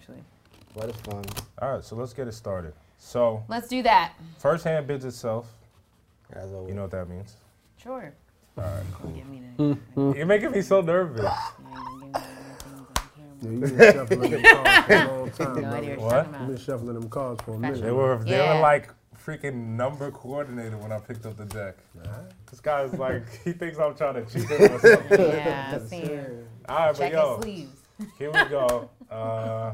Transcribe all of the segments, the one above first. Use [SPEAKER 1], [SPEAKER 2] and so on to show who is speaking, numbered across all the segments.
[SPEAKER 1] actually.
[SPEAKER 2] What is fun?
[SPEAKER 3] All right, so let's get it started. So,
[SPEAKER 1] Let's do that.
[SPEAKER 3] first hand bids itself.
[SPEAKER 2] As always.
[SPEAKER 3] You know what that means.
[SPEAKER 1] Sure.
[SPEAKER 3] All right,
[SPEAKER 1] Don't
[SPEAKER 3] cool.
[SPEAKER 1] give me that.
[SPEAKER 3] You're making me so nervous.
[SPEAKER 1] Hmm.
[SPEAKER 4] Yeah, you've been shuffling them cards for a long time.
[SPEAKER 1] No idea
[SPEAKER 4] brother.
[SPEAKER 1] what you're
[SPEAKER 3] What?
[SPEAKER 1] talking
[SPEAKER 4] You've been
[SPEAKER 1] about.
[SPEAKER 4] shuffling them cards for a minute.
[SPEAKER 3] They were they
[SPEAKER 1] Yeah.
[SPEAKER 3] were like freaking number coordinated when I picked up the deck. This guy's like he thinks I'm trying to cheat him or something.
[SPEAKER 1] Yeah, see.
[SPEAKER 3] All right,
[SPEAKER 1] Check
[SPEAKER 3] but yo,
[SPEAKER 1] his sleeves.
[SPEAKER 3] here we go. Uh,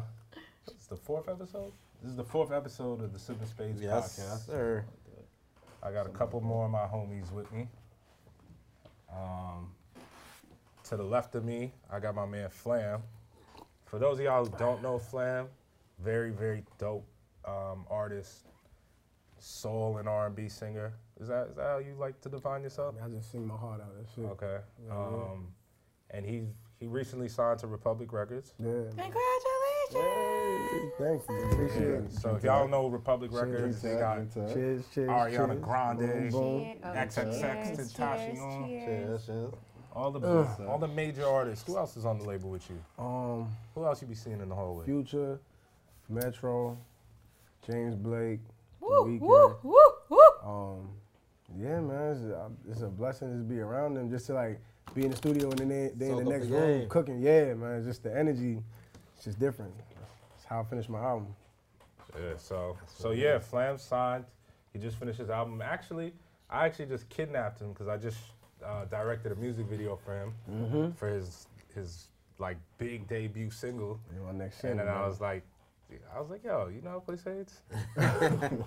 [SPEAKER 3] it's the fourth episode. This is the fourth episode of the Sipping Spades
[SPEAKER 2] Yes,
[SPEAKER 3] podcast.
[SPEAKER 2] sir.
[SPEAKER 3] I got a couple more of my homies with me. Um, to the left of me, I got my man Flam. For those of y'all who don't know Flam, very very dope um, artist, soul and R and B singer. Is that is that how you like to define yourself?
[SPEAKER 4] I just sing my heart out. That shit.
[SPEAKER 3] Okay. Um, and he he recently signed to Republic Records.
[SPEAKER 4] Yeah.
[SPEAKER 1] Congratulations.
[SPEAKER 4] Thank you. Appreciate it.
[SPEAKER 3] So if y'all don't know Republic
[SPEAKER 4] Shout out
[SPEAKER 3] Records, they
[SPEAKER 2] Cheers,
[SPEAKER 3] got
[SPEAKER 2] cheers,
[SPEAKER 4] Cheers, cheers.
[SPEAKER 3] Ariana
[SPEAKER 4] cheers.
[SPEAKER 3] Grande.
[SPEAKER 4] Boom,
[SPEAKER 1] Cheer- oh,
[SPEAKER 3] XXX
[SPEAKER 1] cheers,
[SPEAKER 3] Tentacion.
[SPEAKER 1] cheers, cheers.
[SPEAKER 2] Cheers, cheers.
[SPEAKER 3] all the all the major artists. Who else is on the label with you?
[SPEAKER 4] boom. Um,
[SPEAKER 3] Who else you be seeing in the hallway?
[SPEAKER 4] Future, Metro, James Blake,
[SPEAKER 1] Woo,
[SPEAKER 4] Weeknd.
[SPEAKER 1] woo, woo, woo.
[SPEAKER 4] Um, yeah, man, it's a, it's a blessing to be around them. Just to like be in the studio and then they, they in
[SPEAKER 2] Soak
[SPEAKER 4] the
[SPEAKER 2] up
[SPEAKER 4] next
[SPEAKER 2] the
[SPEAKER 4] room
[SPEAKER 2] game.
[SPEAKER 4] cooking. Yeah, man, it's just the energy. It's just different. It's how I finished my album.
[SPEAKER 3] Yeah, so so yeah, Flam signed. He just finished his album. Actually, I actually just kidnapped him because I just uh, directed a music video for him for his his like big debut single.
[SPEAKER 4] You know, my next
[SPEAKER 3] And
[SPEAKER 4] single,
[SPEAKER 3] then I
[SPEAKER 4] man.
[SPEAKER 3] was like, I was like, yo, you know how to play spades?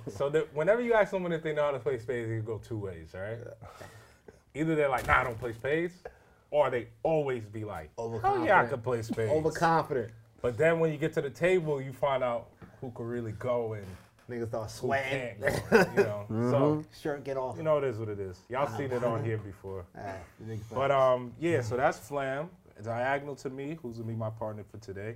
[SPEAKER 3] so that whenever you ask someone if they know how to play spades, it can go two ways, all right? Either they're like, nah, I don't play spades, or they always be like, oh yeah, I
[SPEAKER 2] Overconfident.
[SPEAKER 3] could play spades.
[SPEAKER 2] Overconfident.
[SPEAKER 3] But then when you get to the table, you find out who could really go and
[SPEAKER 2] Niggas start
[SPEAKER 3] who
[SPEAKER 2] sweating.
[SPEAKER 3] can't. go, you know, so
[SPEAKER 2] Shirt get off.
[SPEAKER 3] you know it is what it is. Y'all seen it on here before.
[SPEAKER 2] Ah, you niggas
[SPEAKER 3] But um, yeah, so that's Flam. Diagonal to me, who's gonna be my partner for today,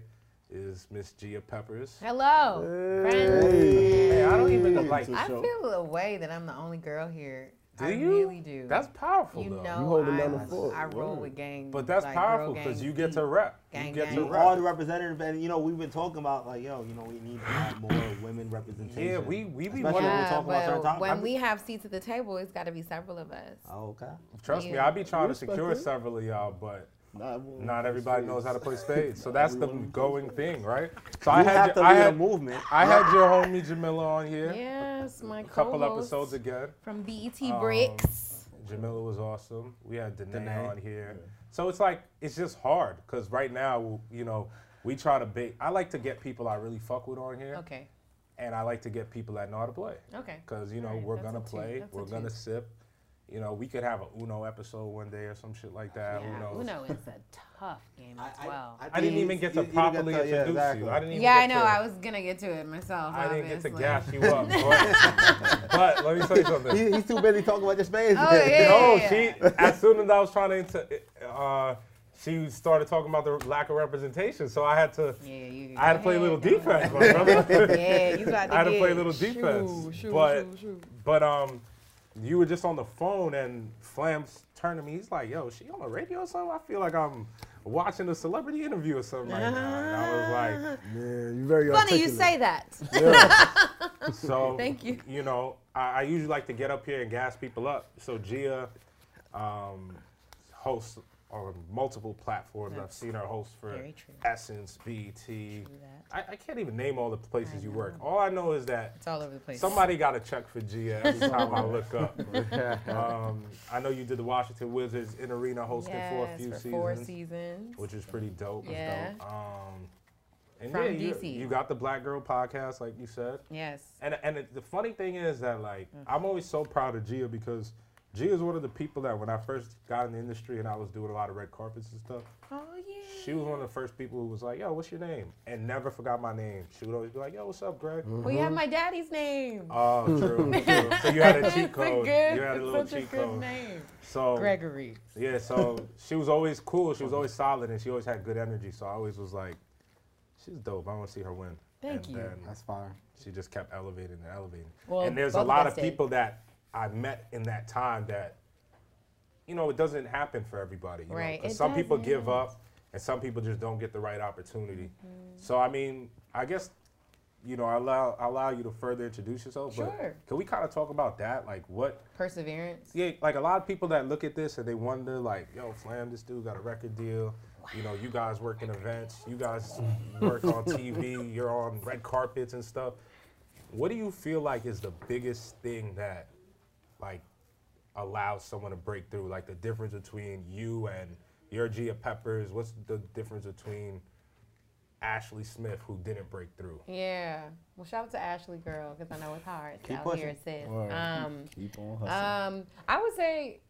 [SPEAKER 3] is Miss Gia Peppers.
[SPEAKER 1] Hello, friends.
[SPEAKER 3] Hey, I don't even like.
[SPEAKER 1] I feel a way that I'm the only girl here.
[SPEAKER 3] Do
[SPEAKER 1] I
[SPEAKER 3] you?
[SPEAKER 1] really do.
[SPEAKER 3] That's powerful
[SPEAKER 1] you
[SPEAKER 3] though.
[SPEAKER 1] know,
[SPEAKER 4] You holding down the
[SPEAKER 1] I,
[SPEAKER 4] fort.
[SPEAKER 1] I roll
[SPEAKER 4] Word.
[SPEAKER 1] with gang.
[SPEAKER 3] But that's
[SPEAKER 1] like, girl
[SPEAKER 3] powerful because
[SPEAKER 1] gang
[SPEAKER 3] you get to
[SPEAKER 1] deep.
[SPEAKER 3] rep.
[SPEAKER 1] Gang,
[SPEAKER 3] you get to
[SPEAKER 1] gang.
[SPEAKER 2] You
[SPEAKER 3] rep.
[SPEAKER 2] are the representative, and you know we've been talking about like, yo, you know we need to have more women representation.
[SPEAKER 3] Yeah, we we be
[SPEAKER 2] Especially
[SPEAKER 3] one.
[SPEAKER 2] when we
[SPEAKER 1] Yeah,
[SPEAKER 2] talk about certain
[SPEAKER 1] but
[SPEAKER 2] topics.
[SPEAKER 1] when we have seats at the table, it's got to be several of us.
[SPEAKER 2] Oh, okay.
[SPEAKER 3] Trust me,
[SPEAKER 1] Yeah.
[SPEAKER 3] I be trying to
[SPEAKER 5] Respect
[SPEAKER 3] secure
[SPEAKER 5] it.
[SPEAKER 3] several of y'all, but
[SPEAKER 5] Not,
[SPEAKER 3] not everybody knows how to play spades. So that's the going thing, right? So I
[SPEAKER 2] you have
[SPEAKER 3] had
[SPEAKER 2] to
[SPEAKER 3] your- I
[SPEAKER 2] lead a
[SPEAKER 3] had
[SPEAKER 2] movement.
[SPEAKER 3] I had your homie Jamila on here.
[SPEAKER 1] Yes, my
[SPEAKER 3] A couple
[SPEAKER 1] co-host
[SPEAKER 3] episodes again.
[SPEAKER 1] from BET
[SPEAKER 3] Um,
[SPEAKER 1] Bricks.
[SPEAKER 3] Jamila was awesome. We had Danae,
[SPEAKER 2] Danae.
[SPEAKER 3] on here. So it's like it's just hard because right now, you know, we try to bait. I like to get people I really fuck with on here,
[SPEAKER 1] okay,
[SPEAKER 3] and I like to get people that know how to play.
[SPEAKER 1] okay.
[SPEAKER 3] Because, you know,
[SPEAKER 1] Alright,
[SPEAKER 3] we're
[SPEAKER 1] that's
[SPEAKER 3] going to
[SPEAKER 1] a two.
[SPEAKER 3] play,
[SPEAKER 1] That's a
[SPEAKER 3] we're going to
[SPEAKER 1] two.
[SPEAKER 3] sip. You know, we could have a Uno episode one day or some shit like that.
[SPEAKER 1] yeah,
[SPEAKER 3] Who knows?
[SPEAKER 1] Uno is a tough game as well.
[SPEAKER 3] I didn't even get to properly
[SPEAKER 2] yeah,
[SPEAKER 3] introduce
[SPEAKER 2] exactly.
[SPEAKER 3] you. I didn't even
[SPEAKER 1] yeah, I
[SPEAKER 3] get
[SPEAKER 1] know.
[SPEAKER 3] to-
[SPEAKER 1] I was gonna get to it myself.
[SPEAKER 3] I didn't get to
[SPEAKER 1] obviously.
[SPEAKER 3] gas you up. But, but let me tell you something.
[SPEAKER 2] He- he's too busy talking about your space.
[SPEAKER 1] Oh, yeah.
[SPEAKER 3] No, she. As soon as I was trying to, inter- uh, she started talking about the lack of representation. So I had to,
[SPEAKER 1] Yeah, you.
[SPEAKER 3] I had to
[SPEAKER 1] go
[SPEAKER 3] play a
[SPEAKER 1] ahead,
[SPEAKER 3] little
[SPEAKER 1] go
[SPEAKER 3] defense,
[SPEAKER 1] ahead.
[SPEAKER 3] my brother.
[SPEAKER 1] yeah, you got to
[SPEAKER 3] I had to
[SPEAKER 1] get
[SPEAKER 3] play a little
[SPEAKER 1] shoo,
[SPEAKER 3] defense,
[SPEAKER 1] shoo,
[SPEAKER 3] but-
[SPEAKER 1] shoo, shoo.
[SPEAKER 3] but um, you were just on the phone, and Flam's turned to me. He's like, "Yo, she on the radio or something? I feel like I'm watching a celebrity interview or something right now." And I was like,
[SPEAKER 4] Yeah, you very
[SPEAKER 1] funny you
[SPEAKER 4] articulate.
[SPEAKER 1] say that.
[SPEAKER 3] So
[SPEAKER 1] Thank you.
[SPEAKER 3] You know, I, I usually like to get up here and gas people up. So Gia um, hosts on multiple platforms. I've seen her host for
[SPEAKER 1] Very true.
[SPEAKER 3] Essence, BET.
[SPEAKER 1] that.
[SPEAKER 3] I, I can't even name all the places you work. All I know is that
[SPEAKER 1] It's all over the place.
[SPEAKER 3] somebody got a check for Gia every time I look up. um, I know you did the Washington Wizards in arena hosting for a
[SPEAKER 1] Yes,
[SPEAKER 3] few
[SPEAKER 1] for
[SPEAKER 3] seasons,
[SPEAKER 1] four seasons.
[SPEAKER 3] which is pretty dope.
[SPEAKER 1] Yeah.
[SPEAKER 3] Um, and
[SPEAKER 1] From
[SPEAKER 3] yeah, you-
[SPEAKER 1] DC.
[SPEAKER 3] you got the Black Girl podcast, like you said.
[SPEAKER 1] Yes.
[SPEAKER 3] And and it, the funny thing is that like
[SPEAKER 1] Mm.
[SPEAKER 3] I'm always so proud of Gia because Gia is one of the people that when I first got in the industry and I was doing a lot of red carpets and stuff,
[SPEAKER 1] Oh yeah.
[SPEAKER 3] she was one of the first people who was like, "Yo, what's your name?" and never forgot my name. She would always be like, "Yo, what's up, Greg?"
[SPEAKER 1] Well, you have my daddy's name.
[SPEAKER 3] Oh, true, true. So you had a
[SPEAKER 1] It's a
[SPEAKER 3] cheat code.
[SPEAKER 1] good-
[SPEAKER 3] you had a
[SPEAKER 1] it's
[SPEAKER 3] little
[SPEAKER 1] such a
[SPEAKER 3] cheat
[SPEAKER 1] good
[SPEAKER 3] code. Oh.
[SPEAKER 1] name.
[SPEAKER 3] So
[SPEAKER 1] Gregory.
[SPEAKER 3] yeah, so she was always cool. She was always solid, and she always had good energy. So I always was like, "She's dope. I want to see her win."
[SPEAKER 1] Thank
[SPEAKER 3] And
[SPEAKER 1] you.
[SPEAKER 3] then-
[SPEAKER 2] That's fire.
[SPEAKER 3] she just kept elevating and elevating.
[SPEAKER 1] Well,
[SPEAKER 3] and there's a
[SPEAKER 1] both of
[SPEAKER 3] lot
[SPEAKER 1] us
[SPEAKER 3] of
[SPEAKER 1] did.
[SPEAKER 3] people that I met in that time that, you know, it doesn't happen for everybody. You know,
[SPEAKER 1] Right,
[SPEAKER 3] 'cause
[SPEAKER 1] it
[SPEAKER 3] some people give
[SPEAKER 1] doesn't.
[SPEAKER 3] up and some people just don't get the right opportunity.
[SPEAKER 1] Mm-hmm.
[SPEAKER 3] So I mean, I guess you know I allow I allow you to further introduce yourself.
[SPEAKER 1] Sure.
[SPEAKER 3] But can we kind of talk about that? Like what?
[SPEAKER 1] Perseverance.
[SPEAKER 3] Yeah, like a lot of people that look at this and they wonder, like, yo, Flam, this dude got a record deal. You know, you guys work in events, you guys work on TV, you're on red carpets and stuff. What do you feel like is the biggest thing that, like, allows someone to break through? Like the difference between you and your Gia Peppers. What's the difference between Ashley Smith, who didn't break through?
[SPEAKER 1] Yeah. Well, shout out to Ashley, girl, because I know it's hard
[SPEAKER 2] Keep
[SPEAKER 1] out
[SPEAKER 2] pushing.
[SPEAKER 1] here, sis.
[SPEAKER 4] Word.
[SPEAKER 1] Um,
[SPEAKER 5] Keep on hustling.
[SPEAKER 1] Um, I would say,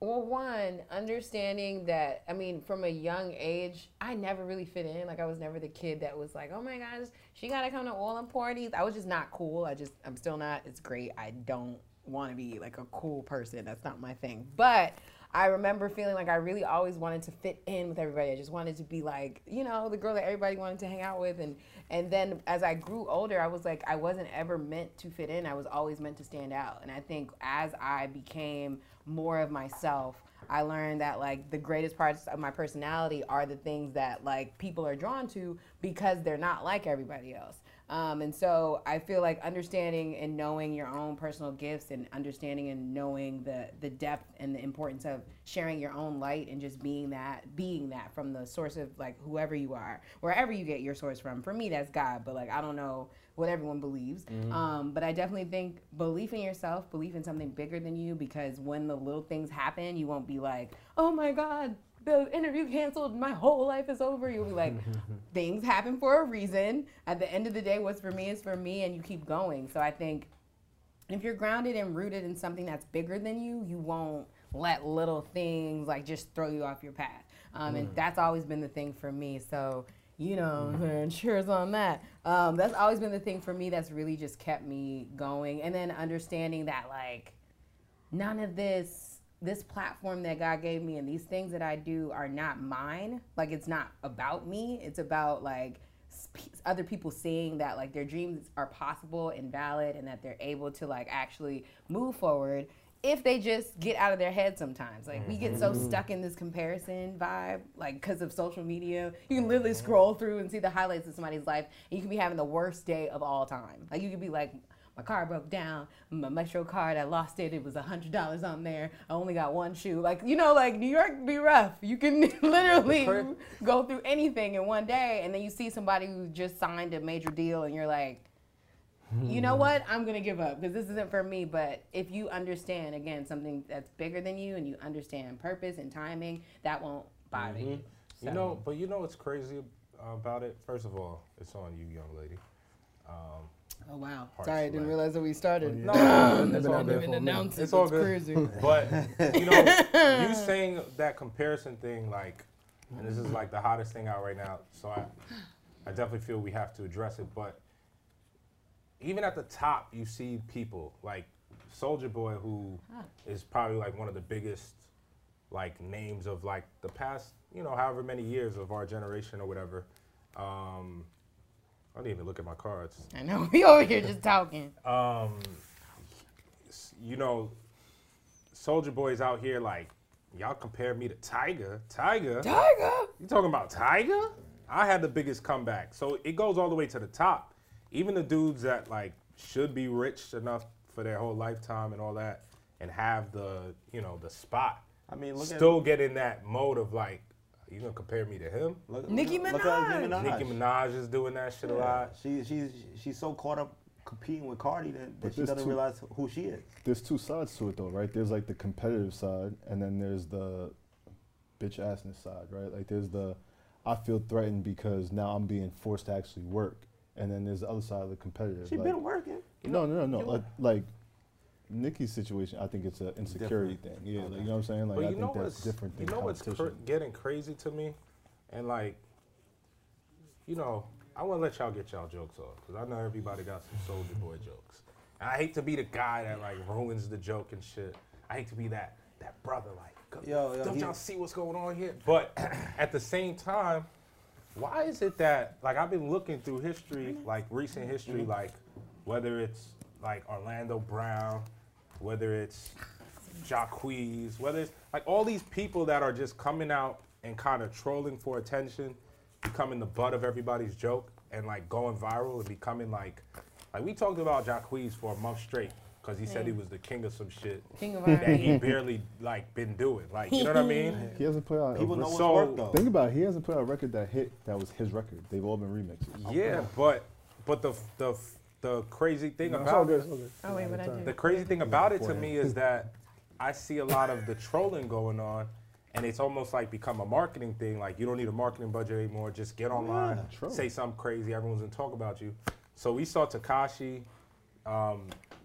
[SPEAKER 1] well, one, understanding that, I mean, from a young age, I never really fit in. Like, I was never the kid that was like, oh my gosh, she got to come to all the parties. I was just not cool. I just, I'm still not. It's great. I don't want to be like a cool person. That's not my thing. But I remember feeling like I really always wanted to fit in with everybody. I just wanted to be like, you know, the girl that everybody wanted to hang out with. And and then as I grew older, I was like, I wasn't ever meant to fit in. I was always meant to stand out. And I think as I became more of myself, I learned that like the greatest parts of my personality are the things that like people are drawn to because they're not like everybody else. Um, and so I feel like understanding and knowing your own personal gifts and understanding and knowing the the depth and the importance of sharing your own light and just being that being that from the source of like whoever you are, wherever you get your source from. For me, that's God, but like I don't know what everyone believes. Um, but I definitely think belief in yourself, belief in something bigger than you, because when the little things happen, you won't be like, oh my God, the interview canceled. My whole life is over. You'll be like, things happen for a reason. At the end of the day, what's for me is for me, and you keep going. So I think if you're grounded and rooted in something that's bigger than you, you won't let little things like just throw you off your path. Um, And that's always been the thing for me. So, you know, cheers on that. Um, that's always been the thing for me that's really just kept me going. And then understanding that, like, none of this this platform that God gave me and these things that I do are not mine. Like it's not about me. It's about like sp- other people seeing that like their dreams are possible and valid and that they're able to like actually move forward if they just get out of their head sometimes. Like we get so stuck in this comparison vibe like cuz of social media. You can literally scroll through and see the highlights of somebody's life and you can be having the worst day of all time. Like you could be like my car broke down. My Metro card, I lost it. It was hundred dollars on there. I only got one shoe. Like you know, like New York be rough. You can literally go through anything in one day, and then you see somebody who just signed a major deal, and you're like, you
[SPEAKER 3] Hmm.
[SPEAKER 1] know what? I'm gonna give up because this isn't for me. But if you understand again something that's bigger than you, and you understand purpose and timing, that won't bother you.
[SPEAKER 3] Mm-hmm. You know, but you know what's crazy about it? First of all, it's on you, young lady.
[SPEAKER 1] Oh wow!
[SPEAKER 3] Hearts
[SPEAKER 1] Sorry, I didn't
[SPEAKER 3] left.
[SPEAKER 1] realize that we started.
[SPEAKER 3] No, no, no, Oh,
[SPEAKER 4] They've
[SPEAKER 3] it's
[SPEAKER 4] been
[SPEAKER 3] all
[SPEAKER 4] out there
[SPEAKER 3] good.
[SPEAKER 4] for a minute.
[SPEAKER 3] It's all good. But you know, you saying that comparison thing, like, and this is like the hottest thing out right now. So I, I definitely feel we have to address it. But even at the top, you see people like Soldier Boy, who is probably like one of the biggest like names of like the past, you know, however many years of our generation or whatever. Um, I didn't even look at my cards.
[SPEAKER 1] I know we over here just talking.
[SPEAKER 3] you know, Soldier Boy's out here like, y'all compare me to Tiger. Tiger?
[SPEAKER 1] Tiger.
[SPEAKER 3] You talking about Tiger? I had the biggest comeback. So it goes all the way to the top. Even the dudes that like should be rich enough for their whole lifetime and all that and have the, you know, the spot.
[SPEAKER 2] I mean, look at-
[SPEAKER 3] still get in that mode of like, you gonna compare me to him?
[SPEAKER 2] Look,
[SPEAKER 1] Nicki
[SPEAKER 2] look, Look at Nicki
[SPEAKER 1] Minaj.
[SPEAKER 2] Minaj.
[SPEAKER 3] Nicki Minaj is doing that shit a lot.
[SPEAKER 2] She, she's she's so caught up competing with Cardi that, that she
[SPEAKER 5] there's
[SPEAKER 2] doesn't
[SPEAKER 5] two-
[SPEAKER 2] realize who she is.
[SPEAKER 5] There's two sides to it though, right? There's like the competitive side, and then there's the bitch assness side, right? Like there's the I feel threatened because now I'm being forced to actually work, and then there's the other side of the competitive.
[SPEAKER 2] She's
[SPEAKER 5] like,
[SPEAKER 2] been working.
[SPEAKER 5] No, no, no, no. Like, like Nikki's situation, I think it's an insecurity thing. Yeah, like, you know what I'm saying? Like,
[SPEAKER 3] But
[SPEAKER 5] I
[SPEAKER 3] you know
[SPEAKER 5] think that's
[SPEAKER 3] what's
[SPEAKER 5] different than
[SPEAKER 3] you know what's
[SPEAKER 5] competition.
[SPEAKER 3] cr- getting crazy to me, and like, you know, I want to let y'all get y'all jokes off because I know everybody got some soldier boy jokes. And I hate to be the guy that like ruins the joke and shit. I hate to be that that brother like. go-
[SPEAKER 2] Yo, yo,
[SPEAKER 3] don't
[SPEAKER 2] he-
[SPEAKER 3] y'all see what's going on here? But at the same time, why is it that like I've been looking through history, like recent history, like whether it's like Orlando Brown, whether it's Jacquees, whether it's like all these people that are just coming out and kind of trolling for attention, becoming the butt of everybody's joke, and like going viral and becoming like, like we talked about Jacquees for a month straight because he said he was the king of some shit
[SPEAKER 1] King of
[SPEAKER 3] that he
[SPEAKER 1] Iron.
[SPEAKER 3] barely like been doing. Like you know what I mean?
[SPEAKER 5] He hasn't put out. a
[SPEAKER 2] People
[SPEAKER 5] re-
[SPEAKER 2] know what's
[SPEAKER 3] So-
[SPEAKER 2] work though.
[SPEAKER 5] Think about it. He hasn't put out a record that hit. That was his record. They've all been remixes.
[SPEAKER 3] Yeah, but but the the the crazy thing
[SPEAKER 4] No, it's all
[SPEAKER 3] about
[SPEAKER 4] good. It's all good.
[SPEAKER 1] Oh, wait, what I do?
[SPEAKER 3] The crazy thing about it to me is that I see a lot of the trolling going on, and it's almost like become a marketing thing. Like you don't need a marketing budget anymore. Just get online,
[SPEAKER 5] true.
[SPEAKER 3] say something crazy. Everyone's gonna talk about you. So we saw Takashi, um,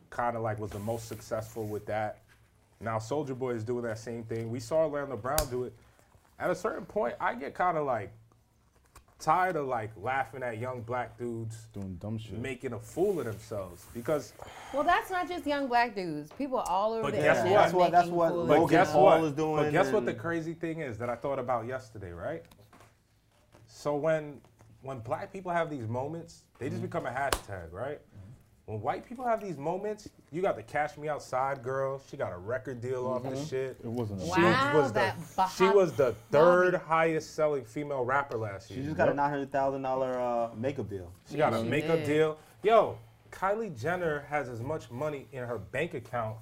[SPEAKER 3] kind of like was the most successful with that. Now Soldier Boy is doing that same thing. We saw Orlando Brown do it. At a certain point, I get kind of like tired of like laughing at young black dudes
[SPEAKER 5] Doing dumb shit.
[SPEAKER 3] making a fool of themselves because
[SPEAKER 1] Well, that's not just young black dudes. People all over
[SPEAKER 3] But
[SPEAKER 1] the
[SPEAKER 3] guess
[SPEAKER 1] internet
[SPEAKER 3] what?
[SPEAKER 1] are
[SPEAKER 3] That's
[SPEAKER 2] what- that's
[SPEAKER 1] making
[SPEAKER 2] what
[SPEAKER 1] fools.
[SPEAKER 3] But
[SPEAKER 2] Logan
[SPEAKER 3] guess
[SPEAKER 2] Paul
[SPEAKER 3] what?
[SPEAKER 2] is doing
[SPEAKER 3] but guess what the
[SPEAKER 2] and-
[SPEAKER 3] crazy thing is that I thought about yesterday, right? So when when black people have these moments, they
[SPEAKER 2] Mm-hmm.
[SPEAKER 3] just become a hashtag, right? When white people have these moments, you got the Cash Me Outside girl. She got a record deal off
[SPEAKER 2] Mm-hmm.
[SPEAKER 3] the shit.
[SPEAKER 5] It wasn't. A
[SPEAKER 1] Wow.
[SPEAKER 3] She was the
[SPEAKER 1] that Baha-
[SPEAKER 3] she was the third highest selling female rapper last year.
[SPEAKER 2] She just got a nine hundred thousand dollar uh, makeup deal.
[SPEAKER 3] She got a
[SPEAKER 1] She
[SPEAKER 3] makeup
[SPEAKER 1] did.
[SPEAKER 3] deal. Yo, Kylie Jenner has as much money in her bank account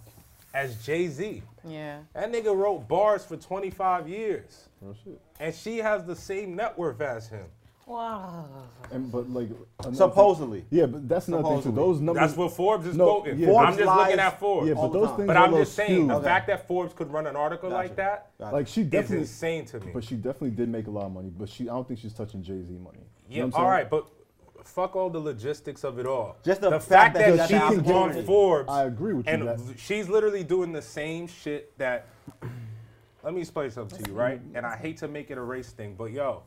[SPEAKER 3] as Jay Z.
[SPEAKER 1] Yeah.
[SPEAKER 3] That nigga wrote bars for 25 years.
[SPEAKER 5] Real shit.
[SPEAKER 3] And she has the same net worth as him.
[SPEAKER 1] Wow.
[SPEAKER 5] And but like. another
[SPEAKER 2] Supposedly.
[SPEAKER 5] Thing, yeah, but that's another thing. too.
[SPEAKER 2] Supposedly.
[SPEAKER 5] Those numbers.
[SPEAKER 3] That's what Forbes is
[SPEAKER 5] No,
[SPEAKER 3] quoting.
[SPEAKER 5] yeah,
[SPEAKER 3] I'm
[SPEAKER 2] Forbes
[SPEAKER 3] just
[SPEAKER 2] lies-
[SPEAKER 3] looking at Forbes.
[SPEAKER 5] yeah, but
[SPEAKER 2] all the
[SPEAKER 5] those
[SPEAKER 2] time.
[SPEAKER 5] things.
[SPEAKER 3] but
[SPEAKER 5] are a
[SPEAKER 3] I'm
[SPEAKER 5] little
[SPEAKER 3] just saying, the
[SPEAKER 5] skewed.
[SPEAKER 3] fact that Forbes could run an article like that is
[SPEAKER 5] Like she definitely.
[SPEAKER 3] insane to me.
[SPEAKER 5] But she definitely did make a lot of money. But she, I don't think she's touching Jay Z money.
[SPEAKER 3] yeah, all right, but fact, all the logistics of it all.
[SPEAKER 2] Just the fact
[SPEAKER 3] fact,
[SPEAKER 2] that
[SPEAKER 3] that,
[SPEAKER 2] that's
[SPEAKER 5] the
[SPEAKER 3] she's on
[SPEAKER 5] opportunity.
[SPEAKER 3] Forbes.
[SPEAKER 5] I agree with you
[SPEAKER 3] and
[SPEAKER 5] that-
[SPEAKER 3] l- she's literally doing the same shit that. let me explain something to you, right? And I hate to make it a race thing, but yo,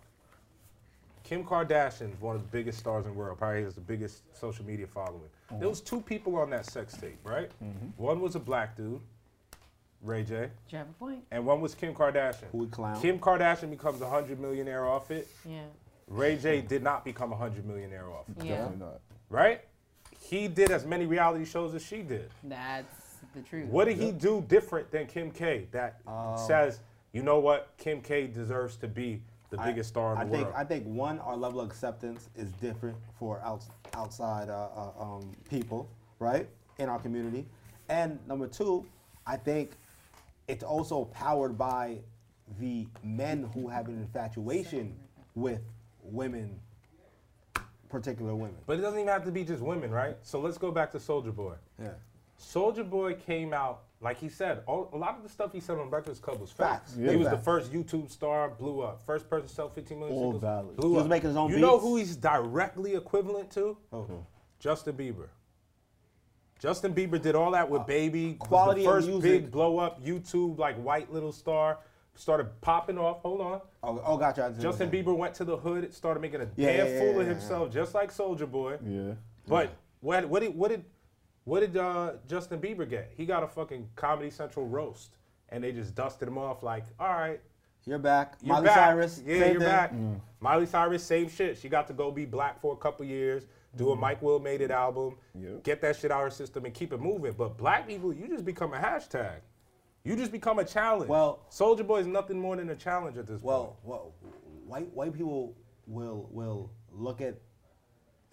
[SPEAKER 3] Kim Kardashian, one of the biggest stars in the world, probably has the biggest social media following. There was two people on that sex tape, right? One was a black dude, Ray J,
[SPEAKER 1] Did you have a point?
[SPEAKER 3] and one was Kim Kardashian.
[SPEAKER 2] Who we clown.
[SPEAKER 3] Kim Kardashian becomes a hundred millionaire off it.
[SPEAKER 1] Yeah.
[SPEAKER 3] Ray J did not become a hundred millionaire off it,
[SPEAKER 1] Yeah.
[SPEAKER 5] Definitely not.
[SPEAKER 3] right? He did as many reality shows as she did.
[SPEAKER 1] That's the truth.
[SPEAKER 3] What did he do different than Kim K that
[SPEAKER 2] Um,
[SPEAKER 3] says, you know what, Kim K deserves to be the
[SPEAKER 2] I-
[SPEAKER 3] biggest star in
[SPEAKER 2] I
[SPEAKER 3] the
[SPEAKER 2] think
[SPEAKER 3] world?
[SPEAKER 2] I think one, our level of acceptance is different for outs, outside uh, uh, um, people, right, in our community, and number two, I think it's also powered by the men who have an infatuation with women, particular women.
[SPEAKER 3] but it doesn't even have to be just women, right? So let's go back to Soldier Boy.
[SPEAKER 2] Yeah,
[SPEAKER 3] Soldier Boy came out, like he said, all, a lot of the stuff he said on Breakfast Club was facts.
[SPEAKER 2] Facts. Yeah.
[SPEAKER 3] He was
[SPEAKER 2] Facts.
[SPEAKER 3] the first YouTube star, blew up. First person to sell 15 million
[SPEAKER 5] All
[SPEAKER 3] singles,
[SPEAKER 5] valid.
[SPEAKER 3] blew
[SPEAKER 2] He was
[SPEAKER 3] up.
[SPEAKER 2] making his own
[SPEAKER 3] You know
[SPEAKER 2] beats.
[SPEAKER 3] who he's directly equivalent to?
[SPEAKER 2] oh.
[SPEAKER 3] Justin Bieber. Justin Bieber did all that with Baby. was
[SPEAKER 2] Uh, quality
[SPEAKER 3] the
[SPEAKER 2] of
[SPEAKER 3] first
[SPEAKER 2] music.
[SPEAKER 3] big blow up YouTube like white little star started popping off. Hold on.
[SPEAKER 2] oh, oh, gotcha. I see what
[SPEAKER 3] Justin
[SPEAKER 2] you're saying.
[SPEAKER 3] Bieber went to the hood, started making a
[SPEAKER 2] Yeah,
[SPEAKER 3] damn
[SPEAKER 2] yeah, yeah,
[SPEAKER 3] fool
[SPEAKER 2] yeah,
[SPEAKER 3] of
[SPEAKER 2] yeah.
[SPEAKER 3] himself, just like Soldier Boy.
[SPEAKER 5] Yeah.
[SPEAKER 3] But what what did what did what did uh, Justin Bieber get? He got a fucking Comedy Central roast, and they just dusted him off like, all right,
[SPEAKER 2] You're back.
[SPEAKER 3] you're
[SPEAKER 2] Miley
[SPEAKER 3] back.
[SPEAKER 2] Cyrus.
[SPEAKER 3] yeah,
[SPEAKER 2] same thing.
[SPEAKER 3] you're
[SPEAKER 2] Mm.
[SPEAKER 3] back. Miley Cyrus, same shit. She got to go be black for a couple years, do
[SPEAKER 2] Mm.
[SPEAKER 3] a Mike Will Made It album,
[SPEAKER 5] Yep.
[SPEAKER 3] get that shit out of her system, and keep it moving. But black people, you just become a hashtag. You just become a challenge.
[SPEAKER 2] Well-
[SPEAKER 3] Soldier Boy is nothing more than a challenge at this
[SPEAKER 2] Well, well, white white people will will look at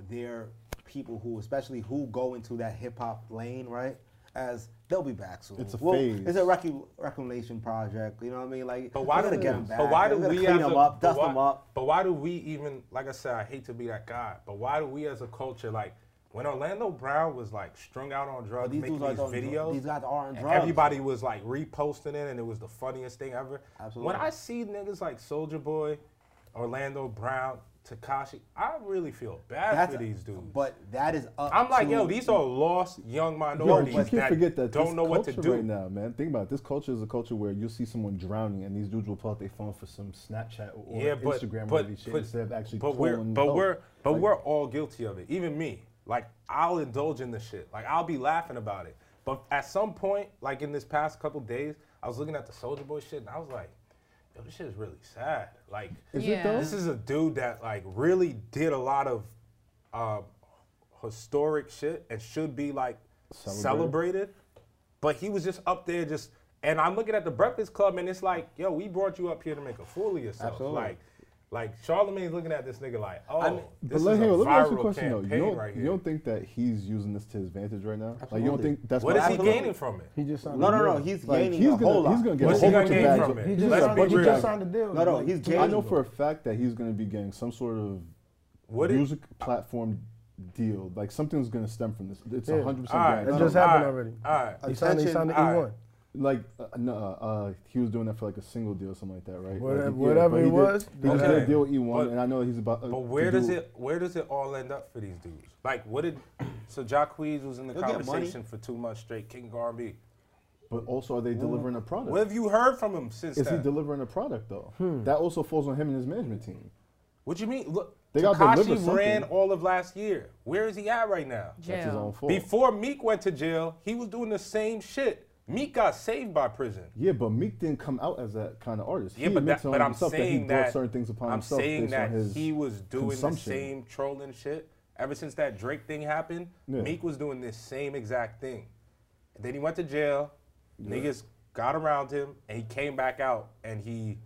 [SPEAKER 2] their people who, especially who go into that hip hop lane, right? As they'll be back soon.
[SPEAKER 5] It's a
[SPEAKER 2] Well,
[SPEAKER 5] phase.
[SPEAKER 2] It's a recu- reclamation project. You know what I mean? Like,
[SPEAKER 3] But why
[SPEAKER 2] we're
[SPEAKER 3] do
[SPEAKER 2] gonna get
[SPEAKER 3] we-
[SPEAKER 2] them back?
[SPEAKER 3] But why do
[SPEAKER 2] We're gonna
[SPEAKER 3] we
[SPEAKER 2] clean
[SPEAKER 3] as
[SPEAKER 2] them
[SPEAKER 3] a-
[SPEAKER 2] up?
[SPEAKER 3] but
[SPEAKER 2] Dust
[SPEAKER 3] why-
[SPEAKER 2] them up?
[SPEAKER 3] But why do we even like I said, I hate to be that guy, but why do we as a culture like when Orlando Brown was like strung out on drugs,
[SPEAKER 2] But these
[SPEAKER 3] making
[SPEAKER 2] dudes are
[SPEAKER 3] these
[SPEAKER 2] on dru-
[SPEAKER 3] videos,
[SPEAKER 2] these guys are on
[SPEAKER 3] and
[SPEAKER 2] drugs.
[SPEAKER 3] everybody was like reposting it, and it was the funniest thing ever.
[SPEAKER 2] Absolutely.
[SPEAKER 3] When I see niggas like Soldier Boy, Orlando Brown, Takashi, I really feel bad
[SPEAKER 2] That's
[SPEAKER 3] for these dudes.
[SPEAKER 2] But that is up.
[SPEAKER 3] I'm like,
[SPEAKER 2] to-
[SPEAKER 3] yo, these are lost young
[SPEAKER 5] Yo, but
[SPEAKER 3] minorities
[SPEAKER 5] you can't
[SPEAKER 3] that,
[SPEAKER 5] forget that this
[SPEAKER 3] don't know what to
[SPEAKER 5] culture
[SPEAKER 3] do.
[SPEAKER 5] right now, man. Think about it. This culture is a culture where you'll see someone drowning, and these dudes will pull out their phone for some Snapchat or
[SPEAKER 3] yeah, but,
[SPEAKER 5] Instagram
[SPEAKER 3] but,
[SPEAKER 5] or shit
[SPEAKER 3] but-
[SPEAKER 5] instead of actually
[SPEAKER 3] but
[SPEAKER 5] calling
[SPEAKER 3] we're but
[SPEAKER 5] help.
[SPEAKER 3] we're but
[SPEAKER 5] Like,
[SPEAKER 3] we're all guilty of it. Even me. Like I'll indulge in the shit. Like I'll be laughing about it. But at some point, like in this past couple days, I was looking at the Soldier Boy shit and I was like, yo, this shit is really sad. Like
[SPEAKER 5] Is
[SPEAKER 1] Yeah.
[SPEAKER 5] it though?
[SPEAKER 3] this is a dude that like really did a lot of um, historic shit and should be like
[SPEAKER 5] Celebrated.
[SPEAKER 3] celebrated. but he was just up there just And I'm looking at the Breakfast Club, and it's like, yo, we brought you up here to make a fool of yourself.
[SPEAKER 2] Absolutely.
[SPEAKER 3] Like, like Charlemagne's looking at this nigga like, oh,
[SPEAKER 5] But
[SPEAKER 3] this
[SPEAKER 5] let,
[SPEAKER 3] is
[SPEAKER 5] hang
[SPEAKER 3] a
[SPEAKER 5] on, let me ask you a
[SPEAKER 3] viral
[SPEAKER 5] question though. You
[SPEAKER 3] campaign
[SPEAKER 5] don't,
[SPEAKER 3] right
[SPEAKER 5] you
[SPEAKER 3] here.
[SPEAKER 5] don't think that he's using this to his advantage right now? Like you don't
[SPEAKER 2] Absolutely.
[SPEAKER 5] think that's
[SPEAKER 3] what is he
[SPEAKER 2] Absolutely.
[SPEAKER 3] gaining from it?
[SPEAKER 4] He just signed.
[SPEAKER 2] No,
[SPEAKER 4] a
[SPEAKER 2] no, no.
[SPEAKER 4] deal.
[SPEAKER 2] He's
[SPEAKER 5] Like,
[SPEAKER 2] gaining
[SPEAKER 5] he's
[SPEAKER 2] a
[SPEAKER 5] gonna,
[SPEAKER 2] whole lot.
[SPEAKER 5] he's gonna get
[SPEAKER 3] What's
[SPEAKER 5] a whole
[SPEAKER 3] he gonna
[SPEAKER 5] bunch of
[SPEAKER 3] gain
[SPEAKER 5] bags.
[SPEAKER 3] from it?
[SPEAKER 4] He just,
[SPEAKER 3] Let's
[SPEAKER 4] signed,
[SPEAKER 3] be
[SPEAKER 4] he
[SPEAKER 3] real.
[SPEAKER 4] just signed a deal.
[SPEAKER 2] No, no,
[SPEAKER 4] Like,
[SPEAKER 2] he's
[SPEAKER 4] two
[SPEAKER 5] I
[SPEAKER 2] gaining.
[SPEAKER 4] years
[SPEAKER 5] know
[SPEAKER 4] ago.
[SPEAKER 5] for a fact that he's gonna be getting some sort of
[SPEAKER 3] What is,
[SPEAKER 5] music platform deal. Like something's gonna stem from this. It's
[SPEAKER 4] Yeah.
[SPEAKER 5] a hundred
[SPEAKER 3] all
[SPEAKER 5] percent
[SPEAKER 3] right,
[SPEAKER 4] That
[SPEAKER 5] guaranteed.
[SPEAKER 4] just
[SPEAKER 3] all right,
[SPEAKER 4] happened already.
[SPEAKER 3] All right,
[SPEAKER 4] He signed, he signed the
[SPEAKER 3] Alright.
[SPEAKER 4] E1.
[SPEAKER 5] Like uh, no, uh, uh, he was doing that for like a single deal, or something like that, right?
[SPEAKER 4] Whatever-
[SPEAKER 5] Like,
[SPEAKER 4] whatever
[SPEAKER 5] but
[SPEAKER 4] it
[SPEAKER 5] he
[SPEAKER 4] was,
[SPEAKER 5] Did, he just did
[SPEAKER 3] Okay.
[SPEAKER 5] a deal with E one,
[SPEAKER 3] But-
[SPEAKER 5] and I know he's about. Uh,
[SPEAKER 3] But
[SPEAKER 5] to
[SPEAKER 3] where does
[SPEAKER 5] do-
[SPEAKER 3] it where does it all end up for these dudes? Like what did so Jacquees was in the
[SPEAKER 2] They'll get money.
[SPEAKER 3] conversation for two months straight, King Garby.
[SPEAKER 5] But also, are they
[SPEAKER 3] Hmm.
[SPEAKER 5] delivering a product?
[SPEAKER 3] What have you heard from him since
[SPEAKER 5] Is he
[SPEAKER 3] then?
[SPEAKER 5] delivering a product though?
[SPEAKER 4] Hmm.
[SPEAKER 5] That also falls on him and his management team.
[SPEAKER 3] what you mean? Look,
[SPEAKER 5] They gotta deliver
[SPEAKER 3] Takashi
[SPEAKER 5] something.
[SPEAKER 3] ran all of last year. Where is he at right now?
[SPEAKER 5] That's his
[SPEAKER 1] Jail.
[SPEAKER 5] own fault.
[SPEAKER 3] Before Meek went to jail, he was doing the same shit. Meek got saved by prison.
[SPEAKER 5] yeah, but Meek didn't come out as that kind of artist.
[SPEAKER 3] Yeah,
[SPEAKER 5] he
[SPEAKER 3] but,
[SPEAKER 5] admits
[SPEAKER 3] that,
[SPEAKER 5] on
[SPEAKER 3] but I'm
[SPEAKER 5] himself that he
[SPEAKER 3] saying
[SPEAKER 5] brought
[SPEAKER 3] that,
[SPEAKER 5] certain things upon
[SPEAKER 3] I'm
[SPEAKER 5] himself
[SPEAKER 3] saying
[SPEAKER 5] based
[SPEAKER 3] that
[SPEAKER 5] on his
[SPEAKER 3] he was doing the
[SPEAKER 5] consumption.
[SPEAKER 3] same trolling shit ever since that Drake thing happened.
[SPEAKER 5] Yeah.
[SPEAKER 3] Meek was doing this same exact thing. And then he went to jail. Niggas got around him, and he came back out, and he,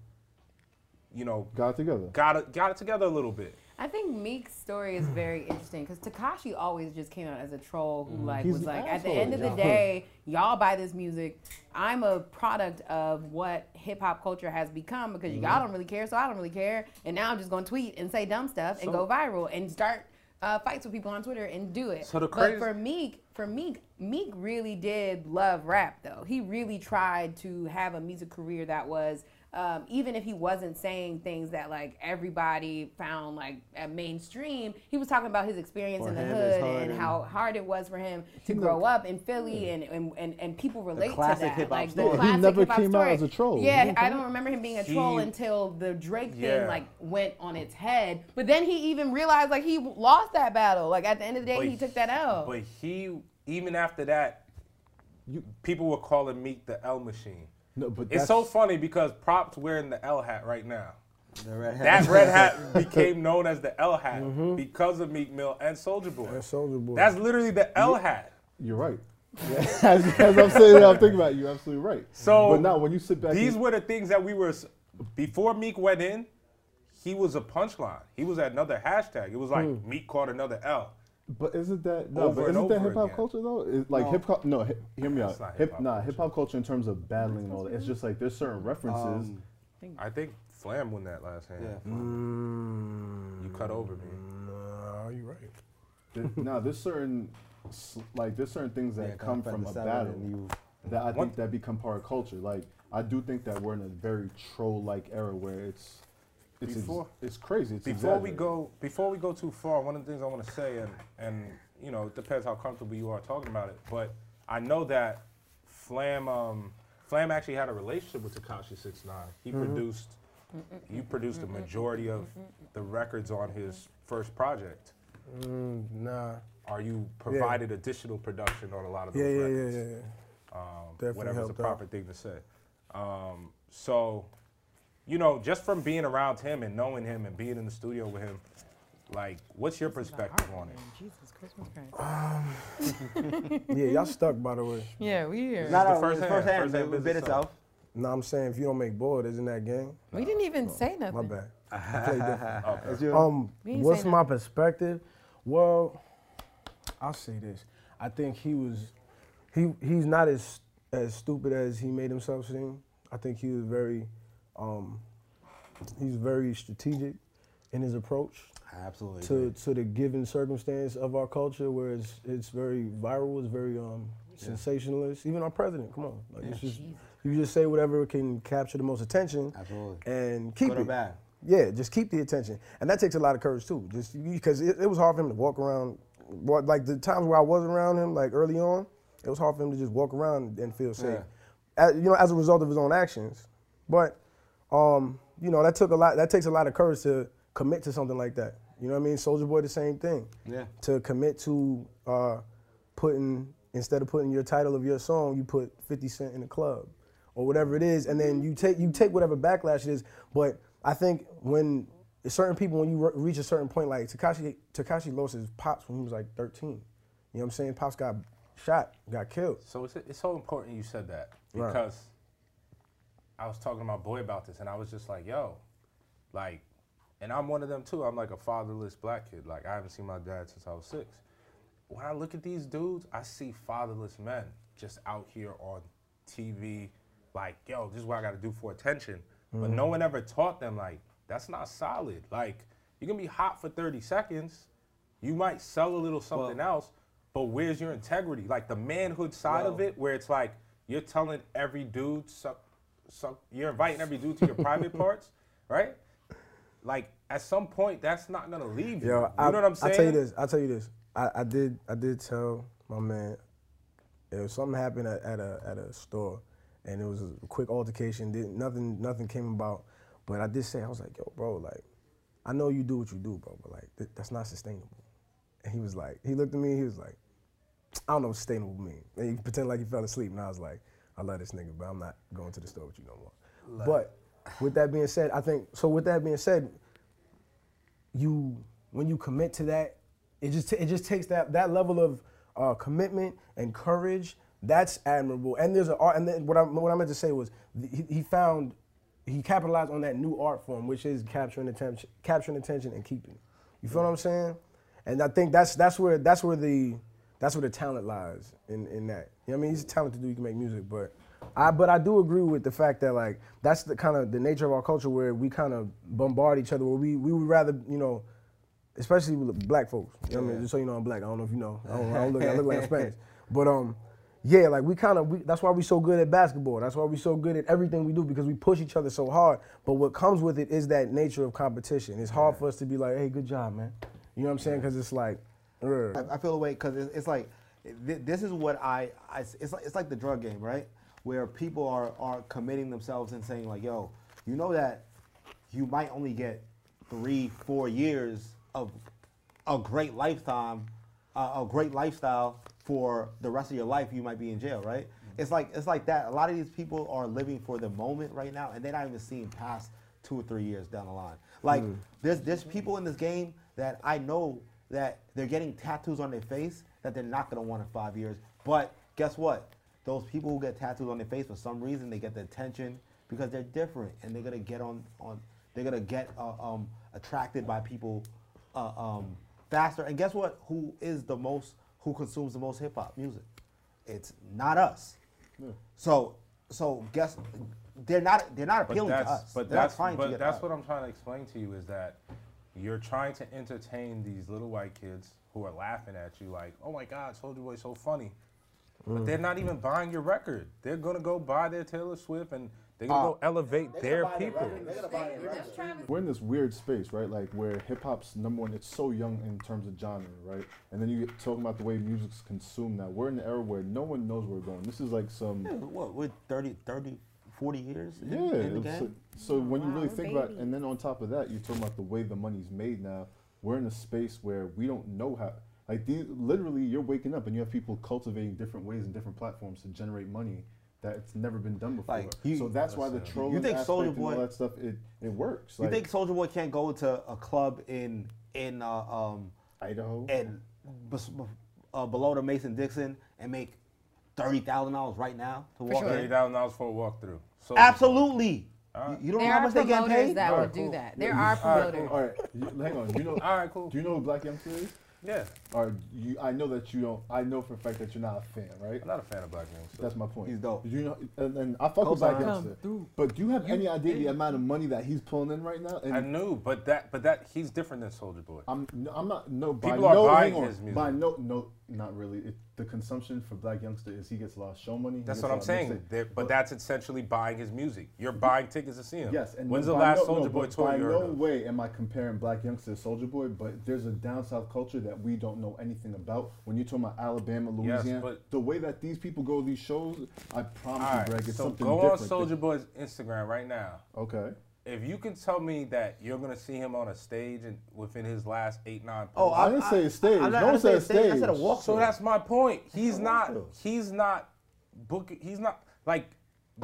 [SPEAKER 3] you know,
[SPEAKER 5] Got it together.
[SPEAKER 3] got it got it together a little bit.
[SPEAKER 1] I think Meek's story is very interesting because Takashi always just came out as a troll who like
[SPEAKER 5] Mm-hmm. He's
[SPEAKER 1] was
[SPEAKER 5] an
[SPEAKER 1] like, at the
[SPEAKER 5] asshole,
[SPEAKER 1] end of the
[SPEAKER 5] y'all."
[SPEAKER 1] day, y'all buy this music. I'm a product of what hip hop culture has become because
[SPEAKER 2] Mm-hmm.
[SPEAKER 1] y'all don't really care, so I don't really care. And now I'm just gonna tweet and say dumb stuff and go viral and start uh, fights with people on Twitter and do it.
[SPEAKER 3] So the
[SPEAKER 1] but
[SPEAKER 3] crazy-
[SPEAKER 1] for Meek, for Meek, Meek really did love rap though. He really tried to have a music career that was, um, even if he wasn't saying things that like everybody found like uh, mainstream, he was talking about his experience
[SPEAKER 2] For
[SPEAKER 1] in the
[SPEAKER 2] him, it's
[SPEAKER 1] hood
[SPEAKER 2] hard
[SPEAKER 1] and
[SPEAKER 2] and-
[SPEAKER 1] how hard it was for him to grow up in Philly and, and, and, and people relate to
[SPEAKER 2] classic
[SPEAKER 1] that.
[SPEAKER 2] hip-hop
[SPEAKER 1] like
[SPEAKER 2] story.
[SPEAKER 1] the
[SPEAKER 2] He
[SPEAKER 1] classic
[SPEAKER 5] never
[SPEAKER 1] hip-hop
[SPEAKER 5] came out
[SPEAKER 1] story.
[SPEAKER 5] as a troll. He
[SPEAKER 1] Yeah,
[SPEAKER 5] didn't
[SPEAKER 1] I
[SPEAKER 5] come
[SPEAKER 1] don't
[SPEAKER 5] out.
[SPEAKER 1] remember him being a troll
[SPEAKER 3] He-
[SPEAKER 1] until the Drake
[SPEAKER 3] Yeah.
[SPEAKER 1] thing like went on its head. But then he even realized like he lost that battle. Like at the end of the day,
[SPEAKER 3] But
[SPEAKER 1] he took that out.
[SPEAKER 3] But he, even after that, people were calling Meek the L machine.
[SPEAKER 5] No, but
[SPEAKER 3] It's
[SPEAKER 5] that's-
[SPEAKER 3] so funny because Prop's wearing the L hat right now.
[SPEAKER 2] The red
[SPEAKER 3] That
[SPEAKER 2] hat.
[SPEAKER 3] red hat became known as the L hat
[SPEAKER 5] Mm-hmm.
[SPEAKER 3] because of Meek Mill and Soldier Boy.
[SPEAKER 4] And Soulja Boy.
[SPEAKER 3] That's literally the L hat.
[SPEAKER 5] You're right. as, as I'm saying that, I'm thinking about it. You're absolutely right.
[SPEAKER 3] So
[SPEAKER 5] but now when you sit back,
[SPEAKER 3] These
[SPEAKER 5] and-
[SPEAKER 3] were the things that we were s- before Meek went in. He was a punchline. He was at another hashtag. It was like
[SPEAKER 5] Hmm.
[SPEAKER 3] Meek caught another L.
[SPEAKER 5] but isn't that no?
[SPEAKER 3] over
[SPEAKER 5] But
[SPEAKER 3] and
[SPEAKER 5] isn't that
[SPEAKER 3] over
[SPEAKER 5] hip hop
[SPEAKER 3] again.
[SPEAKER 5] culture though? It, like hip hop. No, hi, hear me out.
[SPEAKER 3] That's not
[SPEAKER 5] Hip
[SPEAKER 3] hip-hop
[SPEAKER 5] nah, hip hop culture in terms of battling and all that. It's just like there's certain references.
[SPEAKER 3] Um, I think Flam won that last hand.
[SPEAKER 2] Yeah.
[SPEAKER 3] You cut over me.
[SPEAKER 4] No, you right.
[SPEAKER 5] there, nah, there's certain s- like there's certain things that
[SPEAKER 2] Yeah,
[SPEAKER 5] come
[SPEAKER 2] Godfather
[SPEAKER 5] from a
[SPEAKER 2] Seven
[SPEAKER 5] battle
[SPEAKER 2] and you-
[SPEAKER 5] that I
[SPEAKER 3] One-
[SPEAKER 5] think that become part of culture. Like I do think that we're in a very troll like era where it's it's ex-
[SPEAKER 3] Before-
[SPEAKER 5] it's crazy. It's
[SPEAKER 3] Before we
[SPEAKER 5] exaggerated.
[SPEAKER 3] go, before we go too far, one of the things I want to say, and and you know, it depends how comfortable you are talking about it, but I know that Flam, um, Flam actually had a relationship with Takashi Six Nine. He
[SPEAKER 4] Mm-hmm.
[SPEAKER 3] produced, you produced the majority of the records on his first project.
[SPEAKER 4] Mm, nah.
[SPEAKER 3] Are you provided additional production on a lot of those
[SPEAKER 4] Yeah, yeah, yeah,
[SPEAKER 3] records?
[SPEAKER 4] yeah, yeah.
[SPEAKER 3] um,
[SPEAKER 4] Definitely
[SPEAKER 3] whatever's the
[SPEAKER 4] helped out.
[SPEAKER 3] proper thing to say. Um, so, you know, just from being around him and knowing him and being in the studio with him, like, what's your perspective on it?
[SPEAKER 1] Jesus Christmas Christ.
[SPEAKER 4] Yeah, y'all stuck by the way.
[SPEAKER 1] Yeah, we here.
[SPEAKER 2] No,
[SPEAKER 3] the
[SPEAKER 2] no,
[SPEAKER 3] first
[SPEAKER 2] first hand.
[SPEAKER 3] hand,
[SPEAKER 2] First hand.
[SPEAKER 3] first hand
[SPEAKER 2] it bit
[SPEAKER 3] business
[SPEAKER 2] itself.
[SPEAKER 4] No, I'm saying if you don't make board, isn't that game?
[SPEAKER 1] we didn't even say
[SPEAKER 4] My
[SPEAKER 1] nothing.
[SPEAKER 4] bad. I played different.
[SPEAKER 2] It's you.
[SPEAKER 4] Um,
[SPEAKER 1] We ain't
[SPEAKER 4] what's
[SPEAKER 1] say
[SPEAKER 4] my perspective? Well, I'll say this. I think he was, he he's not as as stupid as he made himself seem. I think he was very, um, he's very strategic in his approach
[SPEAKER 2] I absolutely.
[SPEAKER 4] to,
[SPEAKER 2] agree.
[SPEAKER 4] to the given circumstance of our culture, where it's it's very viral, it's very um, sensationalist. Even our president, come on, like it's just you just say whatever can capture the most attention,
[SPEAKER 2] Absolutely.
[SPEAKER 4] and keep
[SPEAKER 2] Good or
[SPEAKER 4] it.
[SPEAKER 2] bad.
[SPEAKER 4] Yeah, just keep the attention, and that takes a lot of courage too. Just because it, it was hard for him to walk around, wa- like the times where I was around him, like early on, it was hard for him to just walk around and feel safe. As- you know, as a result of his own actions, but um, you know that took a lot. That takes a lot of courage to commit to something like that. You know what I mean? Soldier Boy, the same thing.
[SPEAKER 2] Yeah.
[SPEAKER 4] To commit to uh, putting instead of putting your title of your song, you put 50 Cent in the club or whatever it is, and then you take you take whatever backlash it is. But I think when certain people, when you re- reach a certain point, like Takashi Takashi lost his pops when he was like 13. You know what I'm saying? Pops got shot, got killed.
[SPEAKER 3] So it's, it's so important you said that
[SPEAKER 4] Right.
[SPEAKER 3] because I was talking to my boy about this, and I was just like, yo, like, and I'm one of them too. I'm like a fatherless black kid. Like, I haven't seen my dad since I was six. When I look at these dudes, I see fatherless men just out here on TV, like, yo, this is what I gotta do for attention. But no one ever taught them, like, that's not solid. Like, you can be hot for 30 seconds, you might sell a little something else, but where's your integrity? Like, the manhood side of it, where it's like, you're telling every dude, so, so, you're inviting every dude to your private parts, right? Like, at some point, that's not gonna leave you.
[SPEAKER 4] Yo,
[SPEAKER 3] you
[SPEAKER 4] I,
[SPEAKER 3] know what I'm saying?
[SPEAKER 4] I tell you this. I tell you this. I, I did. I did tell my man. If something happened at, at a at a store, and it was a quick altercation, didn't nothing nothing came about. But I did say I was like, yo, bro, like, I know you do what you do, bro, but like th- that's not sustainable. And he was like, he looked at me. He was like, I don't know what sustainable mean. And he pretended like he fell asleep, and I was like, I love this nigga, but I'm not going to the store with you no more. But with that being said, I think so. With that being said, you when you commit to that, it just it just takes that that level of uh, commitment and courage. That's admirable. And there's an art. And then what I what I meant to say was th- he, he found he capitalized on that new art form, which is capturing attention, capturing attention and keeping. it. You feel what I'm saying? And I think that's that's where that's where the that's where the talent lies in, in that. You know what I mean? He's a talented dude. He can make music, but I but I do agree with the fact that like that's the kind of the nature of our culture where we kind of bombard each other. Where we we would rather you know, especially with black folks. You know what I mean? Just so you know, I'm black. I don't know if you know. I don't, I don't look. I look like I'm Spanish. But um, yeah, like we kind of we, that's why we so good at basketball. That's why we so good at everything we do because we push each other so hard. But what comes with it is that nature of competition. It's hard for us to be like, hey, good job, man. You know what I'm saying? Because it's like. "Ugh."
[SPEAKER 2] I, I feel away because it's, it's like th- this is what I, I it's like it's like the drug game, right? Where people are are committing themselves and saying like, "Yo, you know that you might only get three, four years of a great lifetime, uh, a great lifestyle for the rest of your life. You might be in jail, right?" It's like it's like that. A lot of these people are living for the moment right now, and they're not even seeing past two or three years down the line. Like there's there's people in this game that I know that they're getting tattoos on their face that they're not gonna want in five years. But guess what? Those people who get tattoos on their face for some reason they get the attention because they're different and they're gonna get on on they're gonna get uh, um, attracted by people uh, um, faster. And guess what? Who is the most who consumes the most hip hop music? It's not us. So so guess they're not they're not appealing to us.
[SPEAKER 3] But
[SPEAKER 2] they're
[SPEAKER 3] that's,
[SPEAKER 2] not trying
[SPEAKER 3] but
[SPEAKER 2] to get
[SPEAKER 3] that's
[SPEAKER 2] us.
[SPEAKER 3] what I'm trying to explain to you is that you're trying to entertain these little white kids who are laughing at you like, oh my God, Soldier Boy's so funny. But they're not even buying your record. They're gonna go buy their Taylor Swift and they're gonna go elevate their people.
[SPEAKER 5] We're in this weird space, right? Like where hip hop's number one, it's so young in terms of genre, right? And then you get talking about the way music's consumed now. We're in an era where no one knows where we're going. This is like some
[SPEAKER 2] what we're 30, 30, 40 years in,
[SPEAKER 5] Yeah.
[SPEAKER 2] in the
[SPEAKER 5] it's
[SPEAKER 2] game.
[SPEAKER 5] like- so when you
[SPEAKER 1] wow,
[SPEAKER 5] really
[SPEAKER 1] we're
[SPEAKER 5] think about,
[SPEAKER 1] babies.
[SPEAKER 5] and then on top of that, you're talking about the way the money's made now. We're in a space where we don't know how. Like these, literally, you're waking up and you have people cultivating different ways and different platforms to generate money that's never been done before.
[SPEAKER 2] Like, you-
[SPEAKER 5] so that's why the trolling
[SPEAKER 2] think
[SPEAKER 5] aspect
[SPEAKER 2] Soulja
[SPEAKER 5] and
[SPEAKER 2] Boy-
[SPEAKER 5] all that stuff it, it works.
[SPEAKER 2] You
[SPEAKER 5] Like
[SPEAKER 2] think Soldier Boy can't go to a club in in uh, um
[SPEAKER 5] Idaho?
[SPEAKER 2] and bes- uh, below the Mason Dixon and make thirty thousand dollars right now to walk
[SPEAKER 3] Thirty
[SPEAKER 2] in?
[SPEAKER 3] thousand dollars for a walkthrough. So
[SPEAKER 2] Absolutely. You- you don't know
[SPEAKER 1] There
[SPEAKER 2] how
[SPEAKER 1] are
[SPEAKER 2] much they get
[SPEAKER 1] promoters
[SPEAKER 2] paid.
[SPEAKER 1] that
[SPEAKER 5] All
[SPEAKER 1] will
[SPEAKER 5] right,
[SPEAKER 1] do
[SPEAKER 5] cool.
[SPEAKER 1] that. There
[SPEAKER 5] Yeah,
[SPEAKER 1] are
[SPEAKER 5] all right,
[SPEAKER 1] promoters.
[SPEAKER 5] All right, you- hang on. Do you know?
[SPEAKER 3] All right, cool.
[SPEAKER 5] Do you know who Black Youngster is?
[SPEAKER 3] Yeah.
[SPEAKER 5] All right, you, I know that you don't. I know for a fact that you're not a fan, right?
[SPEAKER 3] I'm not a fan of black men. So.
[SPEAKER 5] That's my point.
[SPEAKER 2] He's dope.
[SPEAKER 5] You know, and, and I fuck with Black
[SPEAKER 2] Cosign.
[SPEAKER 5] Youngster. But do you have any idea the amount of money that he's pulling in right now? And
[SPEAKER 3] I knew, but that but that he's different than Soldier Boy.
[SPEAKER 5] I'm, no, I'm not. No, by
[SPEAKER 3] People are
[SPEAKER 5] no,
[SPEAKER 3] buying
[SPEAKER 5] hang on,
[SPEAKER 3] his music.
[SPEAKER 5] By no, no, not really. It, the consumption for Black Youngster is he gets a lot of show money. he
[SPEAKER 3] That's
[SPEAKER 5] gets
[SPEAKER 3] what
[SPEAKER 5] a
[SPEAKER 3] I'm
[SPEAKER 5] lot of
[SPEAKER 3] saying.
[SPEAKER 5] mixtape.
[SPEAKER 3] There- but that's essentially buying his music. You're buying tickets to see him.
[SPEAKER 5] Yes, and
[SPEAKER 3] when's the
[SPEAKER 5] by
[SPEAKER 3] last
[SPEAKER 5] no,
[SPEAKER 3] Soldier
[SPEAKER 5] no,
[SPEAKER 3] Boy
[SPEAKER 5] but
[SPEAKER 3] tour
[SPEAKER 5] By
[SPEAKER 3] you
[SPEAKER 5] no
[SPEAKER 3] heard of?
[SPEAKER 5] way am I comparing Black Youngster to Soldier Boy, but there's a down south culture that we don't know anything about. When you're talking about Alabama,
[SPEAKER 3] Yes,
[SPEAKER 5] Louisiana,
[SPEAKER 3] but-
[SPEAKER 5] the way that these people go to these shows, I promise
[SPEAKER 3] All
[SPEAKER 5] you, Greg,
[SPEAKER 3] right,
[SPEAKER 5] it's
[SPEAKER 3] so
[SPEAKER 5] something
[SPEAKER 3] go on
[SPEAKER 5] different.
[SPEAKER 3] Soldier Boy's Instagram right now.
[SPEAKER 5] Okay.
[SPEAKER 3] If you can tell me that you're gonna see him on a stage and within his last eight nine.
[SPEAKER 2] Oh,
[SPEAKER 5] I didn't say it's stage.
[SPEAKER 2] I'm not-
[SPEAKER 5] No
[SPEAKER 2] I
[SPEAKER 5] one
[SPEAKER 2] didn't say
[SPEAKER 5] said
[SPEAKER 2] it's stage. I said a
[SPEAKER 5] stage.
[SPEAKER 2] walk.
[SPEAKER 3] so that's my point. He's not.
[SPEAKER 2] though.
[SPEAKER 3] He's not book. He's not like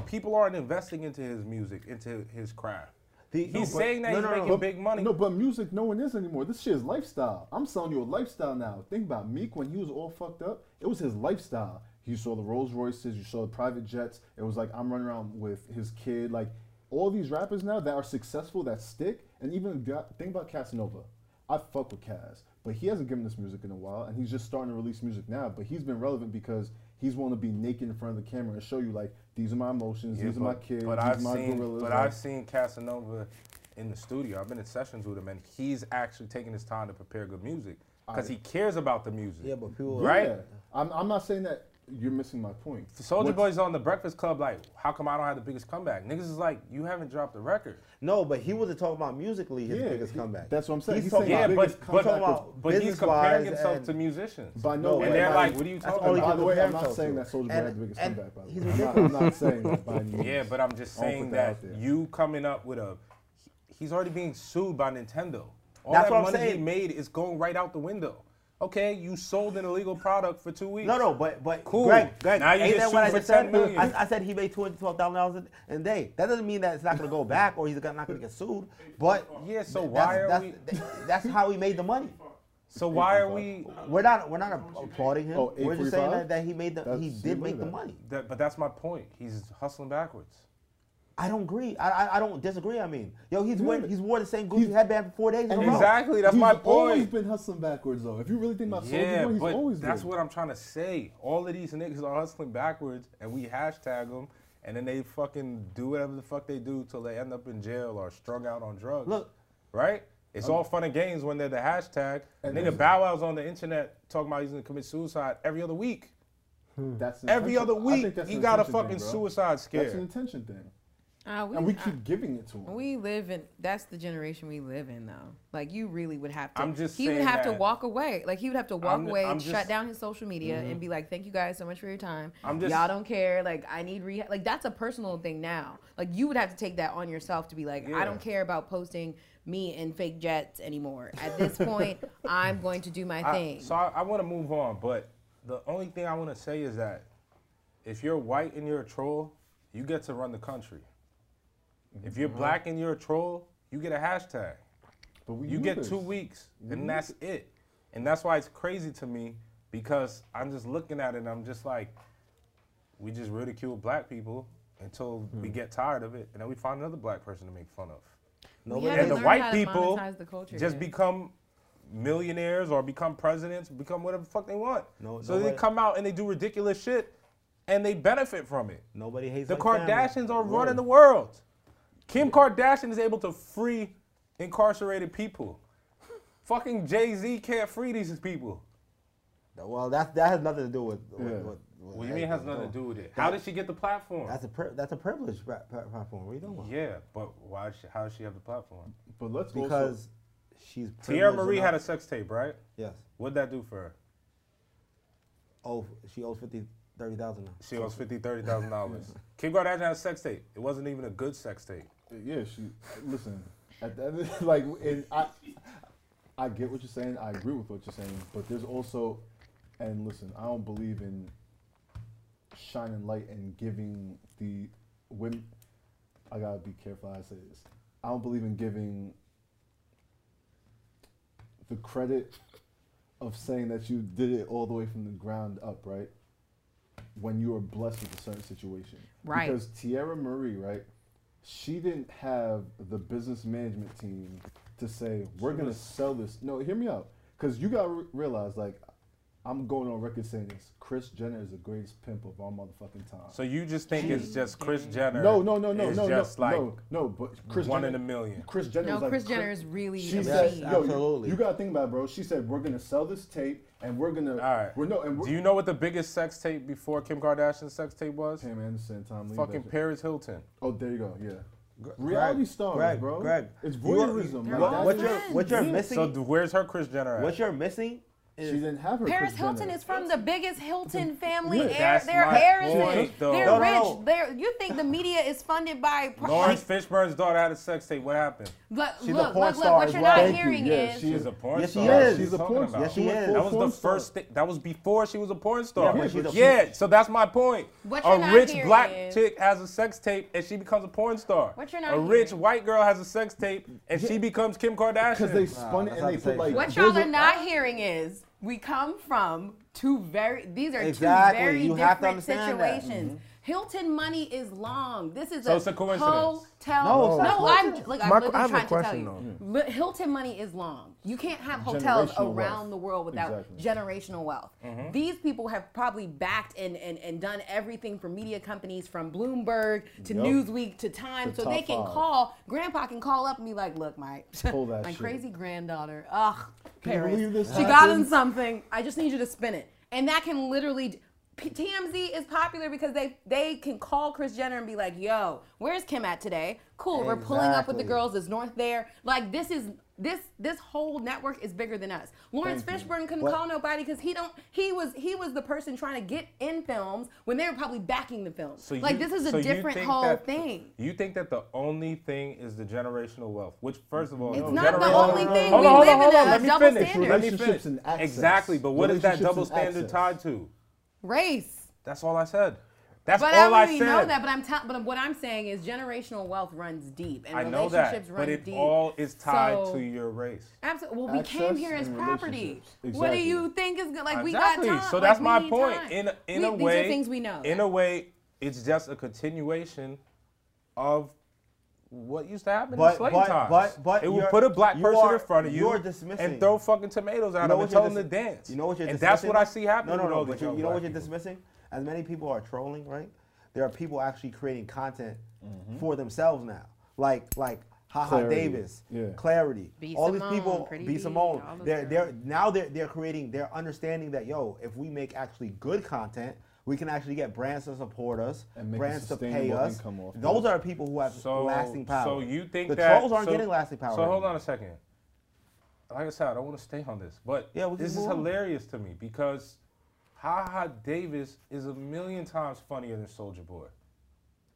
[SPEAKER 3] people aren't investing into his music, into his craft.
[SPEAKER 2] The,
[SPEAKER 3] He's
[SPEAKER 2] but-
[SPEAKER 3] saying that
[SPEAKER 2] no,
[SPEAKER 3] he's
[SPEAKER 2] no, no,
[SPEAKER 3] making
[SPEAKER 2] but-
[SPEAKER 3] big money.
[SPEAKER 5] No, but music, no one is anymore. This shit is lifestyle. I'm selling you a lifestyle now. Think about Meek when he was all fucked up. It was his lifestyle. You saw the Rolls Royces, you saw the private jets. It was like I'm running around with his kid. Like all these rappers now that are successful that stick, and even got, think about Casanova. I fuck with Cas, but he hasn't given us music in a while, and he's just starting to release music now. But he's been relevant because he's willing to be naked in front of the camera and show you like these are my emotions,
[SPEAKER 3] Yeah,
[SPEAKER 5] these are my kids,
[SPEAKER 3] But
[SPEAKER 5] these
[SPEAKER 3] I've
[SPEAKER 5] are my
[SPEAKER 3] seen,
[SPEAKER 5] gorillas.
[SPEAKER 3] but
[SPEAKER 5] like-
[SPEAKER 3] I've seen Casanova in the studio. I've been in sessions with him, and he's actually taking his time to prepare good music because he cares about the music.
[SPEAKER 2] Yeah, but people-
[SPEAKER 3] right?
[SPEAKER 5] Yeah. I'm, I'm not saying that you're missing my point.
[SPEAKER 3] Soldier
[SPEAKER 5] What's-
[SPEAKER 3] Boy's on the Breakfast Club. Like, how come I don't have the biggest comeback? Niggas is like, you haven't dropped a record.
[SPEAKER 2] No, but he wasn't talking about musically his
[SPEAKER 5] Yeah,
[SPEAKER 2] biggest
[SPEAKER 5] he-
[SPEAKER 2] comeback.
[SPEAKER 5] that's what I'm saying.
[SPEAKER 2] He's
[SPEAKER 5] He's
[SPEAKER 2] talking
[SPEAKER 5] saying
[SPEAKER 3] Yeah,
[SPEAKER 2] about
[SPEAKER 5] biggest
[SPEAKER 3] but but,
[SPEAKER 2] comeback was
[SPEAKER 3] but he's
[SPEAKER 2] business-wise
[SPEAKER 3] comparing himself
[SPEAKER 2] and-
[SPEAKER 3] to musicians.
[SPEAKER 5] By no
[SPEAKER 2] No,
[SPEAKER 5] way.
[SPEAKER 3] and they're
[SPEAKER 5] I'm
[SPEAKER 3] like,
[SPEAKER 5] not-
[SPEAKER 3] what are you
[SPEAKER 2] That's
[SPEAKER 3] talking
[SPEAKER 2] all
[SPEAKER 5] And
[SPEAKER 2] he
[SPEAKER 5] by
[SPEAKER 2] got
[SPEAKER 5] the
[SPEAKER 2] to
[SPEAKER 5] way, I'm
[SPEAKER 2] compare
[SPEAKER 5] not
[SPEAKER 2] himself
[SPEAKER 5] saying
[SPEAKER 2] to.
[SPEAKER 5] that Soldier Boy
[SPEAKER 2] And-
[SPEAKER 5] had the biggest
[SPEAKER 2] and
[SPEAKER 5] comeback. By the way,
[SPEAKER 2] he's
[SPEAKER 5] I'm not- I'm not, saying that. By any means.
[SPEAKER 3] Yeah, but I'm just
[SPEAKER 5] Don't put
[SPEAKER 3] saying
[SPEAKER 5] that
[SPEAKER 3] that,
[SPEAKER 5] out there.
[SPEAKER 3] you coming up with a, he's already being sued by Nintendo. All
[SPEAKER 2] That's
[SPEAKER 3] that
[SPEAKER 2] what I'm
[SPEAKER 3] money he
[SPEAKER 2] saying.
[SPEAKER 3] made is going right out the window. Okay, you sold an illegal product for two weeks.
[SPEAKER 2] No, no, but but
[SPEAKER 3] Cool.
[SPEAKER 2] Greg, Greg,
[SPEAKER 3] Now you
[SPEAKER 2] ain't
[SPEAKER 3] get
[SPEAKER 2] that
[SPEAKER 3] sued
[SPEAKER 2] what I
[SPEAKER 3] for
[SPEAKER 2] just said?
[SPEAKER 3] 10 million.
[SPEAKER 2] I, I said he made two hundred twelve thousand dollars a day. That doesn't mean that it's not going to go back or he's not going to get sued. But
[SPEAKER 3] Yeah, so
[SPEAKER 2] th- that's,
[SPEAKER 3] why are
[SPEAKER 2] that's,
[SPEAKER 3] we-
[SPEAKER 2] th- that's how he made the money.
[SPEAKER 3] So why are we?
[SPEAKER 2] We're not we're not applauding him.
[SPEAKER 5] Oh,
[SPEAKER 2] we're just saying
[SPEAKER 5] 845?
[SPEAKER 2] that, that he made the he
[SPEAKER 5] That's-
[SPEAKER 2] did
[SPEAKER 5] look
[SPEAKER 2] make
[SPEAKER 5] at
[SPEAKER 2] the
[SPEAKER 5] that.
[SPEAKER 2] money.
[SPEAKER 3] That, but that's my point. He's hustling backwards.
[SPEAKER 2] I don't agree. I I, I don't disagree. I mean, yo, he's wearing
[SPEAKER 5] Yeah.
[SPEAKER 2] he's wore the same Gucci
[SPEAKER 5] He's-
[SPEAKER 2] headband for four days in a row.
[SPEAKER 3] Exactly, that's
[SPEAKER 5] he's
[SPEAKER 3] my
[SPEAKER 5] always
[SPEAKER 3] point.
[SPEAKER 5] been hustling backwards though. If you really think about
[SPEAKER 3] Yeah,
[SPEAKER 5] Soldier Boy, he's
[SPEAKER 3] but
[SPEAKER 5] always
[SPEAKER 3] that's
[SPEAKER 5] been.
[SPEAKER 3] what I'm trying to say. All of these niggas are hustling backwards, and we hashtag them, and then they fucking do whatever the fuck they do till they end up in jail or strung out on drugs.
[SPEAKER 2] Look.
[SPEAKER 3] right? It's all fun and games when they're the hashtag.
[SPEAKER 5] Um, And
[SPEAKER 3] Nigga
[SPEAKER 5] there's-
[SPEAKER 3] Bow Wow's on the internet talking about he's gonna commit suicide every other week.
[SPEAKER 5] Mm. That's an
[SPEAKER 3] Every
[SPEAKER 5] intention-
[SPEAKER 3] other
[SPEAKER 5] I
[SPEAKER 3] week,
[SPEAKER 5] think that's
[SPEAKER 3] he
[SPEAKER 5] an
[SPEAKER 3] got a
[SPEAKER 5] intention
[SPEAKER 3] fucking
[SPEAKER 5] thing, bro.
[SPEAKER 3] suicide
[SPEAKER 5] That's an
[SPEAKER 3] scare.
[SPEAKER 5] intention thing,
[SPEAKER 1] Uh, we,
[SPEAKER 5] and we
[SPEAKER 1] I-
[SPEAKER 5] keep giving it to him.
[SPEAKER 1] We live in that's the generation we live in though. Like you really would have to
[SPEAKER 3] I'm just
[SPEAKER 1] he would
[SPEAKER 3] saying
[SPEAKER 1] have to
[SPEAKER 3] that-
[SPEAKER 1] walk away. Like he would have to walk
[SPEAKER 3] I'm-
[SPEAKER 1] away,
[SPEAKER 3] I'm
[SPEAKER 1] shut
[SPEAKER 3] just- Mm-hmm.
[SPEAKER 1] down his social media and be like, Thank you guys so much for your time.
[SPEAKER 3] I'm just-
[SPEAKER 1] Y'all don't care. Like I need rehab like that's a personal thing now. Like you would have to take that on yourself to be like,
[SPEAKER 3] Yeah.
[SPEAKER 1] I don't care about posting me in fake jets anymore. At this point, I'm going to do my
[SPEAKER 3] I-
[SPEAKER 1] thing.
[SPEAKER 3] so I, I want to move on, but the only thing I want to say is that if you're white and you're a troll, you get to run the country. If you're
[SPEAKER 5] Mm-hmm.
[SPEAKER 3] black and you're a troll, you get a hashtag.
[SPEAKER 5] But we
[SPEAKER 3] You
[SPEAKER 5] knew
[SPEAKER 3] get
[SPEAKER 5] this.
[SPEAKER 3] two weeks, and that's it. And that's why it's crazy to me because I'm just looking at it and I'm just like, we just ridicule black people until we
[SPEAKER 2] Hmm.
[SPEAKER 3] get tired of it, and then we find another black person to make fun of.
[SPEAKER 1] We
[SPEAKER 2] Nobody-
[SPEAKER 1] haven't
[SPEAKER 3] and the
[SPEAKER 1] learned how
[SPEAKER 3] white
[SPEAKER 1] to
[SPEAKER 3] people
[SPEAKER 1] monetize the culture
[SPEAKER 3] just
[SPEAKER 1] yet.
[SPEAKER 3] become millionaires or become presidents, become whatever the fuck they want.
[SPEAKER 2] No-
[SPEAKER 3] so they
[SPEAKER 2] nobody-
[SPEAKER 3] come out and they do ridiculous shit, and they benefit from it.
[SPEAKER 2] Nobody hates
[SPEAKER 3] The
[SPEAKER 2] like family.
[SPEAKER 3] Kardashians are
[SPEAKER 2] Whoa.
[SPEAKER 3] running the world. Kim Kardashian is able to free incarcerated people. Fucking Jay Z can't free these people.
[SPEAKER 2] Well, that that has nothing to do with. with,
[SPEAKER 5] Yeah.
[SPEAKER 2] with, with
[SPEAKER 3] What do you mean it has
[SPEAKER 2] anything.
[SPEAKER 3] nothing to do with it? How did she get the platform?
[SPEAKER 2] That's a pri- that's a privilege pra- pra- platform. What are you talking about?
[SPEAKER 3] yeah, but why? Does she, how does she have the platform?
[SPEAKER 5] But let's also-
[SPEAKER 2] Because she's
[SPEAKER 3] Tierra
[SPEAKER 2] privileged
[SPEAKER 3] Marie had a
[SPEAKER 2] enough-
[SPEAKER 3] sex tape, right?
[SPEAKER 2] yes.
[SPEAKER 3] What'd that do for her?
[SPEAKER 2] Oh, she owes fifty thirty thousand now.
[SPEAKER 3] She owes fifty, thirty thousand dollars. Kim Kardashian had a sex tape. It wasn't even a good sex tape.
[SPEAKER 5] Yeah, she. Listen, at the end of- like, and I, I get what you're saying. I agree with what you're saying, but there's also, and listen, I don't believe in shining light and giving the women. I gotta be careful how I say this. I don't believe in giving the credit of saying that you did it all the way from the ground up, right? When you are blessed with a certain situation,
[SPEAKER 1] Right.
[SPEAKER 5] Because Tierra Marie, right? She didn't have the business management team to say we're gonna sell this. No, hear me out, because you gotta re- realize, like, I'm going on record saying this: Chris Jenner is the greatest pimp of our motherfucking time.
[SPEAKER 3] So you just think it's just Chris Jenner?
[SPEAKER 5] No, no, no, no,
[SPEAKER 3] is
[SPEAKER 5] no,
[SPEAKER 3] just
[SPEAKER 5] no,
[SPEAKER 3] like
[SPEAKER 5] no, no. But Chris
[SPEAKER 3] one
[SPEAKER 5] Jenner,
[SPEAKER 3] in a million.
[SPEAKER 5] Chris Jenner.
[SPEAKER 1] No,
[SPEAKER 5] was like,
[SPEAKER 1] Kris Jenner is really
[SPEAKER 5] She
[SPEAKER 1] a
[SPEAKER 5] said,
[SPEAKER 1] machine.
[SPEAKER 5] yo, you-
[SPEAKER 2] Absolutely.
[SPEAKER 5] You, gotta think about it, bro. She said we're gonna sell this tape, and we're gonna.
[SPEAKER 3] All right.
[SPEAKER 5] We're no, and we're.
[SPEAKER 3] Do you know what the biggest sex tape before Kim Kardashian's sex tape was?
[SPEAKER 5] Pam Anderson, Tom Lee.
[SPEAKER 3] Fucking
[SPEAKER 5] that-
[SPEAKER 3] Paris Hilton.
[SPEAKER 5] Oh, there you go. Yeah. Reality stars,
[SPEAKER 2] Greg,
[SPEAKER 5] bro.
[SPEAKER 2] Greg,
[SPEAKER 5] It's
[SPEAKER 2] you are-
[SPEAKER 5] voyeurism.
[SPEAKER 2] What,
[SPEAKER 5] like,
[SPEAKER 2] what
[SPEAKER 5] that's-
[SPEAKER 2] you're what you're missing?
[SPEAKER 3] So d- where's her Chris Jenner at?
[SPEAKER 2] what you're missing
[SPEAKER 5] She didn't have her.
[SPEAKER 1] Paris
[SPEAKER 5] Chris
[SPEAKER 1] Hilton
[SPEAKER 5] Jenner.
[SPEAKER 1] is from the biggest Hilton family.
[SPEAKER 5] Yeah.
[SPEAKER 1] Heir,
[SPEAKER 3] That's
[SPEAKER 1] they're
[SPEAKER 3] my
[SPEAKER 1] heiresses.
[SPEAKER 3] point, though.
[SPEAKER 1] They're
[SPEAKER 3] No,
[SPEAKER 1] rich.
[SPEAKER 2] no.
[SPEAKER 1] They're, you think the media is funded by? pro-
[SPEAKER 3] Lawrence Fishburne's daughter had a sex tape. What happened?
[SPEAKER 1] Look,
[SPEAKER 2] a
[SPEAKER 1] look, look,
[SPEAKER 2] porn
[SPEAKER 1] look,
[SPEAKER 2] star
[SPEAKER 1] What
[SPEAKER 2] as
[SPEAKER 1] you're
[SPEAKER 2] well.
[SPEAKER 1] not
[SPEAKER 5] Thank you,
[SPEAKER 1] hearing
[SPEAKER 5] yeah,
[SPEAKER 1] is
[SPEAKER 5] she
[SPEAKER 3] She's a porn
[SPEAKER 2] Yes, she
[SPEAKER 3] star.
[SPEAKER 2] is.
[SPEAKER 3] She's
[SPEAKER 5] She's a
[SPEAKER 3] talking
[SPEAKER 5] porn-
[SPEAKER 3] about.
[SPEAKER 5] yes, she
[SPEAKER 2] She is.
[SPEAKER 3] That was
[SPEAKER 5] porn
[SPEAKER 3] the
[SPEAKER 5] star.
[SPEAKER 3] first. Thi- that was before she was a porn star.
[SPEAKER 2] Yeah,
[SPEAKER 3] Yeah,
[SPEAKER 2] but she's a-
[SPEAKER 3] so that's my point.
[SPEAKER 1] What you're
[SPEAKER 3] a
[SPEAKER 1] not
[SPEAKER 3] rich
[SPEAKER 1] hearing
[SPEAKER 3] black
[SPEAKER 1] is-
[SPEAKER 3] chick has a sex tape and she becomes a porn star.
[SPEAKER 1] What you're not
[SPEAKER 3] a rich
[SPEAKER 1] hearing-
[SPEAKER 3] white girl has a sex tape and she becomes Kim Kardashian.
[SPEAKER 5] Because they spun
[SPEAKER 2] that's
[SPEAKER 5] it
[SPEAKER 2] not
[SPEAKER 5] and they
[SPEAKER 2] the
[SPEAKER 5] put
[SPEAKER 2] same.
[SPEAKER 5] like.
[SPEAKER 1] What
[SPEAKER 5] there's
[SPEAKER 1] y'all
[SPEAKER 5] a-
[SPEAKER 1] are not hearing is we come from two very these are
[SPEAKER 2] Exactly.
[SPEAKER 1] two very
[SPEAKER 2] You have to
[SPEAKER 1] different
[SPEAKER 2] understand that. Mm-hmm.
[SPEAKER 1] situations. Hilton money is long. This is
[SPEAKER 3] So
[SPEAKER 1] a,
[SPEAKER 3] it's a coincidence.
[SPEAKER 1] hotel.
[SPEAKER 2] No, it's not
[SPEAKER 1] no,
[SPEAKER 2] a
[SPEAKER 1] I'm
[SPEAKER 2] coincidence. Mm.
[SPEAKER 1] look. I'm
[SPEAKER 4] My-
[SPEAKER 1] literally
[SPEAKER 4] I have a
[SPEAKER 1] trying to tell
[SPEAKER 4] question,
[SPEAKER 1] you. Li- Hilton money is long. You can't have hotels
[SPEAKER 5] Generational
[SPEAKER 1] around
[SPEAKER 5] wealth.
[SPEAKER 1] the world without
[SPEAKER 5] Exactly.
[SPEAKER 1] generational wealth.
[SPEAKER 3] Mm-hmm.
[SPEAKER 1] These people have probably backed and, and, and done everything from media companies from Bloomberg to
[SPEAKER 5] Yup.
[SPEAKER 1] Newsweek to Time,
[SPEAKER 5] The
[SPEAKER 1] so they
[SPEAKER 5] top
[SPEAKER 1] can
[SPEAKER 5] five.
[SPEAKER 1] call. Grandpa can call up and be like, "Look, my
[SPEAKER 5] Pull that
[SPEAKER 1] my
[SPEAKER 5] shit.
[SPEAKER 1] crazy granddaughter. Ugh,
[SPEAKER 5] Can you
[SPEAKER 1] Paris.
[SPEAKER 5] believe this
[SPEAKER 1] she got
[SPEAKER 5] happened?
[SPEAKER 1] in something. I just need you to spin it. And that can literally. P- TMZ is popular because they they can call Chris Jenner and be like, "Yo, where's Kim at today? Cool, we're pulling up with the
[SPEAKER 2] Exactly.
[SPEAKER 1] girls. Is North there? Like this is this this whole network is bigger than us. Lawrence Fishburne couldn't
[SPEAKER 2] But-
[SPEAKER 1] call nobody because he don't he was he was the person trying to get in films when they were probably backing the film.
[SPEAKER 3] So
[SPEAKER 1] like
[SPEAKER 3] you-
[SPEAKER 1] this is a
[SPEAKER 3] so you
[SPEAKER 1] different
[SPEAKER 3] think
[SPEAKER 1] whole
[SPEAKER 3] that-
[SPEAKER 1] thing.
[SPEAKER 3] You think that the only thing is the generational wealth, which first of all,
[SPEAKER 1] It's
[SPEAKER 3] no,
[SPEAKER 1] not the
[SPEAKER 3] generational-
[SPEAKER 1] only thing.
[SPEAKER 3] Hold
[SPEAKER 1] We
[SPEAKER 3] on, hold
[SPEAKER 1] live
[SPEAKER 3] on,
[SPEAKER 1] in
[SPEAKER 3] hold on.
[SPEAKER 1] a- a
[SPEAKER 3] Let me
[SPEAKER 1] double
[SPEAKER 3] finish.
[SPEAKER 1] standard.
[SPEAKER 3] Let me
[SPEAKER 5] Relationships
[SPEAKER 3] finish.
[SPEAKER 5] and access.
[SPEAKER 3] Exactly, but what is that
[SPEAKER 5] Relationships
[SPEAKER 3] double
[SPEAKER 5] and
[SPEAKER 3] standard tied
[SPEAKER 5] access.
[SPEAKER 3] to?
[SPEAKER 1] Race.
[SPEAKER 3] That's all I said. That's
[SPEAKER 1] But
[SPEAKER 3] all
[SPEAKER 1] I already
[SPEAKER 3] said.
[SPEAKER 1] know that. But I'm tell- but what I'm saying is generational wealth runs deep, and
[SPEAKER 3] I know
[SPEAKER 1] relationships
[SPEAKER 3] that,
[SPEAKER 1] run
[SPEAKER 3] but it
[SPEAKER 1] deep.
[SPEAKER 3] all is tied
[SPEAKER 1] So-
[SPEAKER 3] to your race.
[SPEAKER 1] Absolutely. Well, we came
[SPEAKER 5] Access
[SPEAKER 1] here as
[SPEAKER 5] and
[SPEAKER 1] property.
[SPEAKER 5] relationships.
[SPEAKER 1] What do
[SPEAKER 5] Exactly.
[SPEAKER 1] you think is good? Like
[SPEAKER 3] exactly.
[SPEAKER 1] we got time.
[SPEAKER 3] So
[SPEAKER 1] like,
[SPEAKER 3] that's
[SPEAKER 1] we
[SPEAKER 3] my
[SPEAKER 1] need
[SPEAKER 3] point.
[SPEAKER 1] time.
[SPEAKER 3] In a, in
[SPEAKER 1] We-
[SPEAKER 3] a
[SPEAKER 1] these
[SPEAKER 3] way,
[SPEAKER 1] are things we know.
[SPEAKER 3] In a way, it's just a continuation of what used to happen in
[SPEAKER 2] But-
[SPEAKER 3] slave
[SPEAKER 2] but-
[SPEAKER 3] times.
[SPEAKER 2] but- but
[SPEAKER 3] it would
[SPEAKER 2] you're-
[SPEAKER 3] put a black
[SPEAKER 2] you
[SPEAKER 3] person
[SPEAKER 2] are-
[SPEAKER 3] in front of you
[SPEAKER 2] you're dismissing-
[SPEAKER 3] and throw fucking tomatoes at
[SPEAKER 2] You know
[SPEAKER 3] them and
[SPEAKER 2] what
[SPEAKER 3] tell
[SPEAKER 2] you're
[SPEAKER 3] them to
[SPEAKER 2] dis-
[SPEAKER 3] dance.
[SPEAKER 2] You know what you're
[SPEAKER 3] and
[SPEAKER 2] dismissing?
[SPEAKER 3] that's what I see happening.
[SPEAKER 2] No, no,
[SPEAKER 3] with
[SPEAKER 2] no.
[SPEAKER 3] all
[SPEAKER 2] But
[SPEAKER 3] these
[SPEAKER 2] you,
[SPEAKER 3] young
[SPEAKER 2] you know what
[SPEAKER 3] black
[SPEAKER 2] you're
[SPEAKER 3] people.
[SPEAKER 2] dismissing? As many people are trolling, right? There are people actually creating content
[SPEAKER 3] Mm-hmm.
[SPEAKER 2] for themselves now. Like like Haha
[SPEAKER 5] Clarity.
[SPEAKER 2] Davis,
[SPEAKER 5] Yeah.
[SPEAKER 2] Clarity,
[SPEAKER 1] Bee
[SPEAKER 2] all these
[SPEAKER 1] Simone,
[SPEAKER 2] people,
[SPEAKER 1] Pretty
[SPEAKER 2] B
[SPEAKER 1] Bee,
[SPEAKER 2] Simone.
[SPEAKER 1] all those
[SPEAKER 2] They're
[SPEAKER 1] girls.
[SPEAKER 2] they're now they're they're creating. They're understanding that yo, if we make actually good content. We can actually get brands to support us,
[SPEAKER 5] And make a
[SPEAKER 2] brands to pay
[SPEAKER 5] sustainable
[SPEAKER 2] us.
[SPEAKER 5] income off
[SPEAKER 2] Those
[SPEAKER 5] that.
[SPEAKER 2] are people who have lasting power.
[SPEAKER 3] So you think
[SPEAKER 2] the
[SPEAKER 3] that
[SPEAKER 2] trolls aren't
[SPEAKER 3] so-
[SPEAKER 2] getting lasting power?
[SPEAKER 3] So hold
[SPEAKER 2] anymore.
[SPEAKER 3] on a second. Like I said, I don't want to stay on this, but
[SPEAKER 2] Yeah, we can
[SPEAKER 3] this is
[SPEAKER 2] move on.
[SPEAKER 3] hilarious to me because Haha Davis is a million times funnier than Soldier Boy.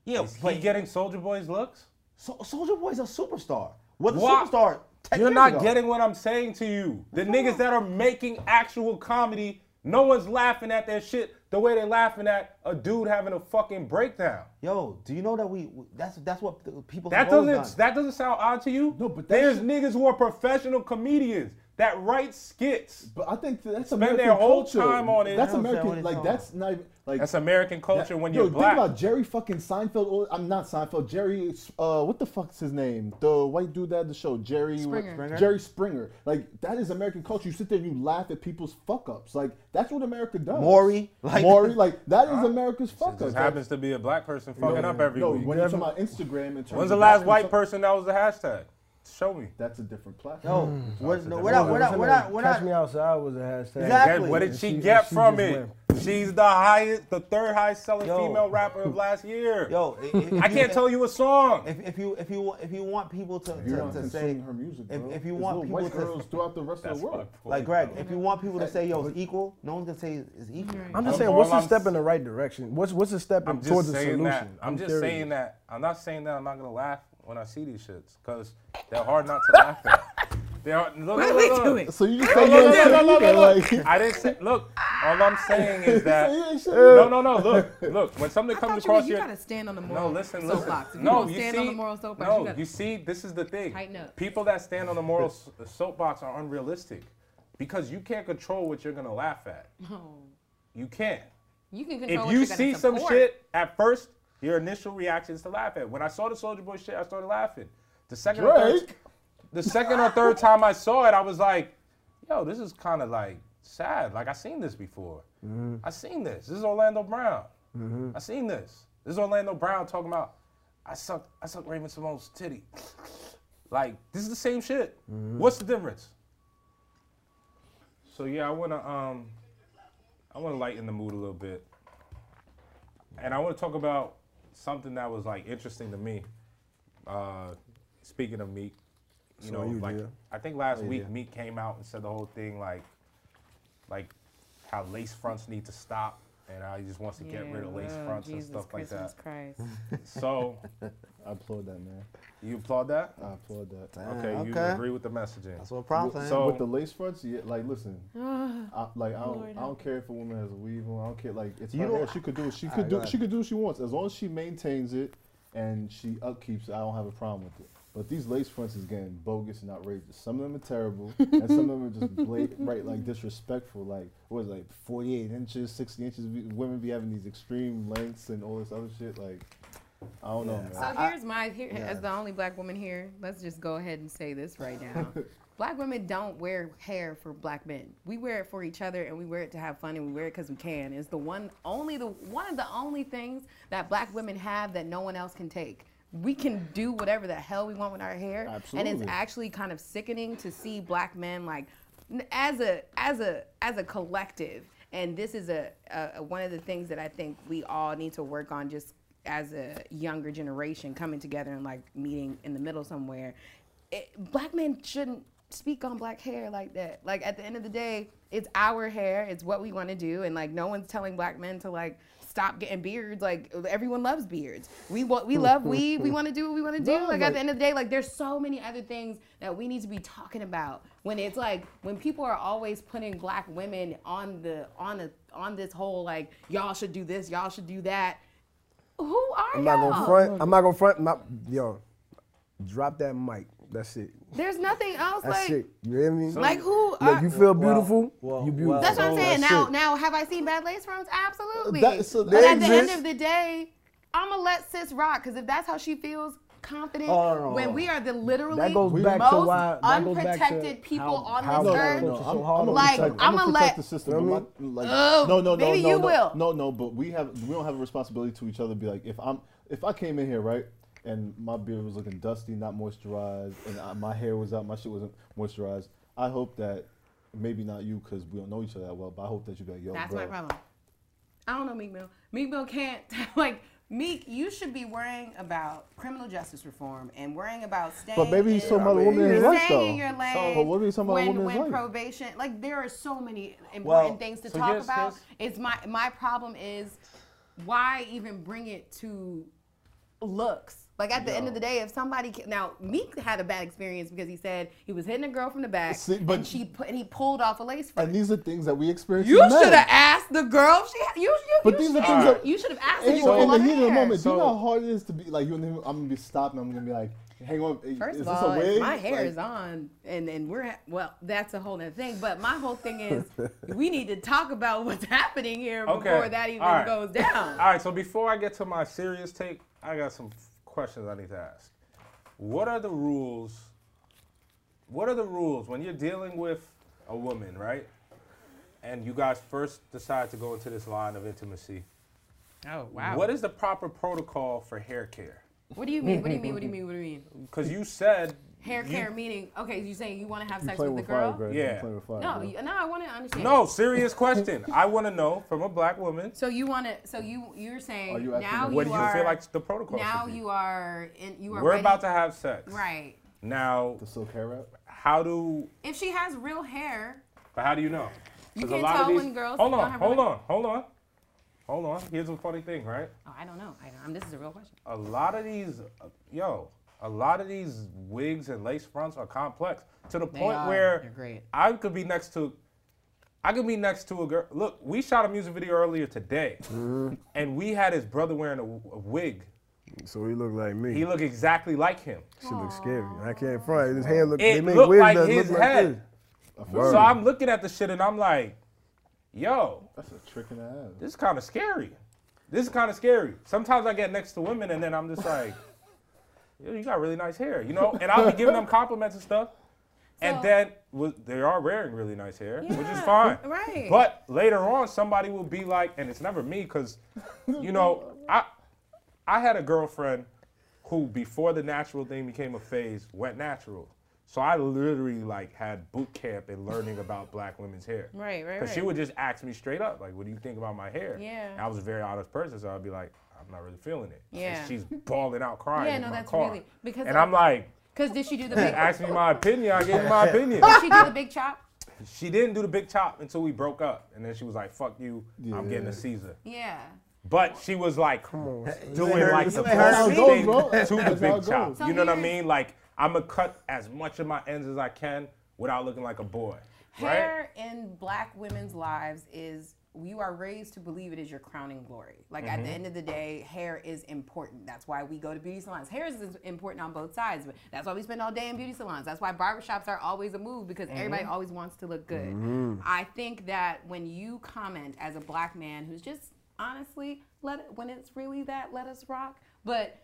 [SPEAKER 2] Yeah,
[SPEAKER 3] Is
[SPEAKER 2] but
[SPEAKER 3] he getting Soldier Boy's looks?
[SPEAKER 2] So, Soldier Boy's a superstar. Was a
[SPEAKER 3] Why-
[SPEAKER 2] superstar. 10
[SPEAKER 3] You're
[SPEAKER 2] years
[SPEAKER 3] not
[SPEAKER 2] ago.
[SPEAKER 3] getting what I'm saying to you. The niggas that are making actual comedy, no one's laughing at their shit the way they're laughing at a dude having a fucking breakdown.
[SPEAKER 2] Yo, do you know that we? That's that's what the people.
[SPEAKER 3] That
[SPEAKER 2] have always
[SPEAKER 3] doesn't
[SPEAKER 2] done.
[SPEAKER 3] that doesn't sound odd to you?
[SPEAKER 5] No, but that
[SPEAKER 3] there's
[SPEAKER 5] shit-
[SPEAKER 3] niggas who are professional comedians that write skits.
[SPEAKER 5] But I think that's
[SPEAKER 3] Spend
[SPEAKER 5] American
[SPEAKER 3] their whole
[SPEAKER 5] culture.
[SPEAKER 3] time on it.
[SPEAKER 5] That's
[SPEAKER 2] I don't understand what
[SPEAKER 5] American.
[SPEAKER 2] he's
[SPEAKER 5] Like
[SPEAKER 2] talking
[SPEAKER 5] that's not even like
[SPEAKER 3] That's American culture
[SPEAKER 5] that-
[SPEAKER 3] when
[SPEAKER 5] yo,
[SPEAKER 3] you're black.
[SPEAKER 5] Think about Jerry fucking Seinfeld. all- I'm not Seinfeld. Jerry. Uh, what the fuck's his name? The white dude that had the show. Jerry.
[SPEAKER 1] Springer.
[SPEAKER 2] Springer?
[SPEAKER 5] Jerry Springer. Like that is American culture. You sit there and you laugh at people's fuck ups. Like that's what America does.
[SPEAKER 2] Maury, like-
[SPEAKER 5] Like, Maury. Like that is America's
[SPEAKER 3] It
[SPEAKER 5] fuck
[SPEAKER 3] just
[SPEAKER 5] ups.
[SPEAKER 3] happens to be a black person fucking up every
[SPEAKER 5] no,
[SPEAKER 3] week.
[SPEAKER 5] when you're talking about Instagram, in terms
[SPEAKER 3] When's the
[SPEAKER 5] of
[SPEAKER 3] last
[SPEAKER 5] that
[SPEAKER 3] white
[SPEAKER 5] consumption-
[SPEAKER 3] person that was the hashtag? Show me.
[SPEAKER 5] That's a different
[SPEAKER 2] No,
[SPEAKER 5] platform.
[SPEAKER 2] we're, no, we're not. We're not. We're not. We're
[SPEAKER 4] Catch
[SPEAKER 2] not.
[SPEAKER 4] me outside was a hashtag.
[SPEAKER 2] Exactly.
[SPEAKER 3] That- what did
[SPEAKER 2] And
[SPEAKER 3] she,
[SPEAKER 4] she-
[SPEAKER 3] get
[SPEAKER 4] and she
[SPEAKER 3] from
[SPEAKER 4] just
[SPEAKER 3] it? She's the highest, the third highest selling
[SPEAKER 2] Yo.
[SPEAKER 3] female rapper of last year.
[SPEAKER 2] Yo, i- i-
[SPEAKER 3] I can't tell you a song.
[SPEAKER 2] If, if you if you want- if you want people to
[SPEAKER 5] You're
[SPEAKER 2] to,
[SPEAKER 5] not
[SPEAKER 2] to say
[SPEAKER 5] consuming her music,
[SPEAKER 2] if,
[SPEAKER 5] bro.
[SPEAKER 2] if you
[SPEAKER 5] There's
[SPEAKER 2] want
[SPEAKER 5] little
[SPEAKER 2] people
[SPEAKER 5] white girls
[SPEAKER 2] to
[SPEAKER 5] throughout the rest of
[SPEAKER 3] That's
[SPEAKER 5] the world.
[SPEAKER 3] my point,
[SPEAKER 2] like Greg,
[SPEAKER 3] bro.
[SPEAKER 2] if you want people to say yo it's equal, no one's gonna say it's equal.
[SPEAKER 4] I'm just
[SPEAKER 3] I'm-
[SPEAKER 4] saying, what's
[SPEAKER 3] all
[SPEAKER 4] a
[SPEAKER 3] I'm
[SPEAKER 4] step
[SPEAKER 3] s-
[SPEAKER 4] in the right direction? What's what's a step
[SPEAKER 3] I'm
[SPEAKER 4] in-
[SPEAKER 3] just
[SPEAKER 4] towards a
[SPEAKER 3] saying
[SPEAKER 4] solution?
[SPEAKER 3] that. I'm, just
[SPEAKER 4] curious.
[SPEAKER 3] saying that. I'm not saying that I'm not gonna laugh when I see these shits because they're hard not to laugh at. They're hard, look,
[SPEAKER 1] What are
[SPEAKER 3] look,
[SPEAKER 1] we
[SPEAKER 3] look.
[SPEAKER 1] doing?
[SPEAKER 5] So you just
[SPEAKER 3] Look,
[SPEAKER 5] said
[SPEAKER 3] look,
[SPEAKER 5] you
[SPEAKER 3] look, look,
[SPEAKER 5] don't
[SPEAKER 3] look,
[SPEAKER 5] say
[SPEAKER 3] look. I didn't say. Look, all I'm saying is that. No,
[SPEAKER 5] that.
[SPEAKER 3] no, no. Look, look. When something
[SPEAKER 1] I thought
[SPEAKER 3] comes
[SPEAKER 1] you,
[SPEAKER 3] across
[SPEAKER 1] were- you
[SPEAKER 3] your
[SPEAKER 1] gotta stand on the moral
[SPEAKER 3] no, listen, listen.
[SPEAKER 1] soapbox. If you
[SPEAKER 3] no,
[SPEAKER 1] don't
[SPEAKER 3] you
[SPEAKER 1] stand
[SPEAKER 3] see,
[SPEAKER 1] on the moral soapbox,
[SPEAKER 3] no,
[SPEAKER 1] you gotta
[SPEAKER 3] see, this is the thing.
[SPEAKER 1] Tighten up.
[SPEAKER 3] People that stand on the moral s- soapbox are unrealistic because you can't control what you're gonna laugh at. You can't.
[SPEAKER 1] you can control
[SPEAKER 3] If
[SPEAKER 1] what
[SPEAKER 3] you
[SPEAKER 1] you're gonna
[SPEAKER 3] see some
[SPEAKER 1] support.
[SPEAKER 3] shit at first, your initial reaction is to laugh at. When I saw the Soldier Boy shit, I started laughing. The second, or third,
[SPEAKER 5] Drake?
[SPEAKER 3] the second or third time I saw it, I was like, "Yo, this is kind of like sad. Like I seen this before. I seen this. This is Orlando Brown. I seen this. This is Orlando Brown talking about I suck. I suck Raven Simone's titty. Like this is the same shit.
[SPEAKER 4] Mm-hmm.
[SPEAKER 3] What's the difference? So yeah, I wanna um, I wanna lighten the mood a little bit, and I wanna talk about something that was like interesting to me. Uh, speaking of Meek, you know,
[SPEAKER 4] you
[SPEAKER 3] like
[SPEAKER 4] did.
[SPEAKER 3] I think last week Meek came out and said the whole thing like, like how lace fronts need to stop, and how he just wants to get rid of lace fronts
[SPEAKER 1] uh, Jesus
[SPEAKER 3] and stuff
[SPEAKER 1] Christmas
[SPEAKER 3] like that.
[SPEAKER 1] Christ.
[SPEAKER 3] So
[SPEAKER 5] I applaud that, man.
[SPEAKER 3] you applaud that?
[SPEAKER 4] Uh,
[SPEAKER 5] I applaud that.
[SPEAKER 3] Okay, you
[SPEAKER 2] okay.
[SPEAKER 3] agree with the messaging.
[SPEAKER 2] That's what props
[SPEAKER 3] W-
[SPEAKER 2] ain't.
[SPEAKER 3] So
[SPEAKER 5] With the lace fronts, yeah, like listen, I, like I don't,
[SPEAKER 1] Lord,
[SPEAKER 5] I don't care if a woman has a weave on. I don't care. Like it's
[SPEAKER 2] You
[SPEAKER 5] her
[SPEAKER 2] don't-
[SPEAKER 5] hair. She could do. She
[SPEAKER 2] Alright,
[SPEAKER 5] could
[SPEAKER 2] go
[SPEAKER 5] do.
[SPEAKER 2] ahead.
[SPEAKER 5] She could do what she wants as long as she maintains it and she upkeeps. it, I don't have a problem with it. But these lace fronts is getting bogus and outrageous. Some of them are terrible, and some of them are just blatant, right, like disrespectful. Like what is it, like 48 inches, 60 inches. We- Women be having these extreme lengths and all this other shit. Like I don't know,
[SPEAKER 2] Yeah.
[SPEAKER 5] man.
[SPEAKER 1] So
[SPEAKER 2] I- I-
[SPEAKER 1] here's my here as the only black woman here. Let's just go ahead and say this right now. black women don't wear hair for black men. We wear it for each other and we wear it to have fun and we wear it because we can. It's the one only the one of the only things that black women have that no one else can take. We can do whatever the hell we want with our hair, and
[SPEAKER 5] Absolutely.
[SPEAKER 1] it's actually kind of sickening to see black men like n- as a as a as a collective and this is a, a, a- one of the things that i think we all need to work on just as a younger generation coming together and like meeting in the middle somewhere it, black men shouldn't speak on black hair like that like at the end of the day it's our hair it's what we want to do and like no one's telling black men to like stop getting beards like everyone loves beards we what we love weave we want to do what we want to do
[SPEAKER 5] No,
[SPEAKER 1] like at
[SPEAKER 5] like-
[SPEAKER 1] the end of the day, like there's so many other things that we need to be talking about. When it's like when people are always putting black women on the on the on this whole like y'all should do this, y'all should do that. Who are
[SPEAKER 4] I'm
[SPEAKER 1] y'all?
[SPEAKER 4] not gonna front. I'm not gonna front. My, yo, drop that mic. That's it.
[SPEAKER 1] There's nothing else like
[SPEAKER 4] That's it. You hear me?
[SPEAKER 1] like who
[SPEAKER 4] Look,
[SPEAKER 1] are
[SPEAKER 4] you feel beautiful.
[SPEAKER 2] well,
[SPEAKER 4] you beautiful.
[SPEAKER 2] well,
[SPEAKER 1] That's what I'm
[SPEAKER 2] Oh,
[SPEAKER 1] saying.
[SPEAKER 4] That's
[SPEAKER 1] Now
[SPEAKER 4] it.
[SPEAKER 1] now have I seen bad lace fronts? Absolutely.
[SPEAKER 5] That- so
[SPEAKER 1] but
[SPEAKER 5] they
[SPEAKER 1] at the end
[SPEAKER 4] exist.
[SPEAKER 1] of the day, I'ma let sis rock because if that's how she feels confident
[SPEAKER 2] Oh, no, no,
[SPEAKER 1] when
[SPEAKER 2] no.
[SPEAKER 1] we are the literally
[SPEAKER 4] That goes back
[SPEAKER 1] most
[SPEAKER 4] to why. That goes back to
[SPEAKER 1] unprotected people
[SPEAKER 4] how,
[SPEAKER 1] on
[SPEAKER 4] how
[SPEAKER 1] this
[SPEAKER 4] black
[SPEAKER 1] earth.
[SPEAKER 4] folks are so
[SPEAKER 5] I'm-
[SPEAKER 4] hard on
[SPEAKER 5] I'm a
[SPEAKER 1] Like,
[SPEAKER 5] protect-
[SPEAKER 1] I'ma
[SPEAKER 5] a protect
[SPEAKER 1] let-
[SPEAKER 5] the system.
[SPEAKER 4] Feel
[SPEAKER 5] but
[SPEAKER 4] me?
[SPEAKER 5] my- like,
[SPEAKER 1] Ugh,
[SPEAKER 5] no, no, no,
[SPEAKER 1] Oh, maybe
[SPEAKER 5] no,
[SPEAKER 1] you
[SPEAKER 5] no,
[SPEAKER 1] will.
[SPEAKER 5] no, no. But we have we don't have a responsibility to each other. to Be like, if I'm if I came in here right and my beard was looking dusty, not moisturized, and I, my hair was out, my shit wasn't moisturized. I hope that maybe not you because we don't know each other that well. But I hope that you be like, yo,
[SPEAKER 1] That's
[SPEAKER 5] bro,
[SPEAKER 1] my problem. I don't know Meek Mill. Meek Mill can't like Meek. You should be worrying about criminal justice reform and worrying about staying.
[SPEAKER 5] But maybe he's
[SPEAKER 1] in-
[SPEAKER 5] talking about a woman in his
[SPEAKER 1] staying
[SPEAKER 5] life though.
[SPEAKER 1] in your lane.
[SPEAKER 5] So, but what are you talking about
[SPEAKER 1] when,
[SPEAKER 5] a woman in
[SPEAKER 1] when
[SPEAKER 5] his life?
[SPEAKER 1] probation, like there are so many important
[SPEAKER 2] Well,
[SPEAKER 1] things to
[SPEAKER 3] so
[SPEAKER 1] talk
[SPEAKER 3] here's-
[SPEAKER 1] about.
[SPEAKER 3] here's-
[SPEAKER 1] It's my my problem is why even bring it to looks. Like at the end of the day, if somebody ca- now Meek had a bad experience because he said he was hitting a girl from the back,
[SPEAKER 5] See, but-
[SPEAKER 1] and she put, and he pulled off a lace front.
[SPEAKER 5] And these are things that we experience.
[SPEAKER 1] You
[SPEAKER 5] as men.
[SPEAKER 1] should have asked the girl. if She had- you you
[SPEAKER 5] But
[SPEAKER 1] you
[SPEAKER 5] these are
[SPEAKER 1] should-
[SPEAKER 5] things that-
[SPEAKER 1] you should have asked
[SPEAKER 5] And
[SPEAKER 1] if
[SPEAKER 5] you
[SPEAKER 1] she
[SPEAKER 5] know, in the
[SPEAKER 1] was
[SPEAKER 5] heat of the moment, do you know
[SPEAKER 3] So-
[SPEAKER 5] how hard it is to be like you and him, I'm gonna be stopped and I'm gonna be like, hang on, i-
[SPEAKER 1] First
[SPEAKER 5] is
[SPEAKER 1] of
[SPEAKER 5] this
[SPEAKER 1] all,
[SPEAKER 5] a
[SPEAKER 1] if
[SPEAKER 5] wig?
[SPEAKER 1] my hair
[SPEAKER 5] Like,
[SPEAKER 1] is on, and and we're ha- well, that's a whole other thing. But my whole thing is, we need to talk about what's happening here
[SPEAKER 3] Okay,
[SPEAKER 1] before that even
[SPEAKER 3] all right.
[SPEAKER 1] goes down.
[SPEAKER 3] All right, so before I get to my serious take, I got some f- questions I need to ask. What are the rules? What are the rules when you're dealing with a woman, right? And you guys first decide to go into this line of intimacy.
[SPEAKER 1] Oh wow!
[SPEAKER 3] What is the proper protocol for hair care?
[SPEAKER 1] What do you mean? What do you mean? What do you mean? What do you mean?
[SPEAKER 3] Because you said
[SPEAKER 1] Hair
[SPEAKER 3] you-
[SPEAKER 1] care meaning? Okay, you saying you want to have
[SPEAKER 5] you
[SPEAKER 1] sex
[SPEAKER 5] playing
[SPEAKER 1] with the
[SPEAKER 5] with fire,
[SPEAKER 1] girl?
[SPEAKER 5] bro.
[SPEAKER 3] Yeah.
[SPEAKER 5] You playing with fire.
[SPEAKER 1] no,
[SPEAKER 5] bro.
[SPEAKER 1] you, no, I want to understand.
[SPEAKER 3] No, serious question. I want to know from a black woman.
[SPEAKER 1] So you want to? So you you're saying
[SPEAKER 5] Are you asking
[SPEAKER 1] now
[SPEAKER 5] them?
[SPEAKER 1] you
[SPEAKER 3] What do you
[SPEAKER 1] are
[SPEAKER 3] feel like the protocol?
[SPEAKER 1] now
[SPEAKER 3] should be?
[SPEAKER 1] you are in, you are
[SPEAKER 3] We're
[SPEAKER 1] ready-
[SPEAKER 3] about to have sex.
[SPEAKER 1] right.
[SPEAKER 3] Now,
[SPEAKER 5] the silk hair wrap.
[SPEAKER 3] how do?
[SPEAKER 1] If she has real hair,
[SPEAKER 3] But how do you know?
[SPEAKER 1] You
[SPEAKER 3] 'Cause
[SPEAKER 1] can't tell when girls
[SPEAKER 3] Hold
[SPEAKER 1] don't
[SPEAKER 3] on,
[SPEAKER 1] have
[SPEAKER 3] hold
[SPEAKER 1] really-
[SPEAKER 3] on, hold on, hold on. Here's a funny thing, right?
[SPEAKER 1] oh, I don't know. I don't, this is a real question.
[SPEAKER 3] A lot of these, uh, yo, a lot of these wigs and lace fronts are complex to the point
[SPEAKER 1] are. They're
[SPEAKER 3] where
[SPEAKER 1] great.
[SPEAKER 3] I could be next to. I could be next to a girl. Look, we shot a music video earlier today,
[SPEAKER 1] Mm-hmm.
[SPEAKER 3] and we had his brother wearing a, w- a wig.
[SPEAKER 4] So he looked like me.
[SPEAKER 3] He looked exactly like him.
[SPEAKER 4] Shit looks scary. I can't front. His hand look.
[SPEAKER 3] It
[SPEAKER 4] they make
[SPEAKER 3] looked
[SPEAKER 4] wigs
[SPEAKER 3] like
[SPEAKER 4] that
[SPEAKER 3] his
[SPEAKER 4] look
[SPEAKER 3] head.
[SPEAKER 4] Like
[SPEAKER 3] So I'm looking at the shit and I'm like, yo,
[SPEAKER 5] That's a trick in the ass.
[SPEAKER 3] this is kind of scary. This is kind of scary. Sometimes I get next to women and then I'm just like, yo, you got really nice hair, you know? And I'll be giving them compliments and stuff.
[SPEAKER 1] So-
[SPEAKER 3] and then well, they are wearing really nice hair, which is
[SPEAKER 1] Yeah,
[SPEAKER 3] fine.
[SPEAKER 1] right.
[SPEAKER 3] But later on, somebody will be like, and it's never me, because, you know, I, I had a girlfriend who, before the natural thing became a phase, went natural. So I literally like had boot camp in learning about black women's hair.
[SPEAKER 1] Right, right,
[SPEAKER 3] she
[SPEAKER 1] right.
[SPEAKER 3] would just ask me straight up, like, "What do you think about my hair?"
[SPEAKER 1] Yeah.
[SPEAKER 3] And I was a very honest person, so I'd be like, "I'm not really feeling it." And
[SPEAKER 1] Yeah.
[SPEAKER 3] she's bawling out crying
[SPEAKER 1] Yeah,
[SPEAKER 3] in
[SPEAKER 1] no,
[SPEAKER 3] my
[SPEAKER 1] that's
[SPEAKER 3] car,
[SPEAKER 1] really- because
[SPEAKER 3] and
[SPEAKER 1] I-
[SPEAKER 3] I'm like,
[SPEAKER 1] Cause did she do the
[SPEAKER 3] "You
[SPEAKER 1] big?
[SPEAKER 3] "Ask me my opinion. I gave you my opinion."
[SPEAKER 1] did she do the big chop?
[SPEAKER 3] She didn't do the big chop until we broke up, and then she was like, "Fuck you, I'm getting
[SPEAKER 5] Yeah.
[SPEAKER 3] a Caesar."
[SPEAKER 1] Yeah.
[SPEAKER 3] But she was like doing
[SPEAKER 2] heard-
[SPEAKER 3] like the
[SPEAKER 2] you ain't heard
[SPEAKER 5] how
[SPEAKER 3] first
[SPEAKER 5] it goes,
[SPEAKER 3] thing
[SPEAKER 5] bro.
[SPEAKER 3] to the
[SPEAKER 5] That's how
[SPEAKER 3] big
[SPEAKER 5] it
[SPEAKER 3] chop.
[SPEAKER 1] goes.
[SPEAKER 3] You know what I
[SPEAKER 1] So here's-
[SPEAKER 3] mean? Like I'm gonna cut as much of my ends as I can without looking like a boy, right?
[SPEAKER 1] Hair in black women's lives is you are raised to believe it is your crowning glory. Like at the end of the day, hair is important. That's why we go to beauty salons. Hair is is important on both sides, but that's why we spend all day in beauty salons. That's why barbershops are always a move because everybody always wants to look good. I think that when you comment as a black man who's just honestly let it, when it's really that let us rock, but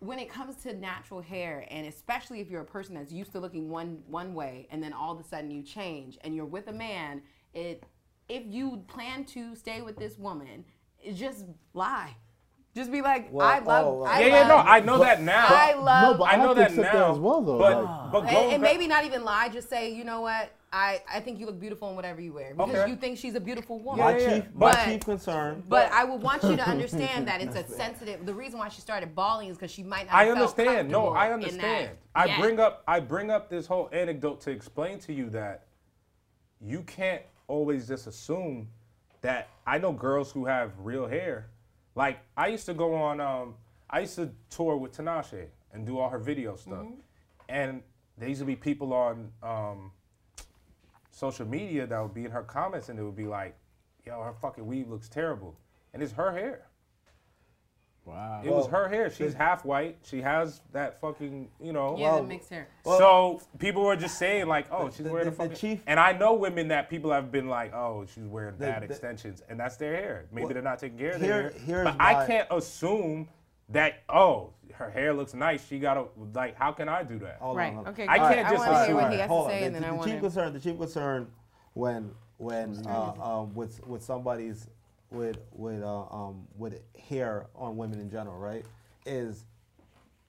[SPEAKER 1] when it comes to natural hair and especially if you're a person that's used to looking one one way and then all of a sudden you change and you're with a man it if you plan to stay with this woman it just lie just be like
[SPEAKER 2] Well,
[SPEAKER 1] i love
[SPEAKER 2] oh,
[SPEAKER 1] I
[SPEAKER 3] Yeah, yeah, no,
[SPEAKER 1] love-
[SPEAKER 3] I know that now.
[SPEAKER 1] I love
[SPEAKER 5] but
[SPEAKER 3] I know
[SPEAKER 5] have to
[SPEAKER 3] that
[SPEAKER 5] accept
[SPEAKER 3] now,
[SPEAKER 5] as well, though.
[SPEAKER 3] But
[SPEAKER 5] like,
[SPEAKER 3] but
[SPEAKER 1] and,
[SPEAKER 3] going
[SPEAKER 1] and
[SPEAKER 3] back-
[SPEAKER 1] maybe not even lie just say you know what i i think you look beautiful in whatever you wear because
[SPEAKER 3] Okay.
[SPEAKER 1] you think she's a beautiful woman
[SPEAKER 2] My
[SPEAKER 3] yeah,
[SPEAKER 2] chief,
[SPEAKER 3] yeah.
[SPEAKER 2] my
[SPEAKER 1] But-
[SPEAKER 2] chief concern.
[SPEAKER 1] but I would want you to understand that it's a sensitive. The reason why she started bawling is because she might not.
[SPEAKER 3] I
[SPEAKER 1] have felt
[SPEAKER 3] understand. No,
[SPEAKER 1] comfortable in
[SPEAKER 3] I
[SPEAKER 1] that
[SPEAKER 3] understand. I
[SPEAKER 1] yet.
[SPEAKER 3] bring up I bring up this whole anecdote to explain to you that you can't always just assume that I know girls who have real hair. Like I used to go on um I used to tour with Tinashe and do all her video stuff.
[SPEAKER 1] Mm-hmm.
[SPEAKER 3] And there used to be people on um social media that would be in her comments and it would be like, yo, her fucking weave looks terrible. And it's her hair.
[SPEAKER 5] wow.
[SPEAKER 3] It was her hair. She's half white. She has that fucking, you
[SPEAKER 2] Oh,
[SPEAKER 3] know.
[SPEAKER 1] Yeah, the mixed hair.
[SPEAKER 3] so people were just saying like, oh, she's
[SPEAKER 2] the-
[SPEAKER 3] wearing
[SPEAKER 2] the-
[SPEAKER 3] a
[SPEAKER 2] the
[SPEAKER 3] fucking.
[SPEAKER 2] chief-
[SPEAKER 3] and I know women that people have been like, oh, she's wearing bad
[SPEAKER 2] the-
[SPEAKER 3] extensions, and that's their hair. Maybe
[SPEAKER 2] Well,
[SPEAKER 3] they're not taking care of
[SPEAKER 2] here-
[SPEAKER 3] their
[SPEAKER 2] here's
[SPEAKER 3] hair. But
[SPEAKER 2] why-
[SPEAKER 3] I can't assume that. Oh, her hair looks nice. She got to like. How can I do that?
[SPEAKER 2] Hold on,
[SPEAKER 1] Right,
[SPEAKER 2] hold on.
[SPEAKER 1] okay,
[SPEAKER 3] I
[SPEAKER 1] good.
[SPEAKER 3] can't
[SPEAKER 1] I
[SPEAKER 3] just
[SPEAKER 1] wanna hear
[SPEAKER 3] assume.
[SPEAKER 1] what he has to
[SPEAKER 2] Hold on.
[SPEAKER 1] say,
[SPEAKER 2] The-
[SPEAKER 1] and then
[SPEAKER 2] the,
[SPEAKER 1] I
[SPEAKER 2] chief
[SPEAKER 1] wanna-
[SPEAKER 2] concern. The chief concern when when uh, um, with with somebody's with with uh, um, with hair on women in general, right? Is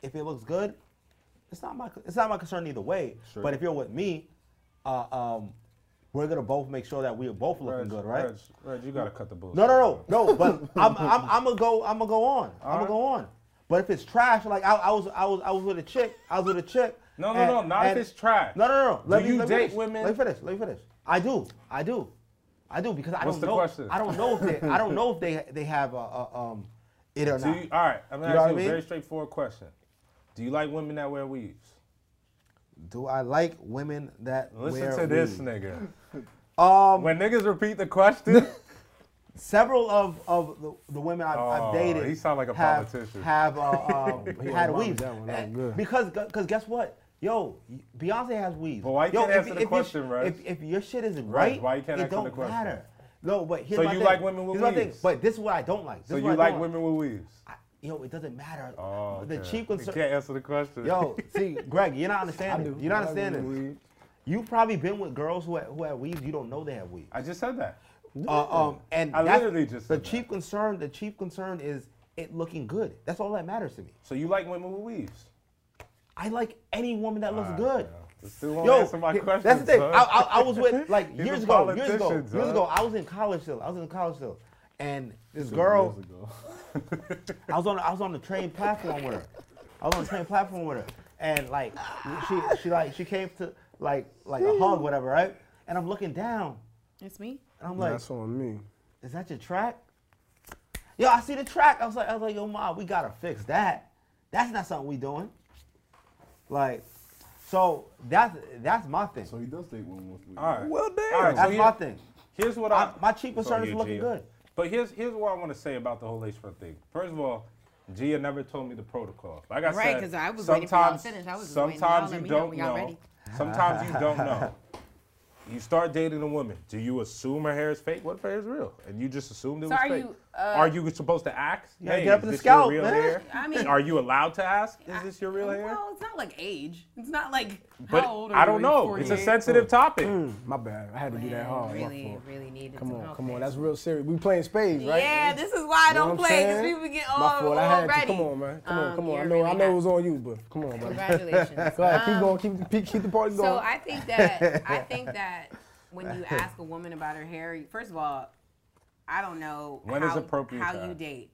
[SPEAKER 2] if it looks good, it's not my it's not my concern either way.
[SPEAKER 5] Sure.
[SPEAKER 2] But if you're with me, uh, um, we're gonna both make sure that we're both looking
[SPEAKER 3] Reg,
[SPEAKER 2] good, right?
[SPEAKER 3] Reg, Reg, you gotta cut the bullshit.
[SPEAKER 2] No, no, no, no. But I'm, I'm, I'm gonna go. I'm gonna go on. I'm gonna
[SPEAKER 3] right.
[SPEAKER 2] go on. But if it's trash, like I, I was, I was, I was with a chick. I was with a chick.
[SPEAKER 3] No, no, no, not if it's trash.
[SPEAKER 2] No, no, no.
[SPEAKER 3] Do you date women?
[SPEAKER 2] Let me finish. Let me finish. I do. I do. I do because I
[SPEAKER 3] What's
[SPEAKER 2] don't
[SPEAKER 3] the
[SPEAKER 2] know.
[SPEAKER 3] question?
[SPEAKER 2] I don't know if they. I don't know if they they have a, a um, it or
[SPEAKER 3] Do
[SPEAKER 2] not.
[SPEAKER 3] you, all right, I'm gonna
[SPEAKER 2] You know what
[SPEAKER 3] ask you
[SPEAKER 2] I
[SPEAKER 3] a
[SPEAKER 2] mean?
[SPEAKER 3] very straightforward question. Do you like women that wear weaves?
[SPEAKER 2] do I like women that
[SPEAKER 3] Listen
[SPEAKER 2] wear
[SPEAKER 3] to this
[SPEAKER 2] weave?
[SPEAKER 3] nigga.
[SPEAKER 2] Um,
[SPEAKER 3] When niggas repeat the question.
[SPEAKER 2] several of of the, the women I've, I've
[SPEAKER 3] Oh,
[SPEAKER 2] dated.
[SPEAKER 3] he sound like a
[SPEAKER 2] have,
[SPEAKER 3] politician.
[SPEAKER 2] Have uh, um, had
[SPEAKER 4] on
[SPEAKER 2] weaves.
[SPEAKER 4] that one, that
[SPEAKER 2] And-
[SPEAKER 4] was good.
[SPEAKER 2] Because because guess what? Yo, Beyonce has weaves.
[SPEAKER 3] But why you
[SPEAKER 2] Yo,
[SPEAKER 3] can't
[SPEAKER 2] if-
[SPEAKER 3] answer the
[SPEAKER 2] if your
[SPEAKER 3] question,
[SPEAKER 2] sh-
[SPEAKER 3] Reg?
[SPEAKER 2] If, if your shit isn't right,
[SPEAKER 3] why you can't
[SPEAKER 2] it
[SPEAKER 3] answer
[SPEAKER 2] don't
[SPEAKER 3] the question?
[SPEAKER 2] matter. No, but here's
[SPEAKER 3] So
[SPEAKER 2] my
[SPEAKER 3] you
[SPEAKER 2] thing.
[SPEAKER 3] like women with
[SPEAKER 2] here's my thing.
[SPEAKER 3] weaves?
[SPEAKER 2] But this is what I don't like. This
[SPEAKER 3] So
[SPEAKER 2] is
[SPEAKER 3] you
[SPEAKER 2] what I
[SPEAKER 3] like
[SPEAKER 2] don't
[SPEAKER 3] women with weaves?
[SPEAKER 2] I- yo, it doesn't matter.
[SPEAKER 3] Oh,
[SPEAKER 2] the
[SPEAKER 3] okay.
[SPEAKER 2] chief
[SPEAKER 3] You
[SPEAKER 2] concern.
[SPEAKER 3] can't answer the question.
[SPEAKER 2] Yo, see, Greg, you're not understanding. You're not understanding.
[SPEAKER 5] Weave.
[SPEAKER 2] You've probably been with girls who have, who have weaves. You don't know they have weaves.
[SPEAKER 3] I just said that.
[SPEAKER 2] Uh, um, and
[SPEAKER 3] I
[SPEAKER 2] that's-
[SPEAKER 3] literally just
[SPEAKER 2] the
[SPEAKER 3] said that.
[SPEAKER 2] chief concern. The chief concern is it looking good. That's all that matters to me.
[SPEAKER 3] So you like women with weaves?
[SPEAKER 2] I like any woman that looks good.
[SPEAKER 3] You still won't Ah, answer my
[SPEAKER 2] th-
[SPEAKER 3] question.
[SPEAKER 2] that's the thing. I, I, I was with like
[SPEAKER 3] He's a
[SPEAKER 2] years ago, years ago,
[SPEAKER 3] politician,
[SPEAKER 2] years
[SPEAKER 3] son.
[SPEAKER 2] ago. I was in college still. I was in college still, and this girl,
[SPEAKER 5] Years ago.
[SPEAKER 2] I was on, I was on the train platform with her. I was on the train platform with her, and like she, she like she came to like like a hug, whatever, right? And I'm looking down,
[SPEAKER 1] It's me.
[SPEAKER 2] and I'm like,
[SPEAKER 4] That's on me.
[SPEAKER 2] is that your track? Yo, I see the track. I was like, I was like, yo, ma, we gotta fix that. That's not something we doing. Like, so that's that's my thing.
[SPEAKER 5] So he does date women with weave.
[SPEAKER 3] All right.
[SPEAKER 4] Well, damn.
[SPEAKER 3] All right, so
[SPEAKER 2] that's my
[SPEAKER 3] here-
[SPEAKER 2] thing.
[SPEAKER 3] Here's what
[SPEAKER 2] I-
[SPEAKER 3] I,
[SPEAKER 2] my cheap concern
[SPEAKER 3] Sorry,
[SPEAKER 2] is
[SPEAKER 3] yeah,
[SPEAKER 2] looking
[SPEAKER 3] Gia.
[SPEAKER 2] good.
[SPEAKER 3] But here's here's what I want to say about the whole H front thing. First of all, Gia never told me the protocol. Like I
[SPEAKER 1] Right,
[SPEAKER 3] said,
[SPEAKER 1] 'cause I was waiting for y'all to
[SPEAKER 3] sometimes-
[SPEAKER 1] finish. I was just waiting. Y'all
[SPEAKER 3] sometimes
[SPEAKER 1] let
[SPEAKER 3] you
[SPEAKER 1] me know
[SPEAKER 3] don't
[SPEAKER 1] when y'all ready.
[SPEAKER 3] Sometimes you don't know. You start dating a woman. Do you assume her hair is fake? What if her hair is real? And you just assumed it
[SPEAKER 1] So
[SPEAKER 3] was
[SPEAKER 1] are
[SPEAKER 3] fake.
[SPEAKER 1] you, uh,
[SPEAKER 3] are you supposed to ask?
[SPEAKER 2] gotta
[SPEAKER 3] hey,
[SPEAKER 2] get up
[SPEAKER 3] is
[SPEAKER 2] in the
[SPEAKER 3] this your
[SPEAKER 2] scalp,
[SPEAKER 3] real
[SPEAKER 2] man.
[SPEAKER 3] hair?
[SPEAKER 1] I mean-
[SPEAKER 3] are you allowed to ask? Is this your real hair?
[SPEAKER 1] Well, it's not like age. It's not like
[SPEAKER 3] But
[SPEAKER 1] how old are
[SPEAKER 3] I
[SPEAKER 1] you?
[SPEAKER 3] don't
[SPEAKER 1] Are you
[SPEAKER 3] know. It's a
[SPEAKER 1] 48?
[SPEAKER 2] Mm.
[SPEAKER 3] sensitive topic.
[SPEAKER 4] My bad. I had to do that
[SPEAKER 1] Man,
[SPEAKER 4] hard. My
[SPEAKER 1] Really,
[SPEAKER 4] fault.
[SPEAKER 1] really needed
[SPEAKER 4] Come
[SPEAKER 1] to
[SPEAKER 4] on,
[SPEAKER 1] know
[SPEAKER 4] come on.
[SPEAKER 1] that.
[SPEAKER 4] That's real serious. We playing spades, right?
[SPEAKER 1] Yeah, this is why I
[SPEAKER 4] You know
[SPEAKER 1] don't
[SPEAKER 4] what I'm
[SPEAKER 1] play because
[SPEAKER 4] saying?
[SPEAKER 1] people get
[SPEAKER 4] My
[SPEAKER 1] all
[SPEAKER 4] fault. I had
[SPEAKER 1] already.
[SPEAKER 4] to. Come on, man. Come on,
[SPEAKER 1] Um,
[SPEAKER 4] come on. I
[SPEAKER 1] you're
[SPEAKER 4] know, I
[SPEAKER 1] really
[SPEAKER 4] know
[SPEAKER 1] hot.
[SPEAKER 4] it was on you, but come on, buddy.
[SPEAKER 1] Congratulations.
[SPEAKER 4] Go ahead. Keep
[SPEAKER 1] Um,
[SPEAKER 4] going. Keep, keep, keep the party going.
[SPEAKER 1] So I think that I think that when you ask a woman about her hair, first of all, I don't know
[SPEAKER 3] When
[SPEAKER 1] how,
[SPEAKER 3] is appropriate
[SPEAKER 1] how
[SPEAKER 3] time?
[SPEAKER 1] you date.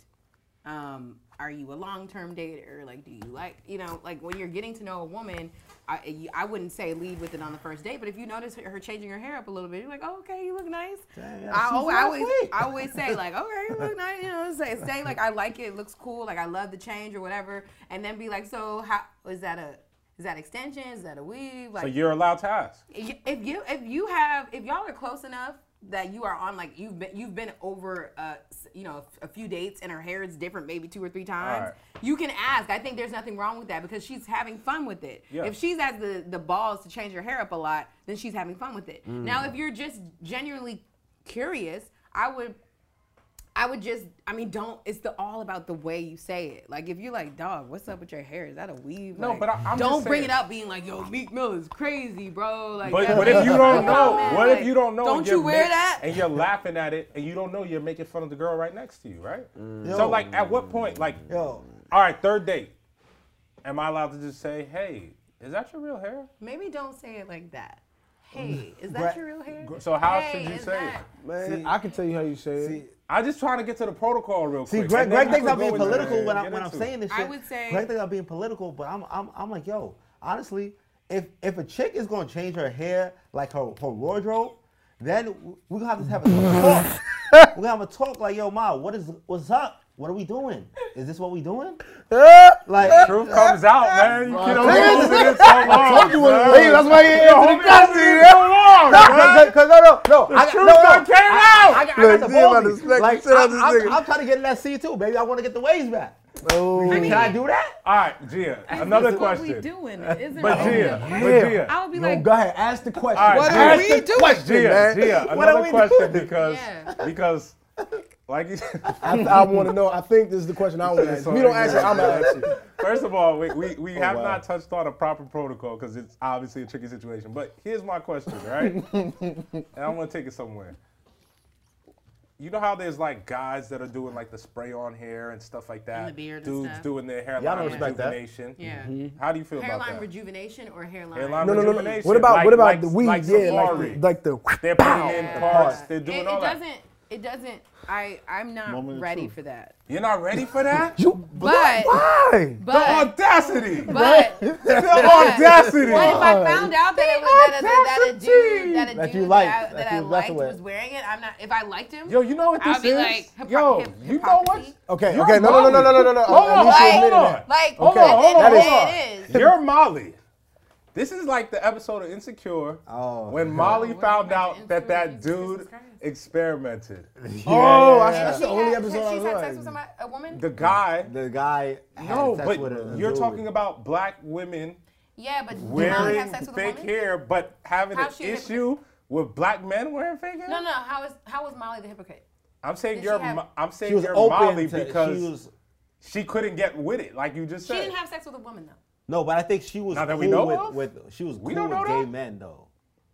[SPEAKER 1] um, are you a long-term dater? Like, do you like, you know, like when you're getting to know a woman, I, you- I wouldn't say lead with it on the first date, but if you notice her her changing her hair up a little bit, you're like, oh, okay, you look nice.
[SPEAKER 2] Damn,
[SPEAKER 1] I,
[SPEAKER 2] she's
[SPEAKER 1] always, I always,
[SPEAKER 2] lovely.
[SPEAKER 1] I always say like, okay, you look nice. You know, what I'm saying? say like, I like it. It looks cool. Like, I love the change or whatever. And then be like, so how is that a, is that extension? Is that a weave? Like,
[SPEAKER 3] So you're allowed to ask.
[SPEAKER 1] Y- if you if you have if y'all are close enough that you are on like you've been you've been over uh s- you know a few dates and her hair is different maybe two or three times you can ask i think there's nothing wrong with that because she's having fun with it
[SPEAKER 3] Yeah.
[SPEAKER 1] if she's has the the balls to change her hair up a lot then she's having fun with it
[SPEAKER 3] Mm.
[SPEAKER 1] now if you're just genuinely curious i would I would just, I mean, don't. It's the all about the way you say it. Like, if you're like, dog, what's up with your hair? Is that a weave?
[SPEAKER 3] No,
[SPEAKER 1] Like,
[SPEAKER 3] but I- I'm just
[SPEAKER 1] don't bring
[SPEAKER 3] saying-
[SPEAKER 1] it up being like, yo, Meek Mill is crazy, bro. Like,
[SPEAKER 3] But
[SPEAKER 1] that's-
[SPEAKER 3] what if you don't know?
[SPEAKER 1] man,
[SPEAKER 3] What if
[SPEAKER 1] like,
[SPEAKER 3] you don't know? and
[SPEAKER 1] Don't you
[SPEAKER 3] you're
[SPEAKER 1] wear
[SPEAKER 3] ma-
[SPEAKER 1] that?
[SPEAKER 3] And you're laughing at it, and you don't know you're making fun of the girl right next to you, right?
[SPEAKER 2] Mm. Yo.
[SPEAKER 3] So like, at what point, like,
[SPEAKER 2] Yo.
[SPEAKER 3] all right, third date, am I allowed to just say, hey, is that your real hair?
[SPEAKER 1] Maybe don't say it like that. Hey, is
[SPEAKER 2] Gra-
[SPEAKER 1] that your real hair?
[SPEAKER 3] So how
[SPEAKER 1] Hey,
[SPEAKER 3] should you
[SPEAKER 1] is
[SPEAKER 3] say
[SPEAKER 1] that-
[SPEAKER 3] it?
[SPEAKER 4] Man,
[SPEAKER 2] See-
[SPEAKER 4] I can tell you how you say it.
[SPEAKER 2] See,
[SPEAKER 3] I just trying to get to the protocol real
[SPEAKER 2] See,
[SPEAKER 3] quick.
[SPEAKER 2] Greg,
[SPEAKER 3] and then
[SPEAKER 2] Greg
[SPEAKER 3] we
[SPEAKER 2] thinks
[SPEAKER 3] can
[SPEAKER 2] I'm being
[SPEAKER 3] go into
[SPEAKER 2] political
[SPEAKER 3] it
[SPEAKER 2] when,
[SPEAKER 3] and
[SPEAKER 2] I,
[SPEAKER 3] get
[SPEAKER 2] when I'm
[SPEAKER 3] into it.
[SPEAKER 2] saying this
[SPEAKER 1] I
[SPEAKER 2] shit.
[SPEAKER 1] would say-
[SPEAKER 2] Greg thinks I'm being political, but I'm, I'm, I'm like, yo, honestly, if if a chick is gonna change her hair, like her, her wardrobe, then we're gonna have to have a talk. we're gonna have a talk like, yo, ma, what is what's up? What are we doing? Is this what we doing? Like,
[SPEAKER 3] Truth comes out, man. You can only hold it in so long. man.
[SPEAKER 5] Hey, that's why you ain't
[SPEAKER 3] Hold it
[SPEAKER 5] answer the
[SPEAKER 3] in
[SPEAKER 5] question.
[SPEAKER 3] so long, man.
[SPEAKER 2] Cause, cause no, no, no. I got,
[SPEAKER 3] truth
[SPEAKER 2] no, no,
[SPEAKER 3] done came out.
[SPEAKER 2] I, I, got- I got the
[SPEAKER 4] Look, you ain't about to
[SPEAKER 2] baldies.
[SPEAKER 4] smack
[SPEAKER 2] Like,
[SPEAKER 4] the shit out
[SPEAKER 2] I,
[SPEAKER 4] of this
[SPEAKER 2] I'm,
[SPEAKER 4] nigga.
[SPEAKER 2] I'm trying to get that C too, baby. I want to get the waves back.
[SPEAKER 4] Oh,
[SPEAKER 2] Can I do that?
[SPEAKER 3] All right, Gia. Another
[SPEAKER 1] What we
[SPEAKER 3] question.
[SPEAKER 1] doing? Isn't
[SPEAKER 3] But
[SPEAKER 1] really
[SPEAKER 3] Gia,
[SPEAKER 1] a
[SPEAKER 3] but
[SPEAKER 1] question.
[SPEAKER 3] Gia.
[SPEAKER 1] I would be
[SPEAKER 4] no,
[SPEAKER 1] like,
[SPEAKER 4] go ahead, ask the question.
[SPEAKER 3] All right,
[SPEAKER 4] What
[SPEAKER 3] ask
[SPEAKER 4] are we
[SPEAKER 3] the
[SPEAKER 4] doing?
[SPEAKER 3] Question,
[SPEAKER 4] man?
[SPEAKER 3] Gia,
[SPEAKER 4] What are
[SPEAKER 3] another
[SPEAKER 4] we
[SPEAKER 3] question
[SPEAKER 4] doing?
[SPEAKER 3] because
[SPEAKER 1] Yeah.
[SPEAKER 3] because like you said,
[SPEAKER 4] I, I want to know. I think this is the question I want to ask. If you don't answer, I'm gonna ask you.
[SPEAKER 3] First of all, we, we, we have
[SPEAKER 5] wow.
[SPEAKER 3] not touched on a proper protocol because it's obviously a tricky situation. But here's my question, right? and I'm gonna take it somewhere. You know how there's like guys that are doing like the spray on hair and stuff like that.
[SPEAKER 1] the beard and
[SPEAKER 3] Dudes
[SPEAKER 1] stuff.
[SPEAKER 3] doing their hairline
[SPEAKER 5] don't respect that.
[SPEAKER 3] rejuvenation.
[SPEAKER 1] yeah.
[SPEAKER 3] How do you feel
[SPEAKER 1] Hairline
[SPEAKER 3] about that?
[SPEAKER 1] rejuvenation or hairline?
[SPEAKER 3] Hairline
[SPEAKER 4] No, no, no, no.
[SPEAKER 3] rejuvenation,
[SPEAKER 4] What about
[SPEAKER 3] like-
[SPEAKER 4] what about
[SPEAKER 3] like-
[SPEAKER 4] the weed?
[SPEAKER 3] like
[SPEAKER 4] yeah,
[SPEAKER 3] Safari.
[SPEAKER 4] like the, like the
[SPEAKER 3] They're putting in
[SPEAKER 1] Yeah.
[SPEAKER 3] parts. They're doing
[SPEAKER 1] Oh, it,
[SPEAKER 3] all
[SPEAKER 1] it
[SPEAKER 3] that.
[SPEAKER 1] doesn't. It doesn't. I I'm
[SPEAKER 5] Moment
[SPEAKER 1] not
[SPEAKER 5] of
[SPEAKER 1] ready
[SPEAKER 5] truth.
[SPEAKER 1] for that.
[SPEAKER 3] You're not ready for that?
[SPEAKER 4] you.
[SPEAKER 1] But-
[SPEAKER 4] why?
[SPEAKER 3] the
[SPEAKER 1] But
[SPEAKER 3] audacity!
[SPEAKER 1] but
[SPEAKER 3] the audacity!
[SPEAKER 1] What if I found out that it was that a, that a dude that a
[SPEAKER 5] That
[SPEAKER 1] dude
[SPEAKER 5] you liked,
[SPEAKER 1] that I,
[SPEAKER 5] that
[SPEAKER 1] that
[SPEAKER 5] you
[SPEAKER 1] I
[SPEAKER 5] messing
[SPEAKER 1] liked
[SPEAKER 5] with.
[SPEAKER 1] was wearing it? I'm not. If I liked him,
[SPEAKER 3] Yo, you know what this
[SPEAKER 1] I'll be
[SPEAKER 3] is?
[SPEAKER 1] like, hypocr-
[SPEAKER 3] Yo,
[SPEAKER 1] hip-
[SPEAKER 3] you know what?
[SPEAKER 1] hypocrisy.
[SPEAKER 4] Okay,
[SPEAKER 3] You're
[SPEAKER 4] okay, no, no, no, no, no, no, no, no.
[SPEAKER 3] Hold
[SPEAKER 4] At
[SPEAKER 3] on,
[SPEAKER 4] least you
[SPEAKER 3] hold
[SPEAKER 4] admitted
[SPEAKER 3] on.
[SPEAKER 4] that.
[SPEAKER 1] like
[SPEAKER 3] Hold
[SPEAKER 1] at
[SPEAKER 3] on,
[SPEAKER 1] the end
[SPEAKER 3] hold
[SPEAKER 1] of
[SPEAKER 3] on,
[SPEAKER 1] the
[SPEAKER 3] hold
[SPEAKER 1] day,
[SPEAKER 3] on.
[SPEAKER 1] it is.
[SPEAKER 3] You're Molly. This is like the episode of Insecure
[SPEAKER 2] Oh,
[SPEAKER 3] when
[SPEAKER 2] God.
[SPEAKER 3] Molly
[SPEAKER 1] What
[SPEAKER 3] found
[SPEAKER 1] about
[SPEAKER 3] out that that
[SPEAKER 1] Insecure? Jesus
[SPEAKER 3] dude
[SPEAKER 1] Christ.
[SPEAKER 3] experimented.
[SPEAKER 4] Oh, I,
[SPEAKER 1] Has
[SPEAKER 4] that's
[SPEAKER 1] she
[SPEAKER 4] the only
[SPEAKER 1] had-
[SPEAKER 4] episode
[SPEAKER 1] has
[SPEAKER 4] I
[SPEAKER 1] she had sex with
[SPEAKER 4] was like.
[SPEAKER 1] somebody, a woman?
[SPEAKER 3] The guy.
[SPEAKER 2] The guy. had
[SPEAKER 3] No,
[SPEAKER 2] sex with a- a
[SPEAKER 3] but you're
[SPEAKER 2] dude.
[SPEAKER 3] talking about black women
[SPEAKER 1] yeah, but did Molly
[SPEAKER 3] wearing
[SPEAKER 1] have sex with a
[SPEAKER 3] fake
[SPEAKER 1] woman?
[SPEAKER 3] hair, but having
[SPEAKER 1] How's
[SPEAKER 3] an
[SPEAKER 1] she a hypocrite?
[SPEAKER 3] issue with black men wearing fake hair.
[SPEAKER 1] No, no. How is how was Molly the hypocrite?
[SPEAKER 3] I'm saying
[SPEAKER 1] Did she
[SPEAKER 3] you're.
[SPEAKER 1] have-
[SPEAKER 3] Mo- I'm saying
[SPEAKER 2] She was
[SPEAKER 3] you're Molly
[SPEAKER 2] open to,
[SPEAKER 3] because
[SPEAKER 2] she was
[SPEAKER 3] she couldn't get with it, like you just
[SPEAKER 1] She
[SPEAKER 3] said.
[SPEAKER 1] didn't have sex with a woman though.
[SPEAKER 2] No, but I think she was
[SPEAKER 3] Not that
[SPEAKER 2] cool
[SPEAKER 3] we know
[SPEAKER 2] with,
[SPEAKER 3] of?
[SPEAKER 2] with she was cool
[SPEAKER 3] We don't
[SPEAKER 2] with
[SPEAKER 3] know
[SPEAKER 2] gay
[SPEAKER 3] that.
[SPEAKER 2] men though.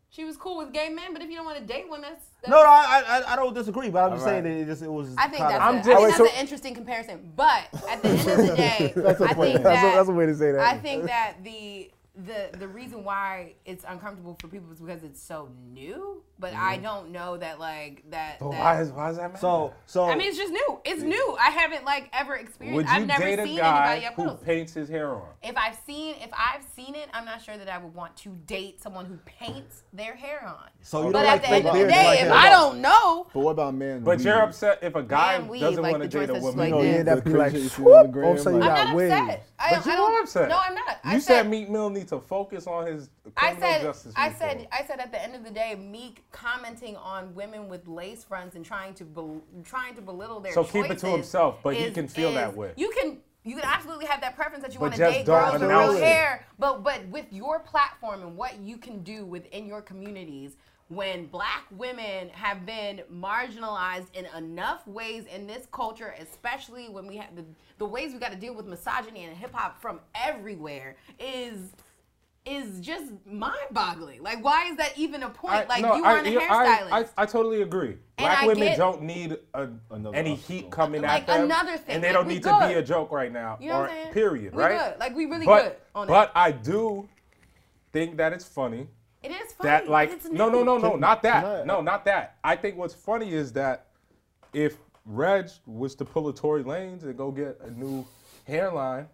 [SPEAKER 1] She was cool with gay men, but if you don't want to date one, that's, that's
[SPEAKER 2] No, no, I I, I don't disagree, but I'm just
[SPEAKER 3] All
[SPEAKER 2] saying
[SPEAKER 3] right.
[SPEAKER 2] that it just it was.
[SPEAKER 1] I think that's,
[SPEAKER 2] kinda-
[SPEAKER 1] a,
[SPEAKER 3] I'm
[SPEAKER 1] I
[SPEAKER 3] just-
[SPEAKER 1] think
[SPEAKER 4] Wait,
[SPEAKER 1] that's
[SPEAKER 4] so-
[SPEAKER 1] an interesting comparison. But at the end of the day, I think that
[SPEAKER 4] That's a- that's a way to say that.
[SPEAKER 1] I think that the the the reason why it's uncomfortable for people is because it's so new. But I don't know that like that.
[SPEAKER 3] But
[SPEAKER 1] that-
[SPEAKER 3] why is why does that matter?
[SPEAKER 2] so so.
[SPEAKER 1] I mean, it's just new. It's new. I haven't like ever experienced.
[SPEAKER 3] would you
[SPEAKER 1] I've never
[SPEAKER 3] date a
[SPEAKER 1] seen
[SPEAKER 3] guy
[SPEAKER 1] anybody up
[SPEAKER 3] who
[SPEAKER 1] close.
[SPEAKER 3] paints his hair on?
[SPEAKER 1] if I've seen if I've seen it, I'm not sure that I would want to date someone who paints their hair on.
[SPEAKER 2] so you
[SPEAKER 1] but
[SPEAKER 2] don't
[SPEAKER 1] at
[SPEAKER 2] like
[SPEAKER 1] the
[SPEAKER 2] fake
[SPEAKER 1] end of the
[SPEAKER 2] beards
[SPEAKER 1] day,
[SPEAKER 2] like
[SPEAKER 1] if
[SPEAKER 2] that.
[SPEAKER 1] I don't know,
[SPEAKER 5] But what about man?
[SPEAKER 3] But you're
[SPEAKER 5] weed?
[SPEAKER 3] upset if a guy
[SPEAKER 1] Man, we
[SPEAKER 3] doesn't
[SPEAKER 1] like
[SPEAKER 3] want to
[SPEAKER 1] the joints
[SPEAKER 3] date a
[SPEAKER 1] that's
[SPEAKER 3] woman.
[SPEAKER 1] like
[SPEAKER 5] You know,
[SPEAKER 1] this.
[SPEAKER 5] yeah,
[SPEAKER 1] Yeah,
[SPEAKER 5] that the
[SPEAKER 4] be
[SPEAKER 5] picture
[SPEAKER 4] like,
[SPEAKER 5] you see on the
[SPEAKER 4] swoop.
[SPEAKER 5] gram,
[SPEAKER 4] Also, you
[SPEAKER 5] like,
[SPEAKER 1] I'm
[SPEAKER 4] got
[SPEAKER 1] not
[SPEAKER 4] wigs.
[SPEAKER 1] upset. I,
[SPEAKER 3] But you
[SPEAKER 1] I
[SPEAKER 3] know
[SPEAKER 1] don't,
[SPEAKER 3] what I'm saying?
[SPEAKER 1] No, I'm not. I
[SPEAKER 3] you
[SPEAKER 1] said,
[SPEAKER 3] said Meek Mill needs to focus on his
[SPEAKER 1] I
[SPEAKER 3] criminal
[SPEAKER 1] said,
[SPEAKER 3] justice
[SPEAKER 1] I
[SPEAKER 3] reform.
[SPEAKER 1] said, I said. At the end of the day, Meek commenting on women with lace fronts and trying to bel trying to belittle their
[SPEAKER 3] So keep it to
[SPEAKER 1] choices
[SPEAKER 3] himself, but he can feel that
[SPEAKER 1] is-
[SPEAKER 3] way.
[SPEAKER 1] You can you can absolutely have that preference that you
[SPEAKER 3] But
[SPEAKER 1] want to
[SPEAKER 3] just
[SPEAKER 1] date
[SPEAKER 3] don't
[SPEAKER 1] girls with
[SPEAKER 3] announce
[SPEAKER 1] real
[SPEAKER 3] it.
[SPEAKER 1] hair, but but with your platform and what you can do within your communities. When black women have been marginalized in enough ways in this culture, especially when we have the, the ways we got to deal with misogyny and hip hop from everywhere, is is just mind-boggling. Like, why is that even a point? like,
[SPEAKER 3] no,
[SPEAKER 1] you aren't a
[SPEAKER 3] yeah,
[SPEAKER 1] hairstylist.
[SPEAKER 3] I, I, I totally agree. Black
[SPEAKER 1] I
[SPEAKER 3] women
[SPEAKER 1] get-
[SPEAKER 3] don't need a,
[SPEAKER 5] Another
[SPEAKER 3] any
[SPEAKER 5] obstacle.
[SPEAKER 3] heat coming
[SPEAKER 1] Like,
[SPEAKER 3] at them.
[SPEAKER 1] another thing,
[SPEAKER 3] And they
[SPEAKER 1] like,
[SPEAKER 3] don't
[SPEAKER 1] we
[SPEAKER 3] need to
[SPEAKER 1] good.
[SPEAKER 3] be a joke right now.
[SPEAKER 1] you know
[SPEAKER 3] or
[SPEAKER 1] what I'm saying?
[SPEAKER 3] Period,
[SPEAKER 1] we
[SPEAKER 3] right?
[SPEAKER 1] Good. Like, we really good
[SPEAKER 3] But,
[SPEAKER 1] on
[SPEAKER 3] but
[SPEAKER 1] it.
[SPEAKER 3] I do think that it's funny.
[SPEAKER 1] It is funny.
[SPEAKER 3] that like
[SPEAKER 1] it's
[SPEAKER 3] no no
[SPEAKER 1] new.
[SPEAKER 3] no no not that
[SPEAKER 5] Can I-
[SPEAKER 3] no not that i think what's funny is that if Reg was to pull a Tory Lanes and go get a new hairline,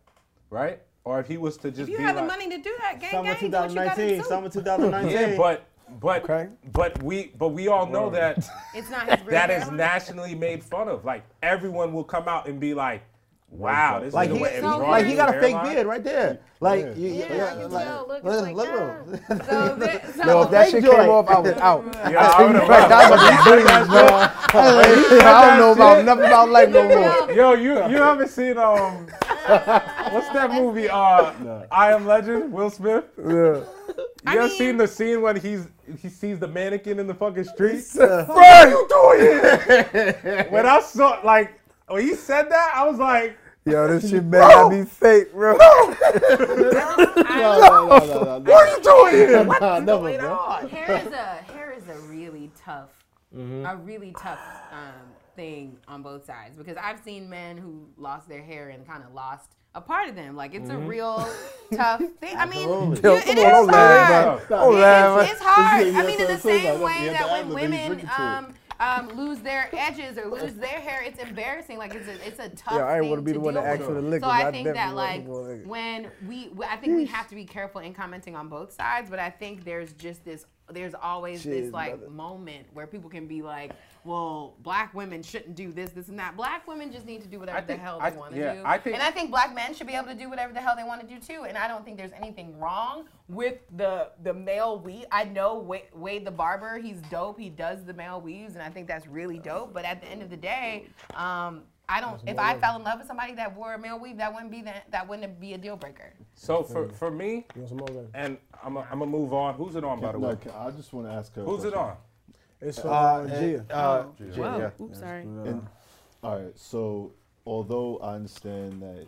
[SPEAKER 3] right? Or if he was to just
[SPEAKER 1] If you
[SPEAKER 3] be
[SPEAKER 1] have the
[SPEAKER 3] like,
[SPEAKER 1] money to do that, gang,
[SPEAKER 2] Summer
[SPEAKER 1] gang, do what you gotta
[SPEAKER 2] 2019.
[SPEAKER 1] do.
[SPEAKER 2] Summer 2019.
[SPEAKER 3] yeah, but but
[SPEAKER 4] Okay.
[SPEAKER 3] but we but we all know that
[SPEAKER 1] It's not his real
[SPEAKER 3] that is
[SPEAKER 1] hairline.
[SPEAKER 3] nationally made fun of. Like everyone will come out and be like, "Wow, this
[SPEAKER 2] Like
[SPEAKER 3] nigga
[SPEAKER 2] he,
[SPEAKER 3] went and
[SPEAKER 1] so-
[SPEAKER 3] brought
[SPEAKER 2] like
[SPEAKER 3] a
[SPEAKER 2] he
[SPEAKER 3] new
[SPEAKER 2] got a fake
[SPEAKER 3] hairline."
[SPEAKER 2] beard right there. Like you,
[SPEAKER 1] Yeah, you
[SPEAKER 2] like-
[SPEAKER 1] tell. Look,
[SPEAKER 2] look-
[SPEAKER 1] it's
[SPEAKER 2] look
[SPEAKER 1] like,
[SPEAKER 2] at him.
[SPEAKER 1] ah. So, that, so
[SPEAKER 4] No, if that shit
[SPEAKER 2] Joy.
[SPEAKER 4] came off, I was out.
[SPEAKER 3] Yeah, I would've
[SPEAKER 4] Right,
[SPEAKER 3] loved
[SPEAKER 4] that was a billions, bro. I don't know about nothing about life no more.
[SPEAKER 3] it. Yo, you you haven't seen um, what's that movie? Uh, I Am Legend. Will Smith.
[SPEAKER 4] Yeah.
[SPEAKER 3] You ever seen the scene when he's he sees the mannequin in the fucking street?
[SPEAKER 4] Bro,
[SPEAKER 3] Bro, you doing it? when I saw like when he said that, I was like,
[SPEAKER 4] Yo, this shit better not be fake, bro.
[SPEAKER 2] No, no, no, no, no, no.
[SPEAKER 4] What you doing?
[SPEAKER 2] Nah, never,
[SPEAKER 1] Wait,
[SPEAKER 2] bro.
[SPEAKER 1] oh, hair is a hair is a really tough, a really tough um, thing on both sides because I've seen men who lost their hair and kind of lost a part of them. Like it's a real tough thing. I mean, you,
[SPEAKER 4] Yo,
[SPEAKER 1] it is
[SPEAKER 4] come on, don't laugh,
[SPEAKER 1] hard.
[SPEAKER 4] man. Don't laugh,
[SPEAKER 1] It's,
[SPEAKER 4] man.
[SPEAKER 1] it's hard.
[SPEAKER 2] You
[SPEAKER 1] I mean, in the
[SPEAKER 2] have to assume
[SPEAKER 1] same
[SPEAKER 2] that.
[SPEAKER 1] way
[SPEAKER 2] You have
[SPEAKER 1] that
[SPEAKER 2] to
[SPEAKER 1] when
[SPEAKER 2] admit that
[SPEAKER 1] women
[SPEAKER 2] he's drinking to it.
[SPEAKER 1] um, um, lose their edges or lose their hair, it's embarrassing. Like it's a, it's a tough.
[SPEAKER 4] Yeah, I ain't
[SPEAKER 1] thing
[SPEAKER 4] wanna be the one
[SPEAKER 1] deal
[SPEAKER 4] to ask
[SPEAKER 1] with.
[SPEAKER 4] for the liquor,
[SPEAKER 1] So
[SPEAKER 4] but
[SPEAKER 1] I
[SPEAKER 4] I
[SPEAKER 1] think that
[SPEAKER 4] definitely
[SPEAKER 1] like
[SPEAKER 4] wasn't gonna-
[SPEAKER 1] when we, we- I think we have to be careful in commenting on both sides, but I think there's just this, there's always this
[SPEAKER 4] Jeez,
[SPEAKER 1] like
[SPEAKER 4] brother.
[SPEAKER 1] moment where people can be like, well, black women shouldn't do this, this, and that. Black women just need to do whatever
[SPEAKER 3] think-
[SPEAKER 1] the hell
[SPEAKER 3] I-
[SPEAKER 1] they want to
[SPEAKER 3] yeah,
[SPEAKER 1] do.
[SPEAKER 3] I think-
[SPEAKER 1] and I think black men should be able to do whatever the hell they want to do too. And I don't think there's anything wrong with the the male weave. I know Wade, Wade the barber, he's dope. He does the male weaves, and I think that's really dope. But at the end of the day, um, I don't. If I fell in love with somebody that wore a male weave, that wouldn't be that. That wouldn't be a deal breaker.
[SPEAKER 3] so for for me,
[SPEAKER 4] You want some more, man?
[SPEAKER 3] and I'm i I'm gonna move on. Who's it on by the way?
[SPEAKER 5] No, can- I just want to ask her. a
[SPEAKER 3] Who's it
[SPEAKER 5] question.
[SPEAKER 3] on?
[SPEAKER 4] It's
[SPEAKER 2] Uh,
[SPEAKER 4] from uh, Gia.
[SPEAKER 2] uh, uh,
[SPEAKER 1] Whoa.
[SPEAKER 2] yeah.
[SPEAKER 1] Oops, sorry.
[SPEAKER 5] And, all right. So, although I understand that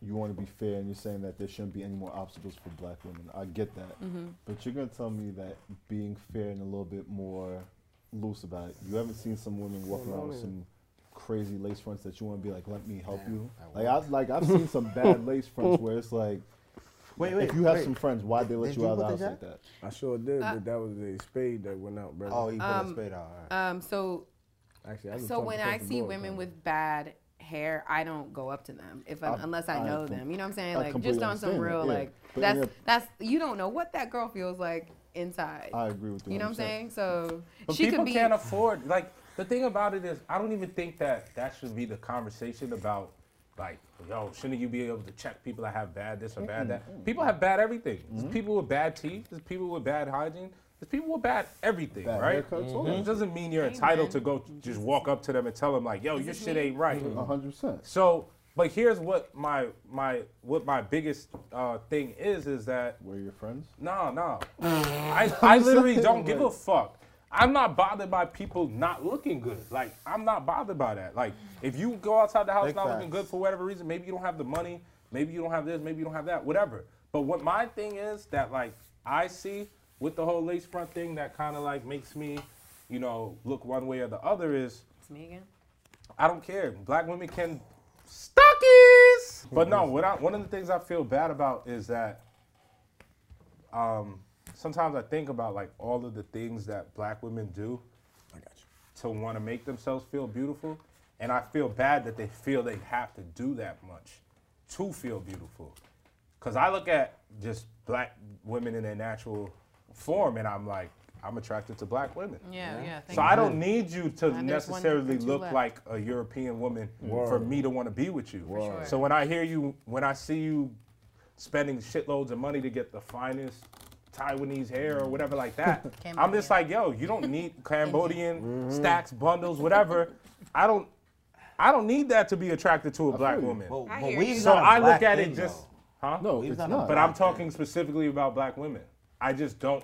[SPEAKER 5] you want to be fair and you're saying that there shouldn't be any more obstacles for black women, I get that.
[SPEAKER 1] Mm-hmm.
[SPEAKER 5] But you're going to tell me that being fair and a little bit more loose about it, you haven't seen some women walking around with some crazy lace fronts that you want to be like, let me help you. Like, I, like I've seen some bad lace fronts where it's like,
[SPEAKER 2] Wait, wait,
[SPEAKER 5] if you have
[SPEAKER 2] wait.
[SPEAKER 5] some friends, why'd they let
[SPEAKER 2] Did
[SPEAKER 5] you
[SPEAKER 2] you
[SPEAKER 5] out of the
[SPEAKER 2] put
[SPEAKER 5] house
[SPEAKER 2] the
[SPEAKER 5] like
[SPEAKER 2] jack?
[SPEAKER 5] that?
[SPEAKER 4] I sure did,
[SPEAKER 1] Uh,
[SPEAKER 4] but that was a spade that went out, bro.
[SPEAKER 2] Oh, he put a spade out.
[SPEAKER 6] uh,
[SPEAKER 2] all right.
[SPEAKER 1] Um, so
[SPEAKER 4] Actually, I was
[SPEAKER 1] So
[SPEAKER 4] talking
[SPEAKER 1] when
[SPEAKER 4] across
[SPEAKER 1] I
[SPEAKER 4] the
[SPEAKER 1] see
[SPEAKER 4] board,
[SPEAKER 1] women
[SPEAKER 4] bro.
[SPEAKER 1] with bad hair, I don't go up to them if I'm,
[SPEAKER 5] I-
[SPEAKER 1] unless I
[SPEAKER 5] I
[SPEAKER 1] know
[SPEAKER 5] com-
[SPEAKER 1] them. You know what I'm saying?
[SPEAKER 5] I
[SPEAKER 1] Like just
[SPEAKER 5] completely
[SPEAKER 1] on some
[SPEAKER 5] understand that,
[SPEAKER 1] real
[SPEAKER 5] yeah.
[SPEAKER 1] like
[SPEAKER 5] But
[SPEAKER 1] that's
[SPEAKER 5] yeah.
[SPEAKER 1] that's you don't know what that girl feels like inside.
[SPEAKER 5] I agree with you.
[SPEAKER 1] you know what I'm
[SPEAKER 5] 100%.
[SPEAKER 1] saying? So
[SPEAKER 3] But
[SPEAKER 1] she
[SPEAKER 3] people
[SPEAKER 1] could be.
[SPEAKER 3] can't afford like the thing about it is I don't even think that that should be the conversation about like yo shouldn't you be able to check people that have bad this or bad that people have bad everything
[SPEAKER 1] Mm-hmm.
[SPEAKER 3] there's people with bad teeth there's people with bad hygiene there's people with bad everything
[SPEAKER 5] Bad
[SPEAKER 3] right
[SPEAKER 5] haircuts, all
[SPEAKER 3] it doesn't mean you're entitled to go just walk up to them and tell them like yo your
[SPEAKER 1] this
[SPEAKER 3] shit
[SPEAKER 1] me?
[SPEAKER 3] ain't right
[SPEAKER 5] A
[SPEAKER 1] Mm-hmm.
[SPEAKER 5] hundred percent.
[SPEAKER 3] so but here's what my my what my biggest uh, thing is is that
[SPEAKER 5] Where your friends?
[SPEAKER 3] no, no. I, I literally don't give a fuck. I'm not bothered by people not looking good. Like, I'm not bothered by that. Like, if you go outside the house
[SPEAKER 2] Big
[SPEAKER 3] not looking
[SPEAKER 2] facts.
[SPEAKER 3] good for whatever reason, maybe you don't have the money, maybe you don't have this, maybe you don't have that, whatever. But what my thing is that, like, I see with the whole lace front thing that kind of, like, makes me, you know, look one way or the other is
[SPEAKER 1] It's me again.
[SPEAKER 3] I don't care. Black women can stockies. But no, what I, one of the things I feel bad about is that um, sometimes I think about like all of the things that black women do
[SPEAKER 4] I got you.
[SPEAKER 3] to want to make themselves feel beautiful, and I feel bad that they feel they have to do that much to feel beautiful. Cause I look at just black women in their natural form, and I'm like, I'm attracted to black women.
[SPEAKER 1] Yeah, yeah.
[SPEAKER 3] So I don't need you to
[SPEAKER 1] And there's one
[SPEAKER 3] necessarily
[SPEAKER 1] for two
[SPEAKER 3] look
[SPEAKER 1] left.
[SPEAKER 3] like a European woman for me to want to be with you.
[SPEAKER 1] sure.
[SPEAKER 3] So when I hear you, when I see you spending shitloads of money to get the finest Taiwanese hair or whatever like that, I'm just like, yo, you don't need
[SPEAKER 2] Mm-hmm.
[SPEAKER 3] Cambodian stacks, bundles, whatever. I don't, I don't need that to be attracted to a black woman.
[SPEAKER 2] But,
[SPEAKER 1] I
[SPEAKER 2] but
[SPEAKER 1] hear
[SPEAKER 2] weave's
[SPEAKER 3] so
[SPEAKER 2] not a
[SPEAKER 3] I look
[SPEAKER 2] black
[SPEAKER 3] at
[SPEAKER 2] thing,
[SPEAKER 3] it just,
[SPEAKER 2] though.
[SPEAKER 3] huh?
[SPEAKER 5] No,
[SPEAKER 2] He's
[SPEAKER 5] it's
[SPEAKER 2] not a
[SPEAKER 5] not.
[SPEAKER 3] But I'm
[SPEAKER 2] black thing.
[SPEAKER 3] talking specifically about black women. I just don't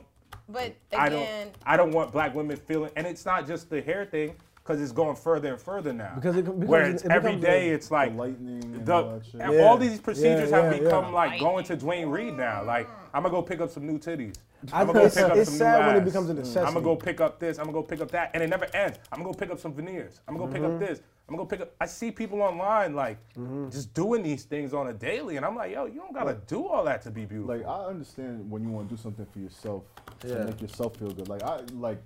[SPEAKER 1] But
[SPEAKER 3] I
[SPEAKER 1] again,
[SPEAKER 3] don't I don't want black women feeling and it's not just the hair thing because it's going further and further now.
[SPEAKER 4] Because it com- becomes-
[SPEAKER 3] where it's
[SPEAKER 4] it
[SPEAKER 3] every
[SPEAKER 4] becomes
[SPEAKER 3] day
[SPEAKER 4] a-
[SPEAKER 3] it's like
[SPEAKER 5] The lightning and
[SPEAKER 3] the-
[SPEAKER 5] all that shit.
[SPEAKER 3] and all
[SPEAKER 4] Yeah.
[SPEAKER 3] these procedures
[SPEAKER 4] Yeah,
[SPEAKER 3] have
[SPEAKER 4] yeah,
[SPEAKER 3] become
[SPEAKER 4] yeah.
[SPEAKER 3] like going to Dwayne Reed now.
[SPEAKER 1] Mm.
[SPEAKER 3] Like I'm gonna go pick up some new titties.
[SPEAKER 4] I
[SPEAKER 3] I'm gonna go
[SPEAKER 4] think it's-
[SPEAKER 3] pick up
[SPEAKER 4] it's
[SPEAKER 3] some
[SPEAKER 4] sad
[SPEAKER 3] new
[SPEAKER 4] when it
[SPEAKER 3] ass.
[SPEAKER 4] becomes a
[SPEAKER 3] I'm
[SPEAKER 4] necessity.
[SPEAKER 3] gonna go pick up this. I'm gonna go pick up that, and it never ends. I'm gonna go pick up some veneers. I'm gonna
[SPEAKER 4] Mm-hmm.
[SPEAKER 3] go pick up this. I'm gonna pick up. I see people online like just doing these things on a daily, and I'm like, yo, you don't gotta do all that to be beautiful.
[SPEAKER 5] Like I understand when you want to do something for yourself
[SPEAKER 2] Yeah.
[SPEAKER 5] to make yourself feel good. Like I like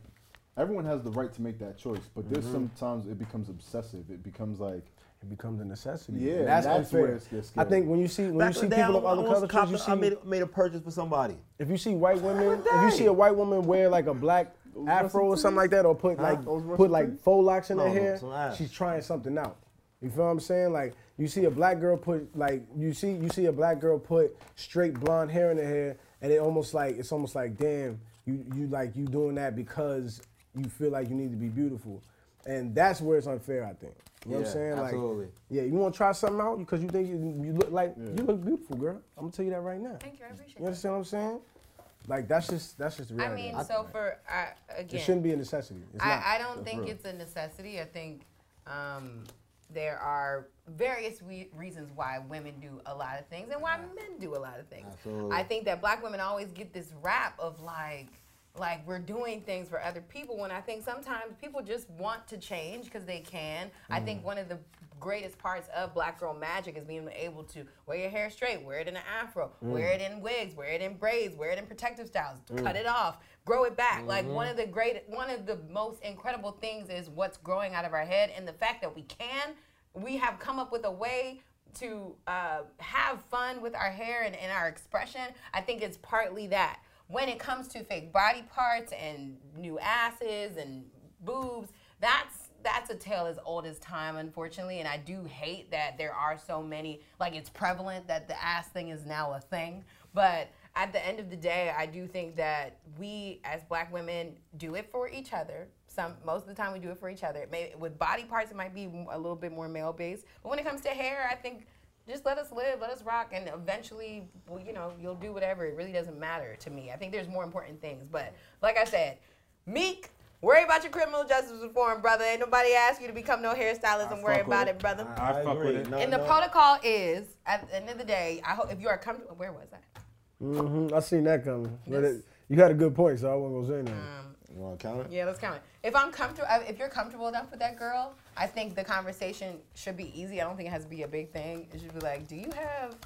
[SPEAKER 5] Everyone has the right to make that choice, but there's
[SPEAKER 1] Mm-hmm.
[SPEAKER 5] sometimes it becomes obsessive. It becomes like
[SPEAKER 4] It becomes a necessity.
[SPEAKER 5] Yeah,
[SPEAKER 4] that's,
[SPEAKER 5] that's
[SPEAKER 4] unfair.
[SPEAKER 5] where it gets
[SPEAKER 4] I
[SPEAKER 5] scary.
[SPEAKER 4] think when you see when
[SPEAKER 2] Back
[SPEAKER 4] you
[SPEAKER 2] in
[SPEAKER 4] see
[SPEAKER 2] the day,
[SPEAKER 4] people of
[SPEAKER 2] I
[SPEAKER 4] other
[SPEAKER 2] almost
[SPEAKER 4] cultures, you
[SPEAKER 2] copped- I
[SPEAKER 4] see
[SPEAKER 2] made, made a purchase for somebody.
[SPEAKER 4] if you see white women,
[SPEAKER 2] the
[SPEAKER 4] if you
[SPEAKER 2] day.
[SPEAKER 4] see a white woman wear like a black afro or something like that, or put
[SPEAKER 2] Huh?
[SPEAKER 4] like
[SPEAKER 2] Those Russian
[SPEAKER 4] put like faux locks in
[SPEAKER 2] No,
[SPEAKER 4] her
[SPEAKER 2] no,
[SPEAKER 4] hair,
[SPEAKER 2] some ass.
[SPEAKER 4] she's trying something out. You feel what I'm saying? Like you see a black girl put like you see you see a black girl put straight blonde hair in her hair, and it almost like it's almost like damn, you you like you doing that because you feel like you need to be beautiful, and that's where it's unfair. I think. You know what
[SPEAKER 2] Yeah,
[SPEAKER 4] I'm saying? Like,
[SPEAKER 2] absolutely.
[SPEAKER 4] yeah, you want to try something out because you think you, you look like you look beautiful, girl. I'm gonna tell you that right now.
[SPEAKER 6] Thank you. I appreciate
[SPEAKER 4] You
[SPEAKER 6] that.
[SPEAKER 4] understand what I'm saying? Like that's just that's just the
[SPEAKER 1] I
[SPEAKER 4] reality.
[SPEAKER 1] mean, so for I, again,
[SPEAKER 4] it shouldn't be a necessity. It's not.
[SPEAKER 1] I, I don't think it's a necessity. I think um, there are various we- reasons why women do a lot of things and why men do a lot of things.
[SPEAKER 2] Absolutely.
[SPEAKER 1] I think that black women always get this rap of like, like we're doing things for other people when I think sometimes people just want to change because they can. I think one of the greatest parts of black girl magic is being able to wear your hair straight, wear it in an afro, wear it in wigs, wear it in braids, wear it in protective styles, cut it off, grow it back. Like one of the great one of the most incredible things is what's growing out of our head and the fact that we can we have come up with a way to uh, have fun with our hair and, and our expression. I think it's partly that. When it comes to fake body parts and new asses and boobs, that's that's a tale as old as time, unfortunately. And I do hate that there are so many. Like it's prevalent that the ass thing is now a thing, but at the end of the day, I do think that we as black women do it for each other. Some most of the time we do it for each other. Maybe with body parts it might be m- a little bit more male based, but when it comes to hair, I think just let us live, let us rock, and eventually, well, you know, you'll do whatever. It really doesn't matter to me. I think there's more important things. But like I said, Meek, worry about your criminal justice reform, brother. Ain't nobody asked you to become no hairstylist and worry
[SPEAKER 2] fuck with
[SPEAKER 1] about
[SPEAKER 2] it.
[SPEAKER 1] it, brother.
[SPEAKER 3] I fuck with it.
[SPEAKER 2] No,
[SPEAKER 1] and the
[SPEAKER 2] no.
[SPEAKER 1] protocol is at the end of the day. I hope if you are comfortable. Where was I?
[SPEAKER 4] Mhm, I seen that coming. But it, you had a good point, so I wasn't gonna say nothing.
[SPEAKER 2] You want to count it?
[SPEAKER 1] Yeah, let's count it. If I'm comfortable, uh, if you're comfortable enough with that girl, I think the conversation should be easy. I don't think it has to be a big thing. It should be like, do you have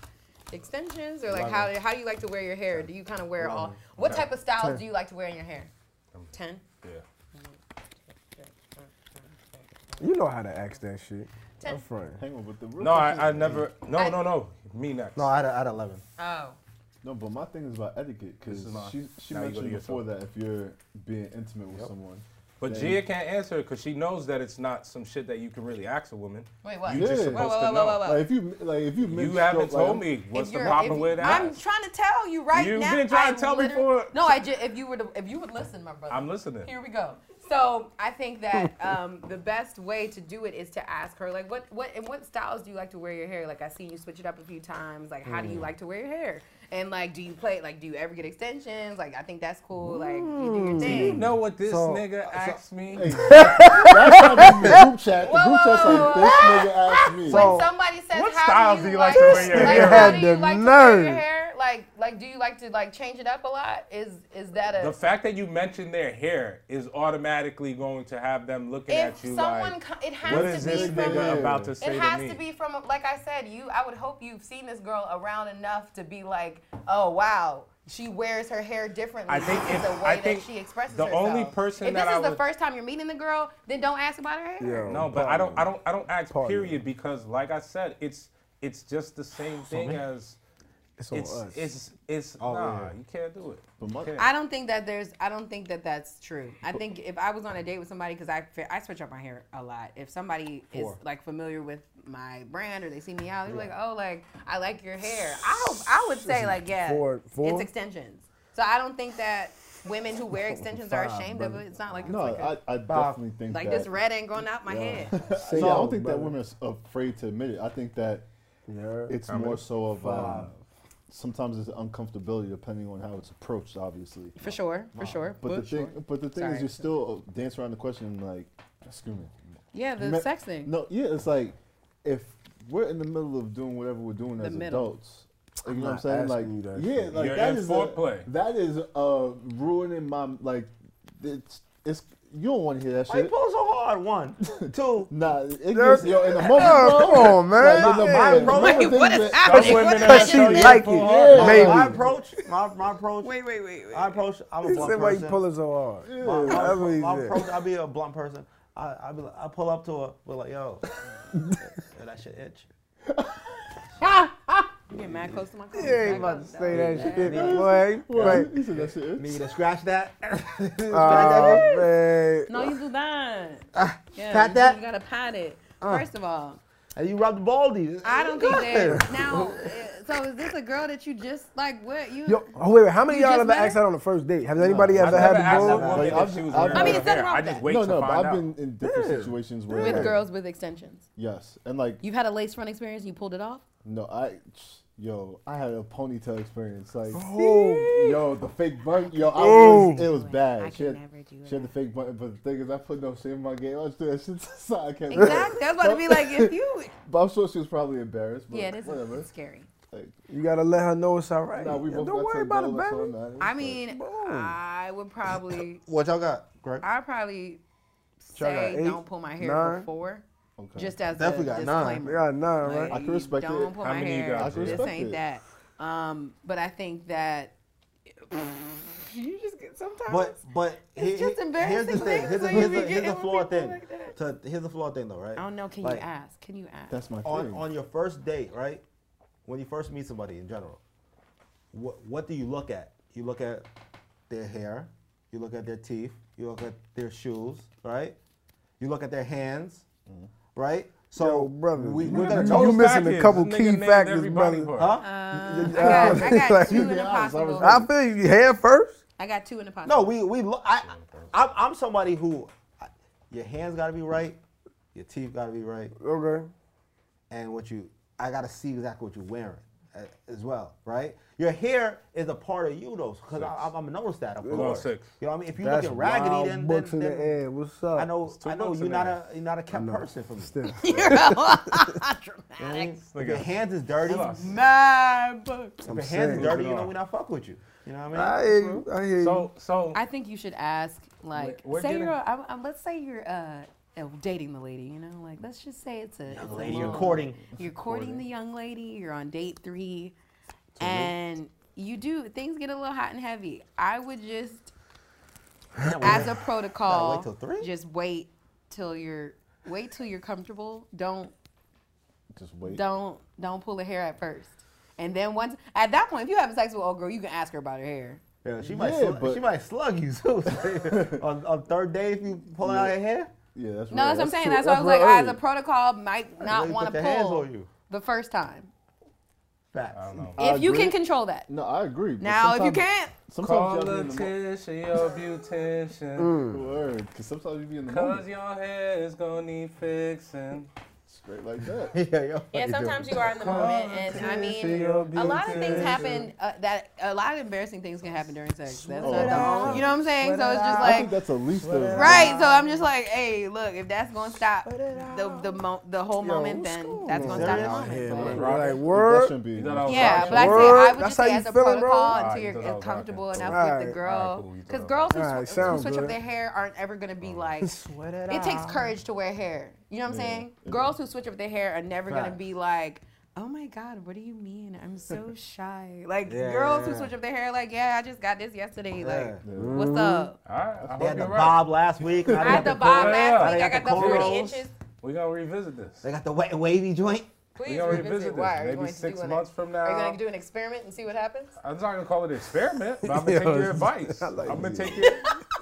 [SPEAKER 1] extensions or like how do, how do you like to wear your hair? Do you kind of wear all? What type of styles do you like to wear in your hair?
[SPEAKER 3] Um,
[SPEAKER 1] Ten.
[SPEAKER 3] Yeah.
[SPEAKER 4] You know how to ask that shit.
[SPEAKER 1] Ten.
[SPEAKER 4] I'm
[SPEAKER 3] oh.
[SPEAKER 4] fronting.
[SPEAKER 5] hang on, but the real
[SPEAKER 3] No,
[SPEAKER 5] question-
[SPEAKER 3] I, I never. No,
[SPEAKER 1] I-
[SPEAKER 3] no, no. Me next.
[SPEAKER 2] No, I had, a, I had 11.
[SPEAKER 1] Oh,
[SPEAKER 5] No, but my thing is about etiquette because
[SPEAKER 3] This is mine.
[SPEAKER 5] she she
[SPEAKER 3] Now you go
[SPEAKER 5] mentioned
[SPEAKER 3] to
[SPEAKER 5] before
[SPEAKER 3] yourself.
[SPEAKER 5] that if you're being intimate with someone,
[SPEAKER 3] But
[SPEAKER 5] then-
[SPEAKER 3] Gia can't answer because she knows that it's not some shit that you can really ask a woman.
[SPEAKER 1] wait, what?
[SPEAKER 3] You
[SPEAKER 5] Yeah.
[SPEAKER 3] just
[SPEAKER 5] Whoa,
[SPEAKER 3] supposed
[SPEAKER 1] whoa, whoa,
[SPEAKER 3] to
[SPEAKER 1] whoa,
[SPEAKER 3] know.
[SPEAKER 1] whoa, whoa.
[SPEAKER 5] like if you like if you
[SPEAKER 3] You
[SPEAKER 5] mixed
[SPEAKER 3] haven't
[SPEAKER 5] up, like,
[SPEAKER 3] told me
[SPEAKER 1] If
[SPEAKER 3] what's the
[SPEAKER 1] you're-
[SPEAKER 3] problem
[SPEAKER 1] if-
[SPEAKER 3] with that.
[SPEAKER 1] I'm trying to tell you right
[SPEAKER 3] You've
[SPEAKER 1] now.
[SPEAKER 3] been trying
[SPEAKER 1] I
[SPEAKER 3] to tell me
[SPEAKER 1] literally-
[SPEAKER 3] for-
[SPEAKER 1] No, I just if you would if you would listen, my brother.
[SPEAKER 3] I'm listening.
[SPEAKER 1] Here we go. So I think that um, the best way to do it is to ask her, like, what, what, and what styles do you like to wear your hair? Like, I see you switch it up a few times. Like, how do
[SPEAKER 3] Mm.
[SPEAKER 1] you like to wear your hair? And like, do you play? Like, do you ever get extensions? Like, I think that's cool. Like, you do your
[SPEAKER 3] You
[SPEAKER 1] thing.
[SPEAKER 3] know what this
[SPEAKER 4] So-
[SPEAKER 3] nigga asked me?
[SPEAKER 5] That's how the group chat. The
[SPEAKER 1] Whoa,
[SPEAKER 5] group chat's
[SPEAKER 1] whoa,
[SPEAKER 5] like
[SPEAKER 1] whoa,
[SPEAKER 5] this nigga asked me.
[SPEAKER 1] When somebody says,
[SPEAKER 3] What
[SPEAKER 1] how
[SPEAKER 3] styles
[SPEAKER 1] do you like,
[SPEAKER 3] to wear your
[SPEAKER 1] like,
[SPEAKER 3] hair?
[SPEAKER 1] How do
[SPEAKER 4] You
[SPEAKER 1] you
[SPEAKER 4] had
[SPEAKER 1] like
[SPEAKER 4] the
[SPEAKER 1] to wear your
[SPEAKER 4] nerve.
[SPEAKER 1] hair? Like, like, do you like to like change it up a lot? Is is that a
[SPEAKER 3] The fact that you mentioned their hair is automatically going to have them looking
[SPEAKER 1] if
[SPEAKER 3] at you
[SPEAKER 1] someone
[SPEAKER 3] like,
[SPEAKER 1] co- it has
[SPEAKER 3] what
[SPEAKER 1] to
[SPEAKER 3] is
[SPEAKER 1] be
[SPEAKER 3] this
[SPEAKER 1] from
[SPEAKER 3] nigga
[SPEAKER 1] a-
[SPEAKER 3] about to say
[SPEAKER 1] it
[SPEAKER 3] to
[SPEAKER 1] has
[SPEAKER 3] me?
[SPEAKER 1] to be from a- like i said you i would hope you've seen this girl around enough to be like oh wow she wears her hair differently
[SPEAKER 3] I think
[SPEAKER 1] this is
[SPEAKER 3] if-
[SPEAKER 1] the way
[SPEAKER 3] I think
[SPEAKER 1] that she expresses
[SPEAKER 3] the
[SPEAKER 1] herself.
[SPEAKER 3] only person
[SPEAKER 1] if
[SPEAKER 3] that
[SPEAKER 1] this
[SPEAKER 3] I
[SPEAKER 1] is the
[SPEAKER 3] would-
[SPEAKER 1] first time you're meeting the girl then don't ask about her hair
[SPEAKER 4] Yo,
[SPEAKER 3] No, but I don't. I don't. I don't ask.
[SPEAKER 4] Pardon.
[SPEAKER 3] Period. Because, like I said, it's it's just the same thing as
[SPEAKER 4] It's on
[SPEAKER 3] it's
[SPEAKER 4] us.
[SPEAKER 3] it's it's.
[SPEAKER 2] Oh,
[SPEAKER 3] nah,
[SPEAKER 2] yeah.
[SPEAKER 3] you can't do it.
[SPEAKER 5] But my-
[SPEAKER 3] You can't.
[SPEAKER 1] I don't think that there's. I don't think that that's true. I think if I was on a date with somebody, because I fi- I switch up my hair a lot. If somebody
[SPEAKER 2] Four.
[SPEAKER 1] is like familiar with my brand or they see me out, they're like, "Oh, like I like your hair." I hope- I would say like, "Yeah,
[SPEAKER 4] Four- four?
[SPEAKER 1] it's extensions." So I don't think that women who wear extensions are
[SPEAKER 4] Five,
[SPEAKER 1] ashamed of
[SPEAKER 4] brother.
[SPEAKER 1] it. It's not like it's
[SPEAKER 5] no,
[SPEAKER 1] like, a-
[SPEAKER 5] I, I definitely think
[SPEAKER 1] like
[SPEAKER 5] that,
[SPEAKER 1] this red ain't going out my head.
[SPEAKER 4] Say
[SPEAKER 5] no, I
[SPEAKER 4] yo,
[SPEAKER 5] don't think
[SPEAKER 4] brother.
[SPEAKER 5] that women are s- afraid to admit it. I think that
[SPEAKER 4] Yeah.
[SPEAKER 5] it's
[SPEAKER 3] How many?
[SPEAKER 5] more so of um,
[SPEAKER 4] Five.
[SPEAKER 5] sometimes it's uncomfortability depending on how it's approached, obviously.
[SPEAKER 1] For sure, for sure.
[SPEAKER 5] But the thing, but the thing
[SPEAKER 1] Sorry.
[SPEAKER 5] is, you're still uh, dance around the question like, excuse me.
[SPEAKER 1] yeah, the
[SPEAKER 5] Me-
[SPEAKER 1] sex thing.
[SPEAKER 5] No, yeah, it's like if we're in the middle of doing whatever we're doing
[SPEAKER 1] The
[SPEAKER 5] as
[SPEAKER 1] middle.
[SPEAKER 5] adults. You know what
[SPEAKER 4] not
[SPEAKER 5] I'm saying? Like,
[SPEAKER 4] asking you that
[SPEAKER 5] yeah,
[SPEAKER 4] shit.
[SPEAKER 5] like
[SPEAKER 3] You're
[SPEAKER 5] that
[SPEAKER 3] in
[SPEAKER 5] is
[SPEAKER 3] foreplay.
[SPEAKER 5] A, that is uh ruining my like. It's it's you don't want to hear that shit.
[SPEAKER 2] so
[SPEAKER 6] hard. One, two.
[SPEAKER 5] Nah, it gets, yo, in the moment,
[SPEAKER 4] Nah,
[SPEAKER 5] bro,
[SPEAKER 4] Oh, come on, man.
[SPEAKER 5] Like, in the
[SPEAKER 4] Yeah.
[SPEAKER 5] moment,
[SPEAKER 4] Bro,
[SPEAKER 5] the
[SPEAKER 1] wait, what
[SPEAKER 5] moment things
[SPEAKER 1] is
[SPEAKER 5] that-
[SPEAKER 6] That's
[SPEAKER 1] happening?
[SPEAKER 6] what
[SPEAKER 1] What
[SPEAKER 6] men
[SPEAKER 1] the
[SPEAKER 6] are
[SPEAKER 1] hell
[SPEAKER 4] she
[SPEAKER 1] is
[SPEAKER 6] showing you
[SPEAKER 4] like
[SPEAKER 6] full
[SPEAKER 4] it.
[SPEAKER 6] hard.
[SPEAKER 4] Yeah. Maybe.
[SPEAKER 6] My approach. My, my approach.
[SPEAKER 1] Wait, wait, wait, wait.
[SPEAKER 6] I approach. I'm a
[SPEAKER 4] He
[SPEAKER 6] blunt
[SPEAKER 4] said, why you
[SPEAKER 6] person.
[SPEAKER 4] pulling so hard?
[SPEAKER 6] my, my,
[SPEAKER 4] That's what he
[SPEAKER 6] my
[SPEAKER 4] said.
[SPEAKER 6] approach. I'll be a blunt person. I I, be like, I pull up to her. Be like, yo, yo, that shit itch.
[SPEAKER 1] You get mad close to my car.
[SPEAKER 4] He ain't about to say that shit, boy. Right.
[SPEAKER 5] He said that shit.
[SPEAKER 6] Need to scratch that.
[SPEAKER 4] Oh, man.
[SPEAKER 1] No, you do not.
[SPEAKER 4] Ah,
[SPEAKER 1] yeah,
[SPEAKER 6] pat
[SPEAKER 1] you-
[SPEAKER 6] that?
[SPEAKER 1] You gotta pat it.
[SPEAKER 4] Uh.
[SPEAKER 1] First of all,
[SPEAKER 6] and you rub the baldy.
[SPEAKER 1] I don't think that. Now, uh, so is this a girl that you just like? What you?
[SPEAKER 4] Yo, oh, wait, wait. How many of
[SPEAKER 1] You
[SPEAKER 4] y'all
[SPEAKER 1] just
[SPEAKER 4] ever
[SPEAKER 1] met her?
[SPEAKER 4] asked out on the first date? Has anybody
[SPEAKER 3] I've
[SPEAKER 4] ever
[SPEAKER 3] never
[SPEAKER 4] had
[SPEAKER 3] asked
[SPEAKER 4] the
[SPEAKER 3] that
[SPEAKER 4] balls?
[SPEAKER 5] Like,
[SPEAKER 3] woman
[SPEAKER 5] I've-
[SPEAKER 3] if she was
[SPEAKER 5] I've-
[SPEAKER 3] wearing
[SPEAKER 5] I mean,
[SPEAKER 3] her
[SPEAKER 1] there's nothing
[SPEAKER 3] hair.
[SPEAKER 1] wrong
[SPEAKER 3] I
[SPEAKER 1] with
[SPEAKER 3] just
[SPEAKER 1] that.
[SPEAKER 3] wait
[SPEAKER 5] No,
[SPEAKER 3] to
[SPEAKER 5] no, but
[SPEAKER 3] find
[SPEAKER 5] I've
[SPEAKER 3] out.
[SPEAKER 5] been in different situations where
[SPEAKER 1] with
[SPEAKER 5] like-
[SPEAKER 1] girls with extensions.
[SPEAKER 5] Yes, and like
[SPEAKER 1] You've had a lace front experience. You pulled it off.
[SPEAKER 5] no, I, yo, I had a ponytail experience. Like,
[SPEAKER 4] Oh,
[SPEAKER 5] yo, the fake bun, yo, I was,
[SPEAKER 4] Oh.
[SPEAKER 5] it was bad.
[SPEAKER 1] I
[SPEAKER 5] she
[SPEAKER 1] can
[SPEAKER 5] had,
[SPEAKER 1] never do
[SPEAKER 5] she had the
[SPEAKER 1] that.
[SPEAKER 5] fake bun, but the thing is, I put no shame in my game. I was doing that shit to the side. I can't
[SPEAKER 1] Exactly. That's about to be like if you.
[SPEAKER 5] But I'm sure she was probably embarrassed. But
[SPEAKER 1] Yeah, it is
[SPEAKER 5] whatever.
[SPEAKER 1] it's scary.
[SPEAKER 5] Like,
[SPEAKER 4] you gotta let her know it's all right.
[SPEAKER 5] nah, we both
[SPEAKER 4] Don't
[SPEAKER 5] got
[SPEAKER 4] worry
[SPEAKER 5] ten
[SPEAKER 4] about it,
[SPEAKER 5] dollars, so
[SPEAKER 4] baby.
[SPEAKER 5] I'm not-
[SPEAKER 1] I mean,
[SPEAKER 4] Boom.
[SPEAKER 1] I would probably.
[SPEAKER 2] What y'all got, Greg?
[SPEAKER 1] I probably
[SPEAKER 4] Y'all got
[SPEAKER 1] say
[SPEAKER 4] eight,
[SPEAKER 1] don't pull my hair
[SPEAKER 4] nine?
[SPEAKER 1] before.
[SPEAKER 5] Okay.
[SPEAKER 1] Just as
[SPEAKER 2] Definitely
[SPEAKER 1] a
[SPEAKER 2] got nine.
[SPEAKER 1] disclaimer.
[SPEAKER 4] Yeah, nah, right?
[SPEAKER 5] I can respect
[SPEAKER 1] don't
[SPEAKER 5] it.
[SPEAKER 1] pull
[SPEAKER 3] How
[SPEAKER 1] my
[SPEAKER 3] many you
[SPEAKER 1] hair.
[SPEAKER 3] got, I
[SPEAKER 5] can
[SPEAKER 1] This
[SPEAKER 5] respect
[SPEAKER 1] ain't
[SPEAKER 5] it.
[SPEAKER 1] that. Um, but I think that you just get sometimes.
[SPEAKER 2] But but
[SPEAKER 1] It's
[SPEAKER 2] he-
[SPEAKER 1] just
[SPEAKER 2] he- Here's
[SPEAKER 1] embarrassing
[SPEAKER 2] the thing.
[SPEAKER 1] things
[SPEAKER 2] Here's the,
[SPEAKER 1] when you
[SPEAKER 2] here's
[SPEAKER 1] be
[SPEAKER 2] the, here's
[SPEAKER 1] getting
[SPEAKER 2] the
[SPEAKER 1] with
[SPEAKER 2] floor
[SPEAKER 1] people
[SPEAKER 2] thing.
[SPEAKER 1] like that.
[SPEAKER 2] to, here's the floor thing though, right?
[SPEAKER 1] I don't know. Can
[SPEAKER 2] Like,
[SPEAKER 1] you ask? Can you ask?
[SPEAKER 5] That's my
[SPEAKER 2] on
[SPEAKER 5] thing.
[SPEAKER 2] on your first date, right? When you first meet somebody in general, what what do you look at? You look at their hair, you look at their teeth, you look at their shoes, right? You look at their hands, right? So
[SPEAKER 4] Mm-hmm. Yo, brother,
[SPEAKER 2] we,
[SPEAKER 4] you-
[SPEAKER 2] we're
[SPEAKER 4] you-
[SPEAKER 2] gonna
[SPEAKER 4] you
[SPEAKER 2] notice,
[SPEAKER 4] missing a couple key factors, brother.
[SPEAKER 2] huh?
[SPEAKER 1] Uh, I got, I got
[SPEAKER 4] Like,
[SPEAKER 1] two
[SPEAKER 4] you
[SPEAKER 1] in
[SPEAKER 5] be
[SPEAKER 1] the
[SPEAKER 5] honest, I was
[SPEAKER 1] possible.
[SPEAKER 5] like-
[SPEAKER 4] I feel you. Hair first?
[SPEAKER 1] I got two in the possible.
[SPEAKER 2] No, we we look. I, I I'm, I'm somebody who, I, your hands gotta be right, your teeth gotta be right,
[SPEAKER 4] Okay.
[SPEAKER 2] and what you I gotta see exactly what you're wearing uh, as well, right? Your hair is a part of you though, because I'm, I'm a notice that. Of
[SPEAKER 3] on
[SPEAKER 2] course.
[SPEAKER 3] six.
[SPEAKER 2] You know what I mean? If you're
[SPEAKER 4] That's
[SPEAKER 2] looking raggedy,
[SPEAKER 4] wild
[SPEAKER 2] then, then,
[SPEAKER 4] books in the
[SPEAKER 2] then
[SPEAKER 4] air. What's up?
[SPEAKER 2] I know
[SPEAKER 3] two
[SPEAKER 2] I know
[SPEAKER 3] books
[SPEAKER 2] you're
[SPEAKER 3] in
[SPEAKER 2] not
[SPEAKER 3] there.
[SPEAKER 2] a you're not a kept person for me. You know
[SPEAKER 4] Still.
[SPEAKER 1] You're a
[SPEAKER 2] what I mean?
[SPEAKER 1] dramatic.
[SPEAKER 2] If your hands is dirty,
[SPEAKER 3] Hold on.
[SPEAKER 2] if
[SPEAKER 1] Mad book.
[SPEAKER 2] your hands
[SPEAKER 4] saying.
[SPEAKER 2] is dirty, you know we not fuck with you. You know what I
[SPEAKER 4] I
[SPEAKER 2] mean?
[SPEAKER 4] hear you. I hear you.
[SPEAKER 3] So, so
[SPEAKER 1] I think you should ask, like,
[SPEAKER 3] We're- we're
[SPEAKER 1] say
[SPEAKER 3] getting-
[SPEAKER 1] you're, a- I'm, I'm, let's say you're uh, uh, dating the lady, you know, like, let's just say it's a, it's a
[SPEAKER 2] lady, you're
[SPEAKER 1] long-
[SPEAKER 2] courting.
[SPEAKER 1] You're courting, the young lady, you're on date three, and you do, things get a little hot and heavy. I would just, as a protocol,
[SPEAKER 2] till three?
[SPEAKER 1] just wait till you're, wait till you're comfortable. Don't,
[SPEAKER 5] Just wait.
[SPEAKER 1] don't, don't pull the hair at first. And then once, at that point, if you having sex with old girl, you can ask her about her hair.
[SPEAKER 2] Yeah, she might
[SPEAKER 5] Yeah,
[SPEAKER 2] sl-
[SPEAKER 5] but-
[SPEAKER 2] she might slug you too. on, on third day if you pull out your hair.
[SPEAKER 5] Yeah, that's
[SPEAKER 1] No,
[SPEAKER 5] real.
[SPEAKER 1] that's what I'm saying.
[SPEAKER 5] true.
[SPEAKER 1] That's why I was
[SPEAKER 5] real
[SPEAKER 1] like, as a
[SPEAKER 5] early.
[SPEAKER 1] protocol, might not
[SPEAKER 2] they
[SPEAKER 1] want
[SPEAKER 2] put
[SPEAKER 1] to
[SPEAKER 2] their hands
[SPEAKER 1] pull
[SPEAKER 2] on you.
[SPEAKER 1] the first time.
[SPEAKER 2] Facts.
[SPEAKER 3] I don't know.
[SPEAKER 5] I
[SPEAKER 1] if you
[SPEAKER 5] agree.
[SPEAKER 1] can control that.
[SPEAKER 5] No, I agree. but
[SPEAKER 1] Now, if you
[SPEAKER 5] sometimes-
[SPEAKER 1] can't,
[SPEAKER 5] sometimes
[SPEAKER 3] Call
[SPEAKER 5] y'all be
[SPEAKER 3] a
[SPEAKER 5] in the mo-
[SPEAKER 3] tissue, your beautician.
[SPEAKER 1] Hmm.
[SPEAKER 5] Word, because sometimes you be in the
[SPEAKER 3] Cause
[SPEAKER 5] moment
[SPEAKER 3] your hair is gonna need fixing.
[SPEAKER 5] straight like that.
[SPEAKER 2] yeah, yo,
[SPEAKER 1] Yeah, sometimes you are in the moment, and I mean, a lot of things happen. Uh, that a lot of embarrassing things can happen during sex. That's not the only, you know what I'm saying? So it's just
[SPEAKER 5] I think
[SPEAKER 1] like
[SPEAKER 5] that's the least of it.
[SPEAKER 1] right. So I'm just like, hey, look, if that's gonna stop the the mo- the whole moment, then that's gonna stop the
[SPEAKER 2] serious?
[SPEAKER 1] moment. So-
[SPEAKER 4] Yeah, like,
[SPEAKER 3] Rocket.
[SPEAKER 4] like,
[SPEAKER 5] That
[SPEAKER 4] word.
[SPEAKER 5] shouldn't be.
[SPEAKER 3] You thought I was
[SPEAKER 1] Yeah,
[SPEAKER 3] Rocket.
[SPEAKER 1] but I say
[SPEAKER 4] Oh, Word.
[SPEAKER 1] I would
[SPEAKER 4] That's
[SPEAKER 1] just
[SPEAKER 4] how
[SPEAKER 1] say
[SPEAKER 4] you
[SPEAKER 1] as a
[SPEAKER 4] feeling, bro?
[SPEAKER 1] protocol
[SPEAKER 3] Alright, you
[SPEAKER 1] until
[SPEAKER 3] thought
[SPEAKER 1] you're
[SPEAKER 3] I was
[SPEAKER 1] comfortable
[SPEAKER 3] rocking.
[SPEAKER 1] enough
[SPEAKER 4] Alright,
[SPEAKER 1] with the
[SPEAKER 3] alright,
[SPEAKER 1] girl.
[SPEAKER 3] cool, you thought
[SPEAKER 1] Because
[SPEAKER 3] I was
[SPEAKER 1] girls who,
[SPEAKER 4] rocking. Alright,
[SPEAKER 1] sw- who
[SPEAKER 4] sounds
[SPEAKER 1] switch
[SPEAKER 4] good.
[SPEAKER 1] up their hair aren't ever gonna be like.
[SPEAKER 2] Sweat it
[SPEAKER 1] It takes
[SPEAKER 2] out.
[SPEAKER 1] courage to wear hair. You know what I'm saying? Girls who switch up their hair are never gonna
[SPEAKER 2] Facts.
[SPEAKER 1] be like, "Oh my God, what do you mean? I'm so shy." Like
[SPEAKER 2] Yeah,
[SPEAKER 1] girls
[SPEAKER 2] yeah.
[SPEAKER 1] who switch up their hair, like, "Yeah, I just got this yesterday. Like,
[SPEAKER 2] Yeah.
[SPEAKER 4] Mm-hmm.
[SPEAKER 1] what's up?"
[SPEAKER 3] All right, I
[SPEAKER 2] They
[SPEAKER 3] hope
[SPEAKER 2] had the
[SPEAKER 3] you're right.
[SPEAKER 2] bob last week. now they
[SPEAKER 1] I
[SPEAKER 2] got
[SPEAKER 1] had the
[SPEAKER 2] the
[SPEAKER 1] bob
[SPEAKER 3] curls.
[SPEAKER 1] last week.
[SPEAKER 2] They
[SPEAKER 1] I
[SPEAKER 2] got
[SPEAKER 1] got
[SPEAKER 2] the
[SPEAKER 1] the 40
[SPEAKER 2] curls.
[SPEAKER 1] inches.
[SPEAKER 3] We gonna revisit this.
[SPEAKER 2] They got the wet and wavy joint.
[SPEAKER 1] Please
[SPEAKER 3] We gonna
[SPEAKER 1] revisit.
[SPEAKER 3] revisit
[SPEAKER 1] Why?
[SPEAKER 3] this.
[SPEAKER 1] Are you
[SPEAKER 3] Maybe
[SPEAKER 1] going to
[SPEAKER 3] six
[SPEAKER 1] do an-
[SPEAKER 3] months from
[SPEAKER 1] Are you
[SPEAKER 3] now.
[SPEAKER 1] gonna do an experiment and see what happens?
[SPEAKER 3] I'm not gonna call it an experiment, but I'm gonna take
[SPEAKER 4] Yo,
[SPEAKER 3] your advice.
[SPEAKER 4] like
[SPEAKER 3] I'm gonna
[SPEAKER 4] you.
[SPEAKER 3] take your,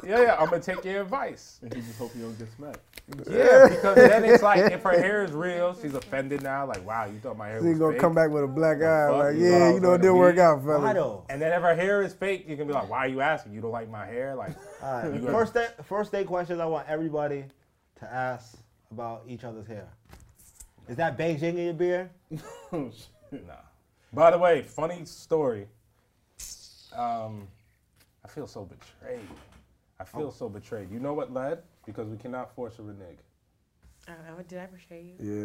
[SPEAKER 3] yeah, yeah. I'm gonna take your advice.
[SPEAKER 5] And you just hope you don't get smacked.
[SPEAKER 3] Yeah, because then it's like if her hair is real, she's offended now. Like, wow, you thought my hair
[SPEAKER 4] She
[SPEAKER 3] was
[SPEAKER 4] gonna
[SPEAKER 3] fake.
[SPEAKER 4] come back with a black eye,
[SPEAKER 3] fuck?
[SPEAKER 4] like,
[SPEAKER 3] You thought I
[SPEAKER 4] yeah, you
[SPEAKER 3] was
[SPEAKER 4] know, it
[SPEAKER 3] gonna
[SPEAKER 4] didn't
[SPEAKER 3] be-
[SPEAKER 4] work out,
[SPEAKER 2] Why
[SPEAKER 4] fella.
[SPEAKER 2] though?
[SPEAKER 3] And then if her hair is fake, you can be like, why are you asking? You don't like my hair? Like,
[SPEAKER 2] All right.
[SPEAKER 3] You got-
[SPEAKER 2] First day, first day questions I want everybody to ask about each other's hair. Is that Beijing in your beer?
[SPEAKER 3] nah. By the way, funny story. Um, I feel so betrayed. I feel
[SPEAKER 1] Oh.
[SPEAKER 3] so betrayed. You know what led? Because we cannot force a renege.
[SPEAKER 1] I don't know. Did I betray you?
[SPEAKER 4] Yeah.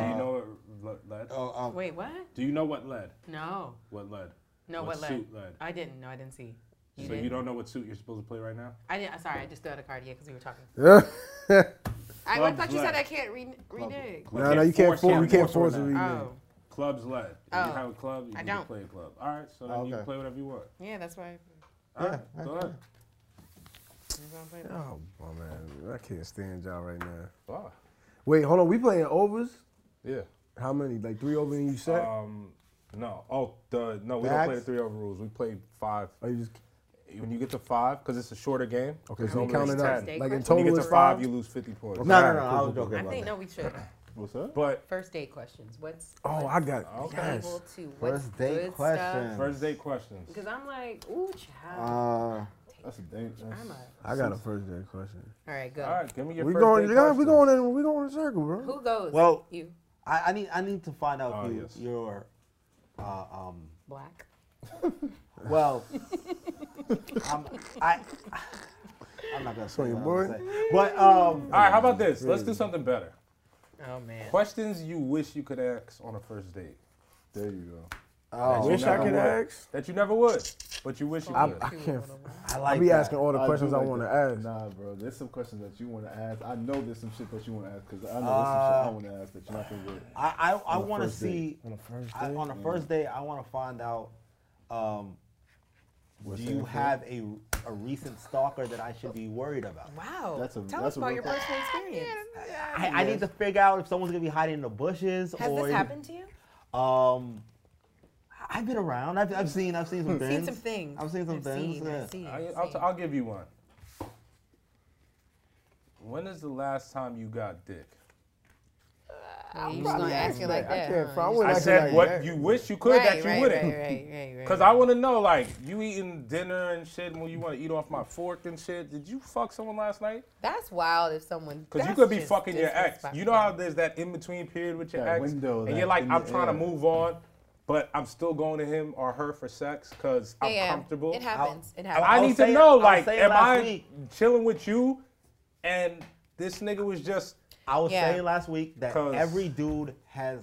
[SPEAKER 3] Do you know what le- led?
[SPEAKER 2] Oh, um,
[SPEAKER 1] Wait, what?
[SPEAKER 3] Do you know what led?
[SPEAKER 1] No,
[SPEAKER 3] What led?
[SPEAKER 1] no.
[SPEAKER 3] What
[SPEAKER 1] What, led?
[SPEAKER 3] suit led?
[SPEAKER 1] I didn't. No, I didn't see. You
[SPEAKER 3] so
[SPEAKER 1] didn't.
[SPEAKER 3] you don't know what suit you're supposed to play right now?
[SPEAKER 1] I didn't. Sorry, I just threw out a card. Yeah, because we were talking. I, I
[SPEAKER 3] Clubs
[SPEAKER 1] thought you said
[SPEAKER 3] left.
[SPEAKER 1] I can't re- renege.
[SPEAKER 4] No, no, you can't force. You can't force it.
[SPEAKER 3] right now.
[SPEAKER 4] really.
[SPEAKER 1] Oh,
[SPEAKER 3] Clubs led. If
[SPEAKER 1] Oh.
[SPEAKER 3] you have a club, you
[SPEAKER 1] I
[SPEAKER 3] can
[SPEAKER 1] don't.
[SPEAKER 3] play a club. All right, so then
[SPEAKER 2] Oh,
[SPEAKER 3] you
[SPEAKER 2] okay.
[SPEAKER 3] can play whatever you want.
[SPEAKER 1] yeah, that's why.
[SPEAKER 3] All right, go ahead.
[SPEAKER 1] that's why I'm playing.
[SPEAKER 4] Oh, oh, man, I can't stand y'all right now.
[SPEAKER 3] Wow.
[SPEAKER 4] Wait, hold on. We playing overs?
[SPEAKER 3] Yeah.
[SPEAKER 4] How many? Like three over in each set?
[SPEAKER 3] Um, no. Oh, the no. We don't play the
[SPEAKER 4] Backs?
[SPEAKER 3] three over rules. We play five.
[SPEAKER 4] Or you just
[SPEAKER 3] When you get to five, because it's a shorter game.
[SPEAKER 4] okay?
[SPEAKER 3] it's
[SPEAKER 4] So you
[SPEAKER 3] only
[SPEAKER 4] count it
[SPEAKER 3] ten.
[SPEAKER 4] up.
[SPEAKER 1] Mistake
[SPEAKER 4] Like
[SPEAKER 1] question.
[SPEAKER 4] in
[SPEAKER 3] When
[SPEAKER 4] total,
[SPEAKER 3] you get
[SPEAKER 4] it's
[SPEAKER 3] to five,
[SPEAKER 4] five?
[SPEAKER 3] you lose fifty points.
[SPEAKER 4] Okay.
[SPEAKER 6] No, no, no. I was joking
[SPEAKER 1] I
[SPEAKER 6] about
[SPEAKER 1] think
[SPEAKER 6] that.
[SPEAKER 1] no, we should
[SPEAKER 5] What's that?
[SPEAKER 3] But
[SPEAKER 1] first date questions. What's
[SPEAKER 4] Oh, I got it.
[SPEAKER 3] Okay.
[SPEAKER 4] Yes.
[SPEAKER 1] equal to what's
[SPEAKER 2] First date
[SPEAKER 1] good
[SPEAKER 2] question.
[SPEAKER 1] stuff?
[SPEAKER 3] first date questions.
[SPEAKER 1] Because I'm like, ooh, child.
[SPEAKER 2] Uh,
[SPEAKER 5] That's a dangerous.
[SPEAKER 1] I'm a.
[SPEAKER 4] I got a first day question.
[SPEAKER 1] All right, go.
[SPEAKER 3] All right, give me your
[SPEAKER 4] We
[SPEAKER 3] first
[SPEAKER 4] going,
[SPEAKER 3] date
[SPEAKER 4] yeah, we
[SPEAKER 3] question.
[SPEAKER 4] going in, we going in a circle, bro.
[SPEAKER 1] Who goes?
[SPEAKER 2] Well-
[SPEAKER 1] you
[SPEAKER 2] I, I need I need to find out
[SPEAKER 3] Oh,
[SPEAKER 2] you,
[SPEAKER 3] yes.
[SPEAKER 2] your uh, um.
[SPEAKER 1] black.
[SPEAKER 2] Well, I'm, I I'm not gonna say
[SPEAKER 4] Sorry,
[SPEAKER 2] what I'm
[SPEAKER 4] boy.
[SPEAKER 2] gonna say. But um,
[SPEAKER 3] All right, how about this? Let's do something better.
[SPEAKER 1] Oh man.
[SPEAKER 3] Questions you wish you could ask on a first date
[SPEAKER 5] There you go.
[SPEAKER 2] oh,
[SPEAKER 4] Wish I
[SPEAKER 3] never
[SPEAKER 4] could
[SPEAKER 3] would.
[SPEAKER 4] ask.
[SPEAKER 3] that you never would, but you wish you
[SPEAKER 4] I,
[SPEAKER 3] could.
[SPEAKER 4] I can't.
[SPEAKER 2] I
[SPEAKER 4] I
[SPEAKER 2] like
[SPEAKER 4] be
[SPEAKER 2] that.
[SPEAKER 4] asking all the
[SPEAKER 5] do
[SPEAKER 4] questions I
[SPEAKER 5] like
[SPEAKER 4] want to
[SPEAKER 5] that.
[SPEAKER 4] ask.
[SPEAKER 5] Nah, bro. There's some questions that you want to ask. I know there's some shit that you want to ask because I know
[SPEAKER 1] Ah.
[SPEAKER 2] Uh,
[SPEAKER 5] there's some shit I want to ask that you're not gonna get.
[SPEAKER 2] I I, I
[SPEAKER 5] On the
[SPEAKER 2] want to
[SPEAKER 5] first date.
[SPEAKER 2] see
[SPEAKER 4] On the first
[SPEAKER 2] I, on the
[SPEAKER 5] Mm.
[SPEAKER 2] first day. I want to find out. Um,
[SPEAKER 5] What's
[SPEAKER 2] do
[SPEAKER 5] that
[SPEAKER 2] you
[SPEAKER 5] for?
[SPEAKER 2] have a a recent stalker that I should be worried about?
[SPEAKER 1] Wow.
[SPEAKER 5] That's a-
[SPEAKER 1] Tell us
[SPEAKER 5] that's a
[SPEAKER 1] about
[SPEAKER 5] real
[SPEAKER 1] your
[SPEAKER 5] question.
[SPEAKER 1] personal experience.
[SPEAKER 2] I, I need to figure out if someone's gonna be hiding in the bushes
[SPEAKER 1] Has
[SPEAKER 2] or
[SPEAKER 1] this happened to you?
[SPEAKER 2] Um, I- I've been around. I've, I've seen. I've seen some things.
[SPEAKER 1] Seen some things.
[SPEAKER 2] I've seen some things.
[SPEAKER 1] Seen,
[SPEAKER 2] yeah.
[SPEAKER 1] I've seen,
[SPEAKER 3] I,
[SPEAKER 1] I've
[SPEAKER 3] will
[SPEAKER 1] seen.
[SPEAKER 3] I'll give you one. When is the last time you got dick?
[SPEAKER 1] Yeah, you just gonna ask it like
[SPEAKER 4] I
[SPEAKER 1] that.
[SPEAKER 4] can't
[SPEAKER 1] huh?
[SPEAKER 4] find-
[SPEAKER 1] You
[SPEAKER 4] I
[SPEAKER 3] I
[SPEAKER 4] Like,
[SPEAKER 3] said
[SPEAKER 4] like
[SPEAKER 3] what
[SPEAKER 4] that.
[SPEAKER 3] you wish you could
[SPEAKER 1] just-
[SPEAKER 3] that you
[SPEAKER 1] right,
[SPEAKER 3] wouldn't.
[SPEAKER 1] Right, right, right, right.
[SPEAKER 3] Cause I want to know, like, you eating dinner and shit, and when you want to eat off my fork and shit. Did you fuck someone last night?
[SPEAKER 1] That's wild if someone.
[SPEAKER 3] Cause you
[SPEAKER 1] that's
[SPEAKER 3] could be
[SPEAKER 1] just
[SPEAKER 3] fucking your ex.
[SPEAKER 1] disrespectful.
[SPEAKER 3] You know how there's that in between period with your
[SPEAKER 5] That
[SPEAKER 3] ex,
[SPEAKER 5] window,
[SPEAKER 3] and
[SPEAKER 5] that
[SPEAKER 3] you're like,
[SPEAKER 5] in
[SPEAKER 3] I'm
[SPEAKER 5] the
[SPEAKER 3] trying to
[SPEAKER 5] air.
[SPEAKER 3] move on, but I'm still going to him or her for sex because I'm
[SPEAKER 1] Yeah,
[SPEAKER 3] comfortable.
[SPEAKER 1] It happens. it
[SPEAKER 3] And
[SPEAKER 1] happens.
[SPEAKER 3] I
[SPEAKER 2] I'll
[SPEAKER 3] need
[SPEAKER 2] say
[SPEAKER 3] to
[SPEAKER 2] it-
[SPEAKER 3] know,
[SPEAKER 2] I'll
[SPEAKER 3] like,
[SPEAKER 2] say it
[SPEAKER 3] am
[SPEAKER 2] last
[SPEAKER 3] I
[SPEAKER 2] week.
[SPEAKER 3] chilling with you, and this nigga was just
[SPEAKER 2] I was
[SPEAKER 1] Yeah.
[SPEAKER 2] saying last week that
[SPEAKER 3] 'Cause-
[SPEAKER 2] every dude has,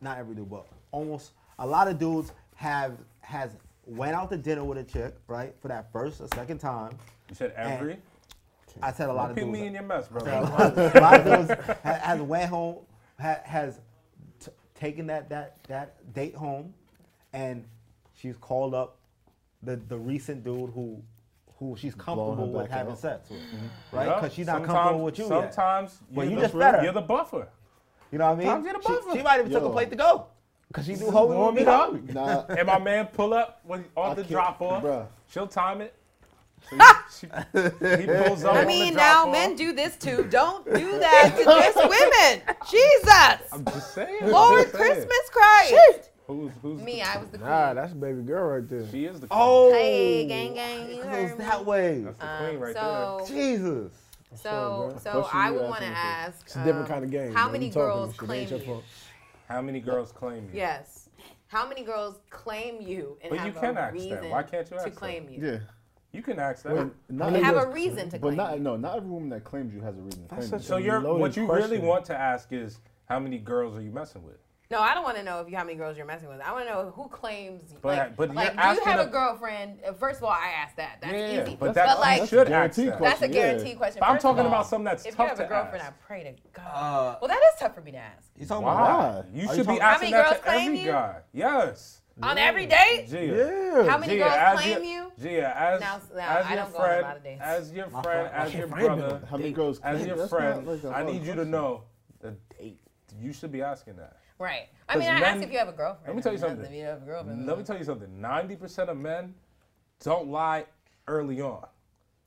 [SPEAKER 2] not every dude, but almost a lot of dudes have has went out to dinner with a chick, right, for that first or second time.
[SPEAKER 3] You said every?
[SPEAKER 2] And I said a lot of
[SPEAKER 3] Put
[SPEAKER 2] dudes.
[SPEAKER 3] me in your mess,
[SPEAKER 2] I said a
[SPEAKER 3] brother.
[SPEAKER 2] lot of, a lot of dudes ha- has went home, ha, has t- taken that that that date home, and she's called up the the recent dude who. Who she's comfortable with
[SPEAKER 5] back
[SPEAKER 2] having
[SPEAKER 5] out.
[SPEAKER 2] sex with, right?
[SPEAKER 3] Mm-hmm. Yeah.
[SPEAKER 2] Because she's not
[SPEAKER 3] Sometimes-
[SPEAKER 2] comfortable with you yet.
[SPEAKER 3] Sometimes
[SPEAKER 2] But
[SPEAKER 3] you're
[SPEAKER 2] you
[SPEAKER 3] the-
[SPEAKER 2] just better.
[SPEAKER 3] You're the buffer.
[SPEAKER 2] You know what I mean?
[SPEAKER 3] Times get a
[SPEAKER 2] She-
[SPEAKER 3] buffer.
[SPEAKER 2] She, might even took a
[SPEAKER 5] Yo.
[SPEAKER 2] plate to go. Cause she knew Hogan would
[SPEAKER 3] warm
[SPEAKER 2] be
[SPEAKER 3] it up.
[SPEAKER 2] hungry.
[SPEAKER 5] Nah,
[SPEAKER 3] And my man pull up when
[SPEAKER 5] I
[SPEAKER 3] on the
[SPEAKER 5] can't-
[SPEAKER 3] drop off.
[SPEAKER 5] bruh.
[SPEAKER 3] She'll time it. So she, she- he pulls up.
[SPEAKER 1] I
[SPEAKER 3] on
[SPEAKER 1] mean,
[SPEAKER 3] the
[SPEAKER 1] now
[SPEAKER 3] drop-off.
[SPEAKER 1] men do this too. Don't do that to just women. Jesus.
[SPEAKER 3] I'm just saying.
[SPEAKER 1] Lord
[SPEAKER 3] I'm just saying.
[SPEAKER 1] Christmas Christ.
[SPEAKER 3] Who's, who's
[SPEAKER 1] Me,
[SPEAKER 3] the-
[SPEAKER 1] I was the queen.
[SPEAKER 4] Nah, that's a baby girl right there.
[SPEAKER 3] she is the queen.
[SPEAKER 2] Oh,
[SPEAKER 1] Hey, gang, gang, you
[SPEAKER 2] It
[SPEAKER 1] heard
[SPEAKER 2] goes
[SPEAKER 1] me. Uh,
[SPEAKER 2] that way.
[SPEAKER 3] That's the queen right
[SPEAKER 1] Um, so,
[SPEAKER 2] Jesus.
[SPEAKER 1] so, so
[SPEAKER 5] Question
[SPEAKER 1] I
[SPEAKER 5] you
[SPEAKER 1] would
[SPEAKER 5] asking
[SPEAKER 1] want to
[SPEAKER 5] me.
[SPEAKER 1] ask.
[SPEAKER 4] It's a different
[SPEAKER 1] um,
[SPEAKER 4] kind of game.
[SPEAKER 1] How
[SPEAKER 4] man.
[SPEAKER 1] many
[SPEAKER 4] You talking
[SPEAKER 1] girls
[SPEAKER 4] and shit, it
[SPEAKER 1] claim
[SPEAKER 4] ain't your
[SPEAKER 1] you?
[SPEAKER 4] fault.
[SPEAKER 3] there. How many girls claim you?
[SPEAKER 1] Yes. How many girls claim you and
[SPEAKER 3] But
[SPEAKER 1] have
[SPEAKER 3] you can
[SPEAKER 1] a
[SPEAKER 3] ask that.
[SPEAKER 1] reason
[SPEAKER 3] Why can't you
[SPEAKER 1] to
[SPEAKER 3] ask that?
[SPEAKER 1] claim you?
[SPEAKER 5] yeah.
[SPEAKER 3] You can ask that.
[SPEAKER 5] But not
[SPEAKER 1] And have a
[SPEAKER 5] every-
[SPEAKER 1] reason to
[SPEAKER 5] But
[SPEAKER 1] claim
[SPEAKER 5] not
[SPEAKER 1] you.
[SPEAKER 5] no, not every woman that claims you has a reason to claim you.
[SPEAKER 4] such
[SPEAKER 3] so you're
[SPEAKER 4] Loaded
[SPEAKER 3] what you really
[SPEAKER 4] question.
[SPEAKER 3] want to ask is how many girls are you messing with?
[SPEAKER 1] No, I don't want to know if you how many girls you're messing with. I want to know who claims.
[SPEAKER 3] But-
[SPEAKER 1] like,
[SPEAKER 3] but you're
[SPEAKER 1] like, do you
[SPEAKER 3] asking
[SPEAKER 1] have
[SPEAKER 3] a-
[SPEAKER 1] a girlfriend? Uh, First of all, I asked that. That's
[SPEAKER 3] Yeah,
[SPEAKER 1] easy.
[SPEAKER 3] but
[SPEAKER 1] But,
[SPEAKER 3] that-
[SPEAKER 1] like,
[SPEAKER 3] that's- should
[SPEAKER 5] a
[SPEAKER 3] ask that.
[SPEAKER 5] guaranteed
[SPEAKER 1] that's a
[SPEAKER 5] question, yeah.
[SPEAKER 1] guaranteed question.
[SPEAKER 3] But I'm
[SPEAKER 1] First of
[SPEAKER 3] talking
[SPEAKER 1] all,
[SPEAKER 3] about something that's
[SPEAKER 1] If you
[SPEAKER 3] tough
[SPEAKER 1] have a
[SPEAKER 3] to
[SPEAKER 1] girlfriend,
[SPEAKER 3] ask.
[SPEAKER 1] I pray to God.
[SPEAKER 2] Uh,
[SPEAKER 1] well, that is tough for me to ask.
[SPEAKER 2] You talking about?
[SPEAKER 5] Why?
[SPEAKER 3] Why? You
[SPEAKER 5] Are you
[SPEAKER 3] should be
[SPEAKER 5] talking-
[SPEAKER 1] How
[SPEAKER 3] asking
[SPEAKER 1] many
[SPEAKER 3] that
[SPEAKER 1] girls
[SPEAKER 3] to every
[SPEAKER 1] claim you?
[SPEAKER 3] guy. Yes.
[SPEAKER 1] On every date?
[SPEAKER 3] Gia.
[SPEAKER 4] Yeah.
[SPEAKER 1] How many
[SPEAKER 3] Gia,
[SPEAKER 1] girls
[SPEAKER 3] as
[SPEAKER 1] claim
[SPEAKER 3] your-
[SPEAKER 1] you?
[SPEAKER 3] Gia, as,
[SPEAKER 1] Now- now,
[SPEAKER 3] as
[SPEAKER 1] I
[SPEAKER 3] your
[SPEAKER 1] don't go on a
[SPEAKER 3] friend,
[SPEAKER 1] lot of dates.
[SPEAKER 3] as your friend, as your
[SPEAKER 4] find them.
[SPEAKER 3] brother,
[SPEAKER 5] How many girls
[SPEAKER 3] as
[SPEAKER 5] claim
[SPEAKER 3] your
[SPEAKER 5] That's not
[SPEAKER 3] friend,
[SPEAKER 5] like a
[SPEAKER 3] I
[SPEAKER 5] hard
[SPEAKER 3] need you to
[SPEAKER 5] question.
[SPEAKER 3] know the date. You should be asking that.
[SPEAKER 1] Right. I mean, I
[SPEAKER 3] 'Cause
[SPEAKER 1] asked
[SPEAKER 3] men-
[SPEAKER 1] if you have a girlfriend.
[SPEAKER 3] Let me tell you
[SPEAKER 1] I mean,
[SPEAKER 3] something.
[SPEAKER 1] If you have a girlfriend.
[SPEAKER 3] Let me tell you something. Ninety percent of men don't lie early on.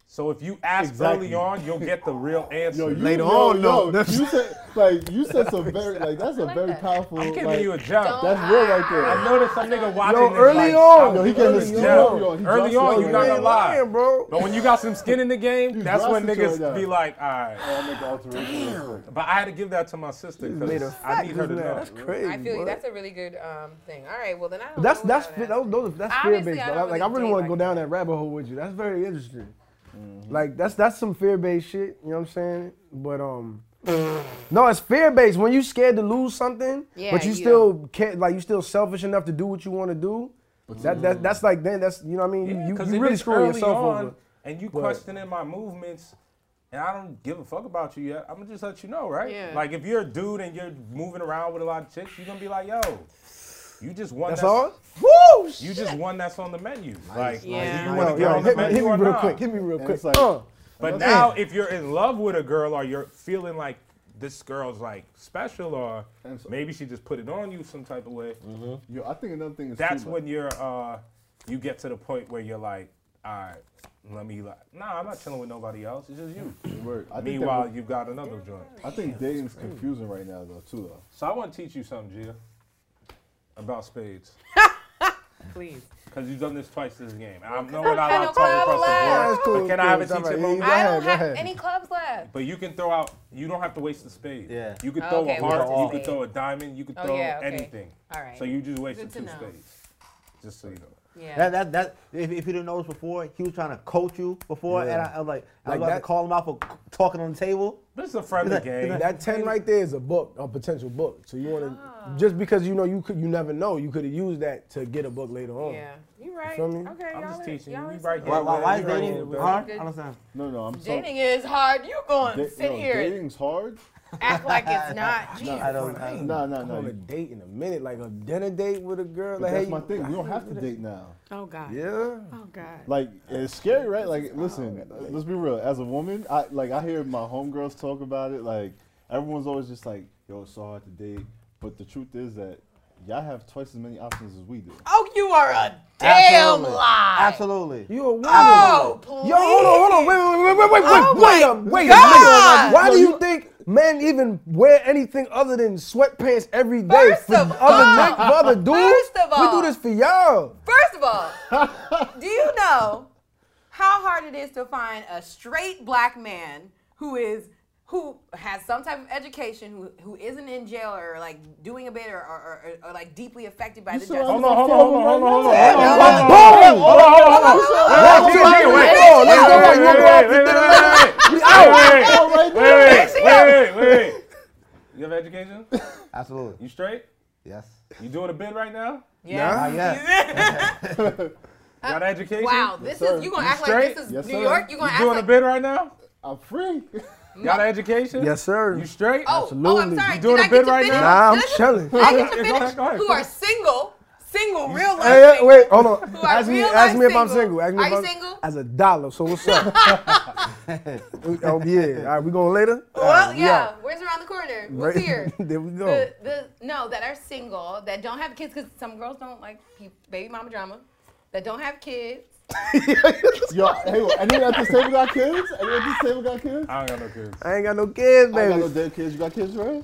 [SPEAKER 3] So if you ask early
[SPEAKER 5] Exactly.
[SPEAKER 3] on, you'll get the real answer.
[SPEAKER 5] Yo, you,
[SPEAKER 4] Later
[SPEAKER 5] yo,
[SPEAKER 4] on,
[SPEAKER 5] yo,
[SPEAKER 4] no.
[SPEAKER 5] you said like you said some very like that's a
[SPEAKER 1] like
[SPEAKER 5] very
[SPEAKER 1] that.
[SPEAKER 5] powerful.
[SPEAKER 3] I'm giving
[SPEAKER 5] like,
[SPEAKER 3] you a job.
[SPEAKER 5] That's real right
[SPEAKER 3] I
[SPEAKER 5] there.
[SPEAKER 3] know that some nigga watching
[SPEAKER 4] Yo,
[SPEAKER 3] this,
[SPEAKER 4] early
[SPEAKER 3] like,
[SPEAKER 4] on.
[SPEAKER 3] I-
[SPEAKER 5] Yo, he getting his
[SPEAKER 4] Early on.
[SPEAKER 5] skin up, yo, he
[SPEAKER 3] Early
[SPEAKER 5] drops
[SPEAKER 4] Oh,
[SPEAKER 3] on,
[SPEAKER 5] low
[SPEAKER 3] you
[SPEAKER 5] right
[SPEAKER 3] not
[SPEAKER 5] now.
[SPEAKER 3] gonna lie.
[SPEAKER 4] Damn, bro.
[SPEAKER 3] But when you got some skin in the game, that's when
[SPEAKER 5] drastic right
[SPEAKER 3] niggas
[SPEAKER 5] now.
[SPEAKER 3] be like, all right.
[SPEAKER 5] I'll make an alteration real quick.
[SPEAKER 3] But I had to give that to my sister
[SPEAKER 4] Made a
[SPEAKER 3] because I
[SPEAKER 4] fact
[SPEAKER 3] need her
[SPEAKER 4] just
[SPEAKER 3] to
[SPEAKER 4] now.
[SPEAKER 3] know.
[SPEAKER 4] That's crazy.
[SPEAKER 1] I feel
[SPEAKER 4] bro.
[SPEAKER 1] you. That's a really good um, thing. All right. Well, then I don't.
[SPEAKER 4] That's
[SPEAKER 1] know
[SPEAKER 4] that's
[SPEAKER 1] what I
[SPEAKER 4] fe-
[SPEAKER 1] would ask.
[SPEAKER 4] that, those, that's fear
[SPEAKER 1] Oh, Obviously,
[SPEAKER 4] based.
[SPEAKER 1] I
[SPEAKER 4] Like,
[SPEAKER 1] don't
[SPEAKER 4] like, I
[SPEAKER 1] really
[SPEAKER 4] really
[SPEAKER 1] date
[SPEAKER 4] want to
[SPEAKER 1] like
[SPEAKER 4] go
[SPEAKER 1] that.
[SPEAKER 4] down that rabbit hole with you. That's very interesting.
[SPEAKER 3] Mm-hmm.
[SPEAKER 4] Like that's that's some fear based shit. You know what I'm saying? But um, no, it's fear based. When you scared to lose something,
[SPEAKER 1] Yeah,
[SPEAKER 4] but you,
[SPEAKER 1] you-
[SPEAKER 4] still can't. Like you still selfish enough to do what you want to do. That, that that's like then that's you know what I mean. You-
[SPEAKER 3] Yeah,
[SPEAKER 4] you
[SPEAKER 3] 'cause
[SPEAKER 4] you,
[SPEAKER 3] if
[SPEAKER 4] really
[SPEAKER 3] it's
[SPEAKER 4] screwing
[SPEAKER 3] early
[SPEAKER 4] yourself
[SPEAKER 3] on
[SPEAKER 4] over.
[SPEAKER 3] And you
[SPEAKER 4] But-
[SPEAKER 3] questioning my movements, and I don't give a fuck about you yet, I'm gonna just let you know, right?
[SPEAKER 1] Yeah.
[SPEAKER 3] Like if you're a dude and you're moving around with a lot of chicks, you're gonna be like, yo, you just won.
[SPEAKER 4] That's all.
[SPEAKER 3] Woo! You just one that's on the menu. Like, do
[SPEAKER 1] Yeah.
[SPEAKER 3] you
[SPEAKER 1] Yo,
[SPEAKER 3] want
[SPEAKER 4] Yo,
[SPEAKER 3] to
[SPEAKER 4] yo,
[SPEAKER 3] get on the
[SPEAKER 4] hit, me,
[SPEAKER 3] menu
[SPEAKER 4] hit me
[SPEAKER 3] or
[SPEAKER 4] real
[SPEAKER 3] not?
[SPEAKER 4] quick. Hit me real
[SPEAKER 5] And
[SPEAKER 4] quick.
[SPEAKER 5] it's like-
[SPEAKER 4] Uh,
[SPEAKER 3] But
[SPEAKER 5] Okay.
[SPEAKER 3] now, if you're in love with a girl or you're feeling like this girl's like special or
[SPEAKER 5] And so-
[SPEAKER 3] maybe she just put it on you some type of way,
[SPEAKER 4] Mm-hmm.
[SPEAKER 5] Yo, I think another thing is
[SPEAKER 3] that's
[SPEAKER 5] too,
[SPEAKER 3] when you're uh, you get to the point where you're like, all right, let me like, nah, I'm not chilling with nobody else. It's just you.
[SPEAKER 5] like, work. I think that
[SPEAKER 3] Meanwhile,
[SPEAKER 5] would-
[SPEAKER 3] you've got another joint.
[SPEAKER 5] I think dating's confusing right now though too though.
[SPEAKER 3] So I want to teach you something, Gia, about spades.
[SPEAKER 1] Please.
[SPEAKER 3] Cause you've done this twice this game. And I know we're not allowed
[SPEAKER 1] no
[SPEAKER 3] to talk
[SPEAKER 1] club
[SPEAKER 3] across the
[SPEAKER 1] left.
[SPEAKER 3] board. but can I have a
[SPEAKER 4] That's cool,
[SPEAKER 3] teacher
[SPEAKER 4] it's
[SPEAKER 3] moment?
[SPEAKER 4] Go
[SPEAKER 1] I
[SPEAKER 4] ahead,
[SPEAKER 1] don't
[SPEAKER 4] go
[SPEAKER 1] have
[SPEAKER 4] ahead.
[SPEAKER 1] any clubs left.
[SPEAKER 3] But you can throw out. You don't have to waste the spade.
[SPEAKER 2] Yeah.
[SPEAKER 3] You could throw
[SPEAKER 1] Okay,
[SPEAKER 3] a
[SPEAKER 1] we
[SPEAKER 3] heart.
[SPEAKER 1] don't
[SPEAKER 3] You could
[SPEAKER 1] waste.
[SPEAKER 3] throw a diamond. You could
[SPEAKER 1] Oh,
[SPEAKER 3] throw
[SPEAKER 1] yeah, okay.
[SPEAKER 3] anything.
[SPEAKER 1] All right.
[SPEAKER 3] So you just wasted
[SPEAKER 1] to
[SPEAKER 3] two
[SPEAKER 1] know.
[SPEAKER 3] spades. Just so you know.
[SPEAKER 1] Yeah.
[SPEAKER 6] That that that if, if you didn't notice before, he was trying to coach you before, and I, I was like, I was
[SPEAKER 4] Like
[SPEAKER 6] about
[SPEAKER 4] that-
[SPEAKER 6] to call him out for c- talking on the table.
[SPEAKER 3] This is a friendly
[SPEAKER 6] Like-
[SPEAKER 3] game.
[SPEAKER 4] that ten right there is a book, a potential book. So you want to
[SPEAKER 1] Ah.
[SPEAKER 4] just because you know you could, you never know, you could have used that to get a book later on.
[SPEAKER 1] yeah. You right.
[SPEAKER 4] oh. feel me?
[SPEAKER 1] Okay.
[SPEAKER 3] I'm
[SPEAKER 1] y'all
[SPEAKER 3] just
[SPEAKER 1] are-
[SPEAKER 3] teaching you.
[SPEAKER 1] y'all
[SPEAKER 3] We
[SPEAKER 1] are
[SPEAKER 3] right
[SPEAKER 1] so-
[SPEAKER 3] Yeah,
[SPEAKER 6] why, why, why is
[SPEAKER 3] yeah,
[SPEAKER 6] dating hard?
[SPEAKER 3] yeah.
[SPEAKER 6] I
[SPEAKER 1] Good.
[SPEAKER 6] don't understand.
[SPEAKER 5] No, no, I'm sorry.
[SPEAKER 1] Dating is hard. You going
[SPEAKER 5] Da-
[SPEAKER 1] to sit
[SPEAKER 5] yo,
[SPEAKER 1] here and
[SPEAKER 5] Dating's hard.
[SPEAKER 1] act like it's not. Jesus.
[SPEAKER 6] I don't. I don't
[SPEAKER 5] No, no,
[SPEAKER 4] I'm on a
[SPEAKER 5] no.
[SPEAKER 4] date in a minute, like a dinner date with a girl.
[SPEAKER 5] But
[SPEAKER 4] Like,
[SPEAKER 5] that's
[SPEAKER 4] hey,
[SPEAKER 5] my
[SPEAKER 4] you-
[SPEAKER 5] thing. We don't have to date now.
[SPEAKER 1] Oh God.
[SPEAKER 4] Yeah.
[SPEAKER 1] Oh God.
[SPEAKER 5] Like it's scary, right? Like listen, let's be real. As a woman, I like I hear my homegirls talk about it. Like everyone's always just like, "Yo, it's so hard to date," but the truth is that y'all have twice as many options as we do.
[SPEAKER 1] Oh, you are a damn
[SPEAKER 6] Absolutely.
[SPEAKER 1] lie.
[SPEAKER 6] Absolutely.
[SPEAKER 4] You a woman.
[SPEAKER 1] Oh, please.
[SPEAKER 4] Yo, hold on, hold on. Wait, wait, wait, wait, wait,
[SPEAKER 1] Oh
[SPEAKER 4] wait,
[SPEAKER 1] my
[SPEAKER 4] a- wait a
[SPEAKER 1] God.
[SPEAKER 4] minute. Why do you think men even wear anything other than sweatpants every day?
[SPEAKER 1] First
[SPEAKER 4] for
[SPEAKER 1] of
[SPEAKER 4] other
[SPEAKER 1] all-
[SPEAKER 4] men- for other dudes?
[SPEAKER 1] First of all-
[SPEAKER 4] We do this for y'all.
[SPEAKER 1] First of all, do you know how hard it is to find a straight black man who is who has some type of education, who who isn't in jail or like doing a bit or or, or, or like deeply affected by the
[SPEAKER 5] still
[SPEAKER 1] justice.
[SPEAKER 5] on
[SPEAKER 3] Hold on, hold on, hold on, hold on, hold on.
[SPEAKER 5] Damn,
[SPEAKER 3] Hold
[SPEAKER 1] y'all
[SPEAKER 3] on,
[SPEAKER 1] are-
[SPEAKER 3] hold on, hold on, hold on, hold on.
[SPEAKER 4] Let's
[SPEAKER 3] Wait, wait, wait, wait,
[SPEAKER 4] Let's go
[SPEAKER 3] wait,
[SPEAKER 4] back. Let's
[SPEAKER 3] wait,
[SPEAKER 4] go back.
[SPEAKER 3] wait, wait, wait, wait, wait, wait, wait, wait, wait. You have education?
[SPEAKER 2] Absolutely.
[SPEAKER 3] You straight?
[SPEAKER 2] Yes.
[SPEAKER 3] You doing a bid right now?
[SPEAKER 1] Yeah.
[SPEAKER 6] Not yet.
[SPEAKER 3] You got education?
[SPEAKER 1] Wow, this
[SPEAKER 5] sir.
[SPEAKER 1] is you gonna
[SPEAKER 5] You
[SPEAKER 1] act
[SPEAKER 3] straight?
[SPEAKER 1] like this is
[SPEAKER 5] Yes,
[SPEAKER 1] New
[SPEAKER 5] sir.
[SPEAKER 1] York. You
[SPEAKER 3] You
[SPEAKER 1] gonna act
[SPEAKER 3] doing a
[SPEAKER 1] like
[SPEAKER 3] bid right now?
[SPEAKER 5] I'm free.
[SPEAKER 3] Got education?
[SPEAKER 4] Yes, sir.
[SPEAKER 3] You straight?
[SPEAKER 1] oh, oh, I'm sorry.
[SPEAKER 3] You doing
[SPEAKER 1] Did I
[SPEAKER 3] a
[SPEAKER 1] get
[SPEAKER 3] bid
[SPEAKER 1] to
[SPEAKER 3] right
[SPEAKER 1] finish?
[SPEAKER 3] now?
[SPEAKER 4] Nah, I'm
[SPEAKER 1] Did I-
[SPEAKER 4] chilling.
[SPEAKER 1] I get to
[SPEAKER 3] Go
[SPEAKER 1] finish.
[SPEAKER 3] ahead, go ahead,
[SPEAKER 1] who
[SPEAKER 3] go
[SPEAKER 1] are
[SPEAKER 3] ahead.
[SPEAKER 1] single, single, real life.
[SPEAKER 4] Hey,
[SPEAKER 1] single.
[SPEAKER 4] wait, hold on.
[SPEAKER 1] are
[SPEAKER 4] Ask me,
[SPEAKER 1] real
[SPEAKER 4] ask
[SPEAKER 1] life
[SPEAKER 4] me if I'm
[SPEAKER 1] single.
[SPEAKER 4] single. Ask me
[SPEAKER 1] Are
[SPEAKER 4] if
[SPEAKER 1] you
[SPEAKER 4] I'm
[SPEAKER 1] single?
[SPEAKER 4] As a dollar, so what's up? oh, yeah. All right, we going later? All right,
[SPEAKER 1] Well,
[SPEAKER 4] we
[SPEAKER 1] yeah.
[SPEAKER 4] out.
[SPEAKER 1] Where's around the corner? What's here?
[SPEAKER 4] there we go.
[SPEAKER 1] the,
[SPEAKER 3] Oh.
[SPEAKER 1] the no that are single that don't have kids because some girls don't like pe- baby mama drama that don't have kids
[SPEAKER 5] Yo, hey, what, anyone at this table got kids? Anyone at this table got kids?
[SPEAKER 3] I don't got no kids.
[SPEAKER 4] I ain't got no kids,
[SPEAKER 5] I ain't got
[SPEAKER 4] baby.
[SPEAKER 5] no dead kids. You got kids, right?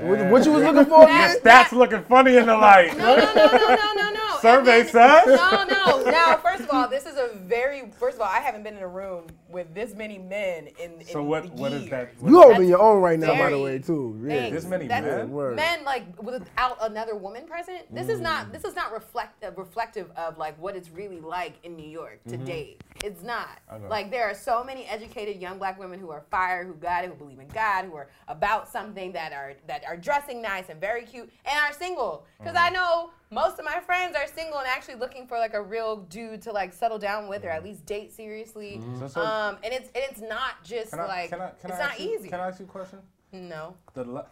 [SPEAKER 4] What, what you was looking for?
[SPEAKER 1] Yes.
[SPEAKER 4] man?
[SPEAKER 3] That's looking funny in the light.
[SPEAKER 1] no no no no no no no
[SPEAKER 3] Survey
[SPEAKER 1] And then-
[SPEAKER 3] says.
[SPEAKER 1] no no now first of all this is a very first of all i haven't been in a room with this many men in, in
[SPEAKER 3] So what? What is
[SPEAKER 1] years.
[SPEAKER 3] that?
[SPEAKER 4] You
[SPEAKER 3] what-
[SPEAKER 4] holding your own right now, by the
[SPEAKER 1] very
[SPEAKER 4] way, too. Yeah.
[SPEAKER 1] Thanks.
[SPEAKER 3] This many
[SPEAKER 1] That's-
[SPEAKER 3] men?
[SPEAKER 4] Word. Mm.
[SPEAKER 1] Men like without another woman present. This is not. This is not reflective reflective of like what it's really like in New York
[SPEAKER 4] Mm-hmm.
[SPEAKER 1] to date. It's not.
[SPEAKER 3] know.
[SPEAKER 1] Like there are so many educated young black women who are fire, who got it, who believe in God, who are about something that are that are dressing nice and very cute and are single. Because
[SPEAKER 4] Mm-hmm.
[SPEAKER 1] I know most of my friends are single and actually looking for like a real dude to like settle down with or
[SPEAKER 4] Mm-hmm.
[SPEAKER 1] at least date seriously.
[SPEAKER 3] So- so-
[SPEAKER 1] um, and it's and it's not just
[SPEAKER 3] Can I,
[SPEAKER 1] like
[SPEAKER 3] can I, can
[SPEAKER 1] it's
[SPEAKER 3] I
[SPEAKER 1] not
[SPEAKER 3] ask you,
[SPEAKER 1] easy.
[SPEAKER 3] Can I ask you a question?
[SPEAKER 1] no.
[SPEAKER 3] The le-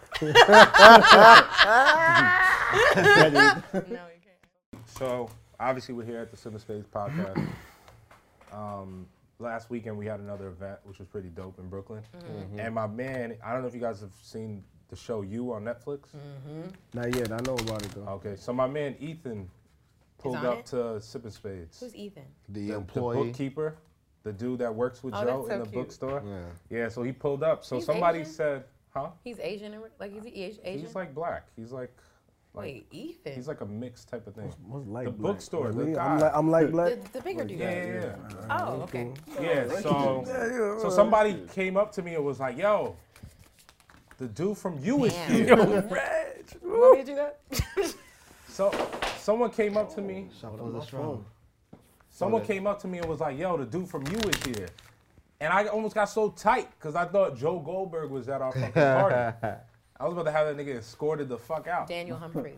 [SPEAKER 1] No, you can't.
[SPEAKER 3] so obviously we're here at the Cinema Space podcast. Um, last weekend we had another event which was pretty dope in Brooklyn,
[SPEAKER 4] Mm-hmm.
[SPEAKER 1] Mm-hmm.
[SPEAKER 3] and my man, I don't know if you guys have seen the show You on Netflix.
[SPEAKER 1] Mm-hmm.
[SPEAKER 4] Not yet. I know about it though.
[SPEAKER 3] Okay, so my man Ethan pulled
[SPEAKER 1] on
[SPEAKER 3] up
[SPEAKER 1] it?
[SPEAKER 3] to Sip and Spades.
[SPEAKER 1] Who's Ethan?
[SPEAKER 2] The,
[SPEAKER 3] the, the
[SPEAKER 2] employee.
[SPEAKER 3] bookkeeper, the dude that works with
[SPEAKER 1] Oh,
[SPEAKER 3] Joe
[SPEAKER 1] that's so
[SPEAKER 3] in the
[SPEAKER 1] cute.
[SPEAKER 3] bookstore.
[SPEAKER 2] Yeah.
[SPEAKER 3] Yeah, so he pulled up. So
[SPEAKER 1] He's
[SPEAKER 3] somebody
[SPEAKER 1] Asian?
[SPEAKER 3] said, huh?
[SPEAKER 1] He's Asian, and- like he's Asian.
[SPEAKER 3] He's like black. He's like, like
[SPEAKER 1] Wait, Ethan.
[SPEAKER 3] he's like a mix type of thing.
[SPEAKER 4] What's like
[SPEAKER 3] The
[SPEAKER 4] black?
[SPEAKER 3] bookstore, the
[SPEAKER 4] Really?
[SPEAKER 3] guy.
[SPEAKER 4] I'm like, I'm like black.
[SPEAKER 1] the, the bigger dude.
[SPEAKER 3] yeah, yeah, yeah.
[SPEAKER 1] Oh, okay.
[SPEAKER 3] Yeah, so so somebody came up to me and was like, "Yo, the dude from you is
[SPEAKER 1] Damn.
[SPEAKER 3] here."
[SPEAKER 1] Want me to do that?
[SPEAKER 3] So someone came up to me.
[SPEAKER 2] Shout out to Strong.
[SPEAKER 3] Someone came up to me and was like, "Yo, the dude from you is here," and I almost got so tight because I thought Joe Goldberg was at our fucking party. I was about to have that nigga escorted the fuck out.
[SPEAKER 1] Daniel Humphrey.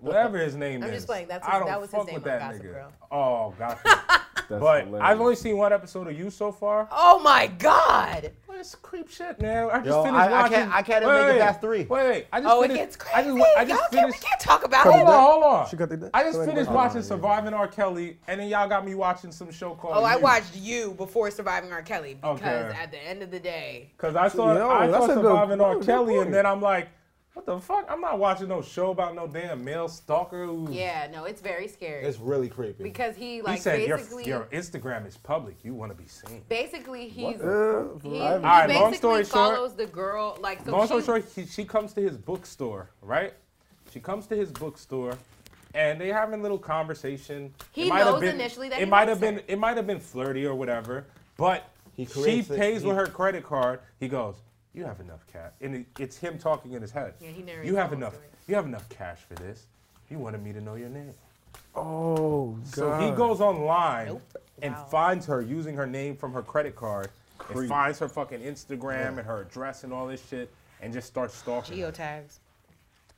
[SPEAKER 3] Whatever his name
[SPEAKER 1] I'm
[SPEAKER 3] is.
[SPEAKER 1] just playing. That's
[SPEAKER 3] I
[SPEAKER 1] his-
[SPEAKER 3] don't
[SPEAKER 1] that was his
[SPEAKER 3] fuck
[SPEAKER 1] name
[SPEAKER 3] with
[SPEAKER 1] on
[SPEAKER 3] that
[SPEAKER 1] Gossip
[SPEAKER 3] nigga.
[SPEAKER 1] Girl.
[SPEAKER 3] Oh, gotcha.
[SPEAKER 5] That's
[SPEAKER 3] But
[SPEAKER 5] hilarious.
[SPEAKER 3] I've only seen one episode of you so far.
[SPEAKER 1] Oh my God!
[SPEAKER 3] Well, it's creep shit, man. I just
[SPEAKER 2] Yo,
[SPEAKER 3] finished
[SPEAKER 2] I- I
[SPEAKER 3] watching.
[SPEAKER 2] can't- I can't even make it past three.
[SPEAKER 3] Wait, wait. I just
[SPEAKER 1] Oh, it
[SPEAKER 3] finished,
[SPEAKER 1] gets
[SPEAKER 3] I
[SPEAKER 1] crazy.
[SPEAKER 3] just,
[SPEAKER 1] Y'all
[SPEAKER 3] I just
[SPEAKER 1] can't, we
[SPEAKER 3] finished.
[SPEAKER 1] can't talk about
[SPEAKER 4] Cut
[SPEAKER 1] it.
[SPEAKER 3] Hold on,
[SPEAKER 4] back.
[SPEAKER 3] hold on.
[SPEAKER 4] She got the-
[SPEAKER 3] I just
[SPEAKER 4] Go ahead,
[SPEAKER 3] finished
[SPEAKER 4] go.
[SPEAKER 3] watching Surviving R. Kelly, and then y'all got me watching some show called.
[SPEAKER 1] Oh, I
[SPEAKER 3] You.
[SPEAKER 1] watched you before surviving R. Kelly because
[SPEAKER 3] Okay.
[SPEAKER 1] at the end of the day,
[SPEAKER 3] Cause I saw,
[SPEAKER 4] Yo,
[SPEAKER 3] I
[SPEAKER 4] that's
[SPEAKER 3] saw
[SPEAKER 4] a good-
[SPEAKER 3] Surviving R.
[SPEAKER 4] ooh, good
[SPEAKER 3] Kelly,
[SPEAKER 4] point.
[SPEAKER 3] and then I'm like, what the fuck? I'm not watching no show about no damn male stalker. Who's,
[SPEAKER 1] yeah, no, it's very scary
[SPEAKER 2] It's really creepy.
[SPEAKER 1] because he
[SPEAKER 3] He
[SPEAKER 1] like
[SPEAKER 3] said your,
[SPEAKER 1] basically,
[SPEAKER 3] your Instagram is public. You want to be seen.
[SPEAKER 1] basically he's.
[SPEAKER 4] Uh,
[SPEAKER 1] He,
[SPEAKER 4] I
[SPEAKER 1] he
[SPEAKER 4] haven't-
[SPEAKER 3] Alright,
[SPEAKER 1] basically
[SPEAKER 3] long story short-
[SPEAKER 1] follows the girl like so
[SPEAKER 3] Long story
[SPEAKER 1] she-
[SPEAKER 3] short, he, she comes to his bookstore, right? She comes to his bookstore, and they having a little conversation.
[SPEAKER 1] He
[SPEAKER 3] might have
[SPEAKER 1] knows initially that
[SPEAKER 3] it
[SPEAKER 1] he likes
[SPEAKER 3] might have been
[SPEAKER 1] her.
[SPEAKER 3] it might have been flirty or whatever, but
[SPEAKER 2] He
[SPEAKER 3] she
[SPEAKER 2] creates it.
[SPEAKER 3] pays with
[SPEAKER 2] He-
[SPEAKER 3] her credit card. He goes, "You have enough cash," and it, it's him talking in his head.
[SPEAKER 1] Yeah, he narrates
[SPEAKER 3] you have
[SPEAKER 1] the whole
[SPEAKER 3] enough.
[SPEAKER 1] story.
[SPEAKER 3] You have enough cash for this. You wanted me to know your name,
[SPEAKER 4] Oh God.
[SPEAKER 3] so he goes online
[SPEAKER 1] Nope.
[SPEAKER 3] and
[SPEAKER 1] Wow.
[SPEAKER 3] finds her using her name from her credit card. And
[SPEAKER 5] Creep.
[SPEAKER 3] finds her fucking Instagram and her address and all this shit, and just starts stalking. her.
[SPEAKER 1] geotags.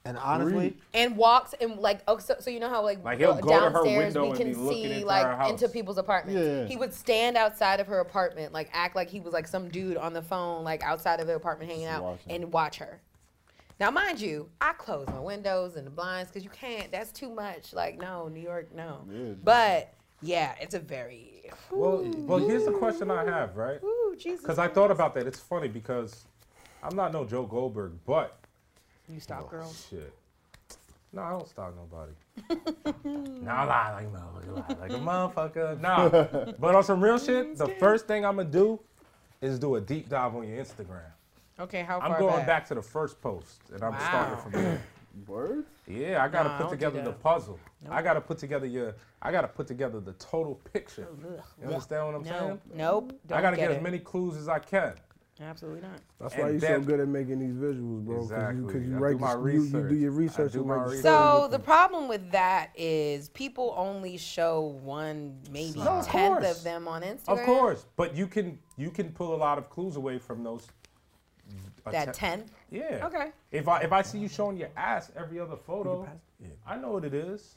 [SPEAKER 2] and honestly,
[SPEAKER 1] and walks and like oh so, so you know how like,
[SPEAKER 3] Like, he'll
[SPEAKER 1] uh,
[SPEAKER 3] go to her
[SPEAKER 1] downstairs
[SPEAKER 3] window
[SPEAKER 1] we
[SPEAKER 3] and
[SPEAKER 1] can
[SPEAKER 3] be looking
[SPEAKER 1] see
[SPEAKER 3] into
[SPEAKER 1] like
[SPEAKER 3] her house.
[SPEAKER 1] into people's apartments.
[SPEAKER 5] Yeah, yeah.
[SPEAKER 1] He would stand outside of her apartment, like act like he was like some dude on the phone, like outside of the apartment hanging out
[SPEAKER 5] watching.
[SPEAKER 1] and watch her. Now mind you, I close my windows and the blinds because you can't. That's too much. Like no, New York, no.
[SPEAKER 5] Yeah.
[SPEAKER 1] But yeah, it's a very
[SPEAKER 3] Well, well, here's the question I have, right?
[SPEAKER 1] ooh Jesus.
[SPEAKER 3] Because I thought about that. It's funny because I'm not no Joe Goldberg, but
[SPEAKER 1] you stop, girl.
[SPEAKER 3] shit. No, I don't stalk nobody. nah, I lie like a motherfucker. lie Like a motherfucker. Nah. But on some real shit, the first thing I'm going to do is do a deep dive on your Instagram.
[SPEAKER 1] Okay, how far
[SPEAKER 3] I'm going back. to the first post, and I'm starting
[SPEAKER 1] Wow.
[SPEAKER 3] from there.
[SPEAKER 5] Word?
[SPEAKER 3] Yeah, I gotta
[SPEAKER 1] Nah,
[SPEAKER 3] put
[SPEAKER 1] don't do
[SPEAKER 3] together the
[SPEAKER 1] that.
[SPEAKER 3] puzzle. I gotta put together your. I gotta put together the total picture.
[SPEAKER 1] Ugh.
[SPEAKER 3] You understand what I'm saying?
[SPEAKER 1] No, nope. Don't
[SPEAKER 3] I gotta get,
[SPEAKER 1] it.
[SPEAKER 3] as many clues as I can.
[SPEAKER 1] Absolutely not.
[SPEAKER 4] That's why
[SPEAKER 3] And
[SPEAKER 4] you're so
[SPEAKER 3] then-
[SPEAKER 4] good at making these visuals, bro.
[SPEAKER 3] Exactly.
[SPEAKER 4] Because you,
[SPEAKER 3] I
[SPEAKER 4] write
[SPEAKER 3] do my
[SPEAKER 4] the- you, you do your
[SPEAKER 3] research. I
[SPEAKER 4] research
[SPEAKER 3] do
[SPEAKER 4] and
[SPEAKER 3] my
[SPEAKER 4] write the
[SPEAKER 3] research.
[SPEAKER 4] story.
[SPEAKER 1] So the problem with that is people only show one, maybe
[SPEAKER 3] No, of
[SPEAKER 1] tenth
[SPEAKER 3] course.
[SPEAKER 1] of them on Instagram.
[SPEAKER 3] Of course, but you can you can pull a lot of clues away from those. a
[SPEAKER 1] That
[SPEAKER 3] te-
[SPEAKER 1] tenth.
[SPEAKER 3] Yeah.
[SPEAKER 1] Okay.
[SPEAKER 3] If I if I see you showing your ass every other photo, I know what it is.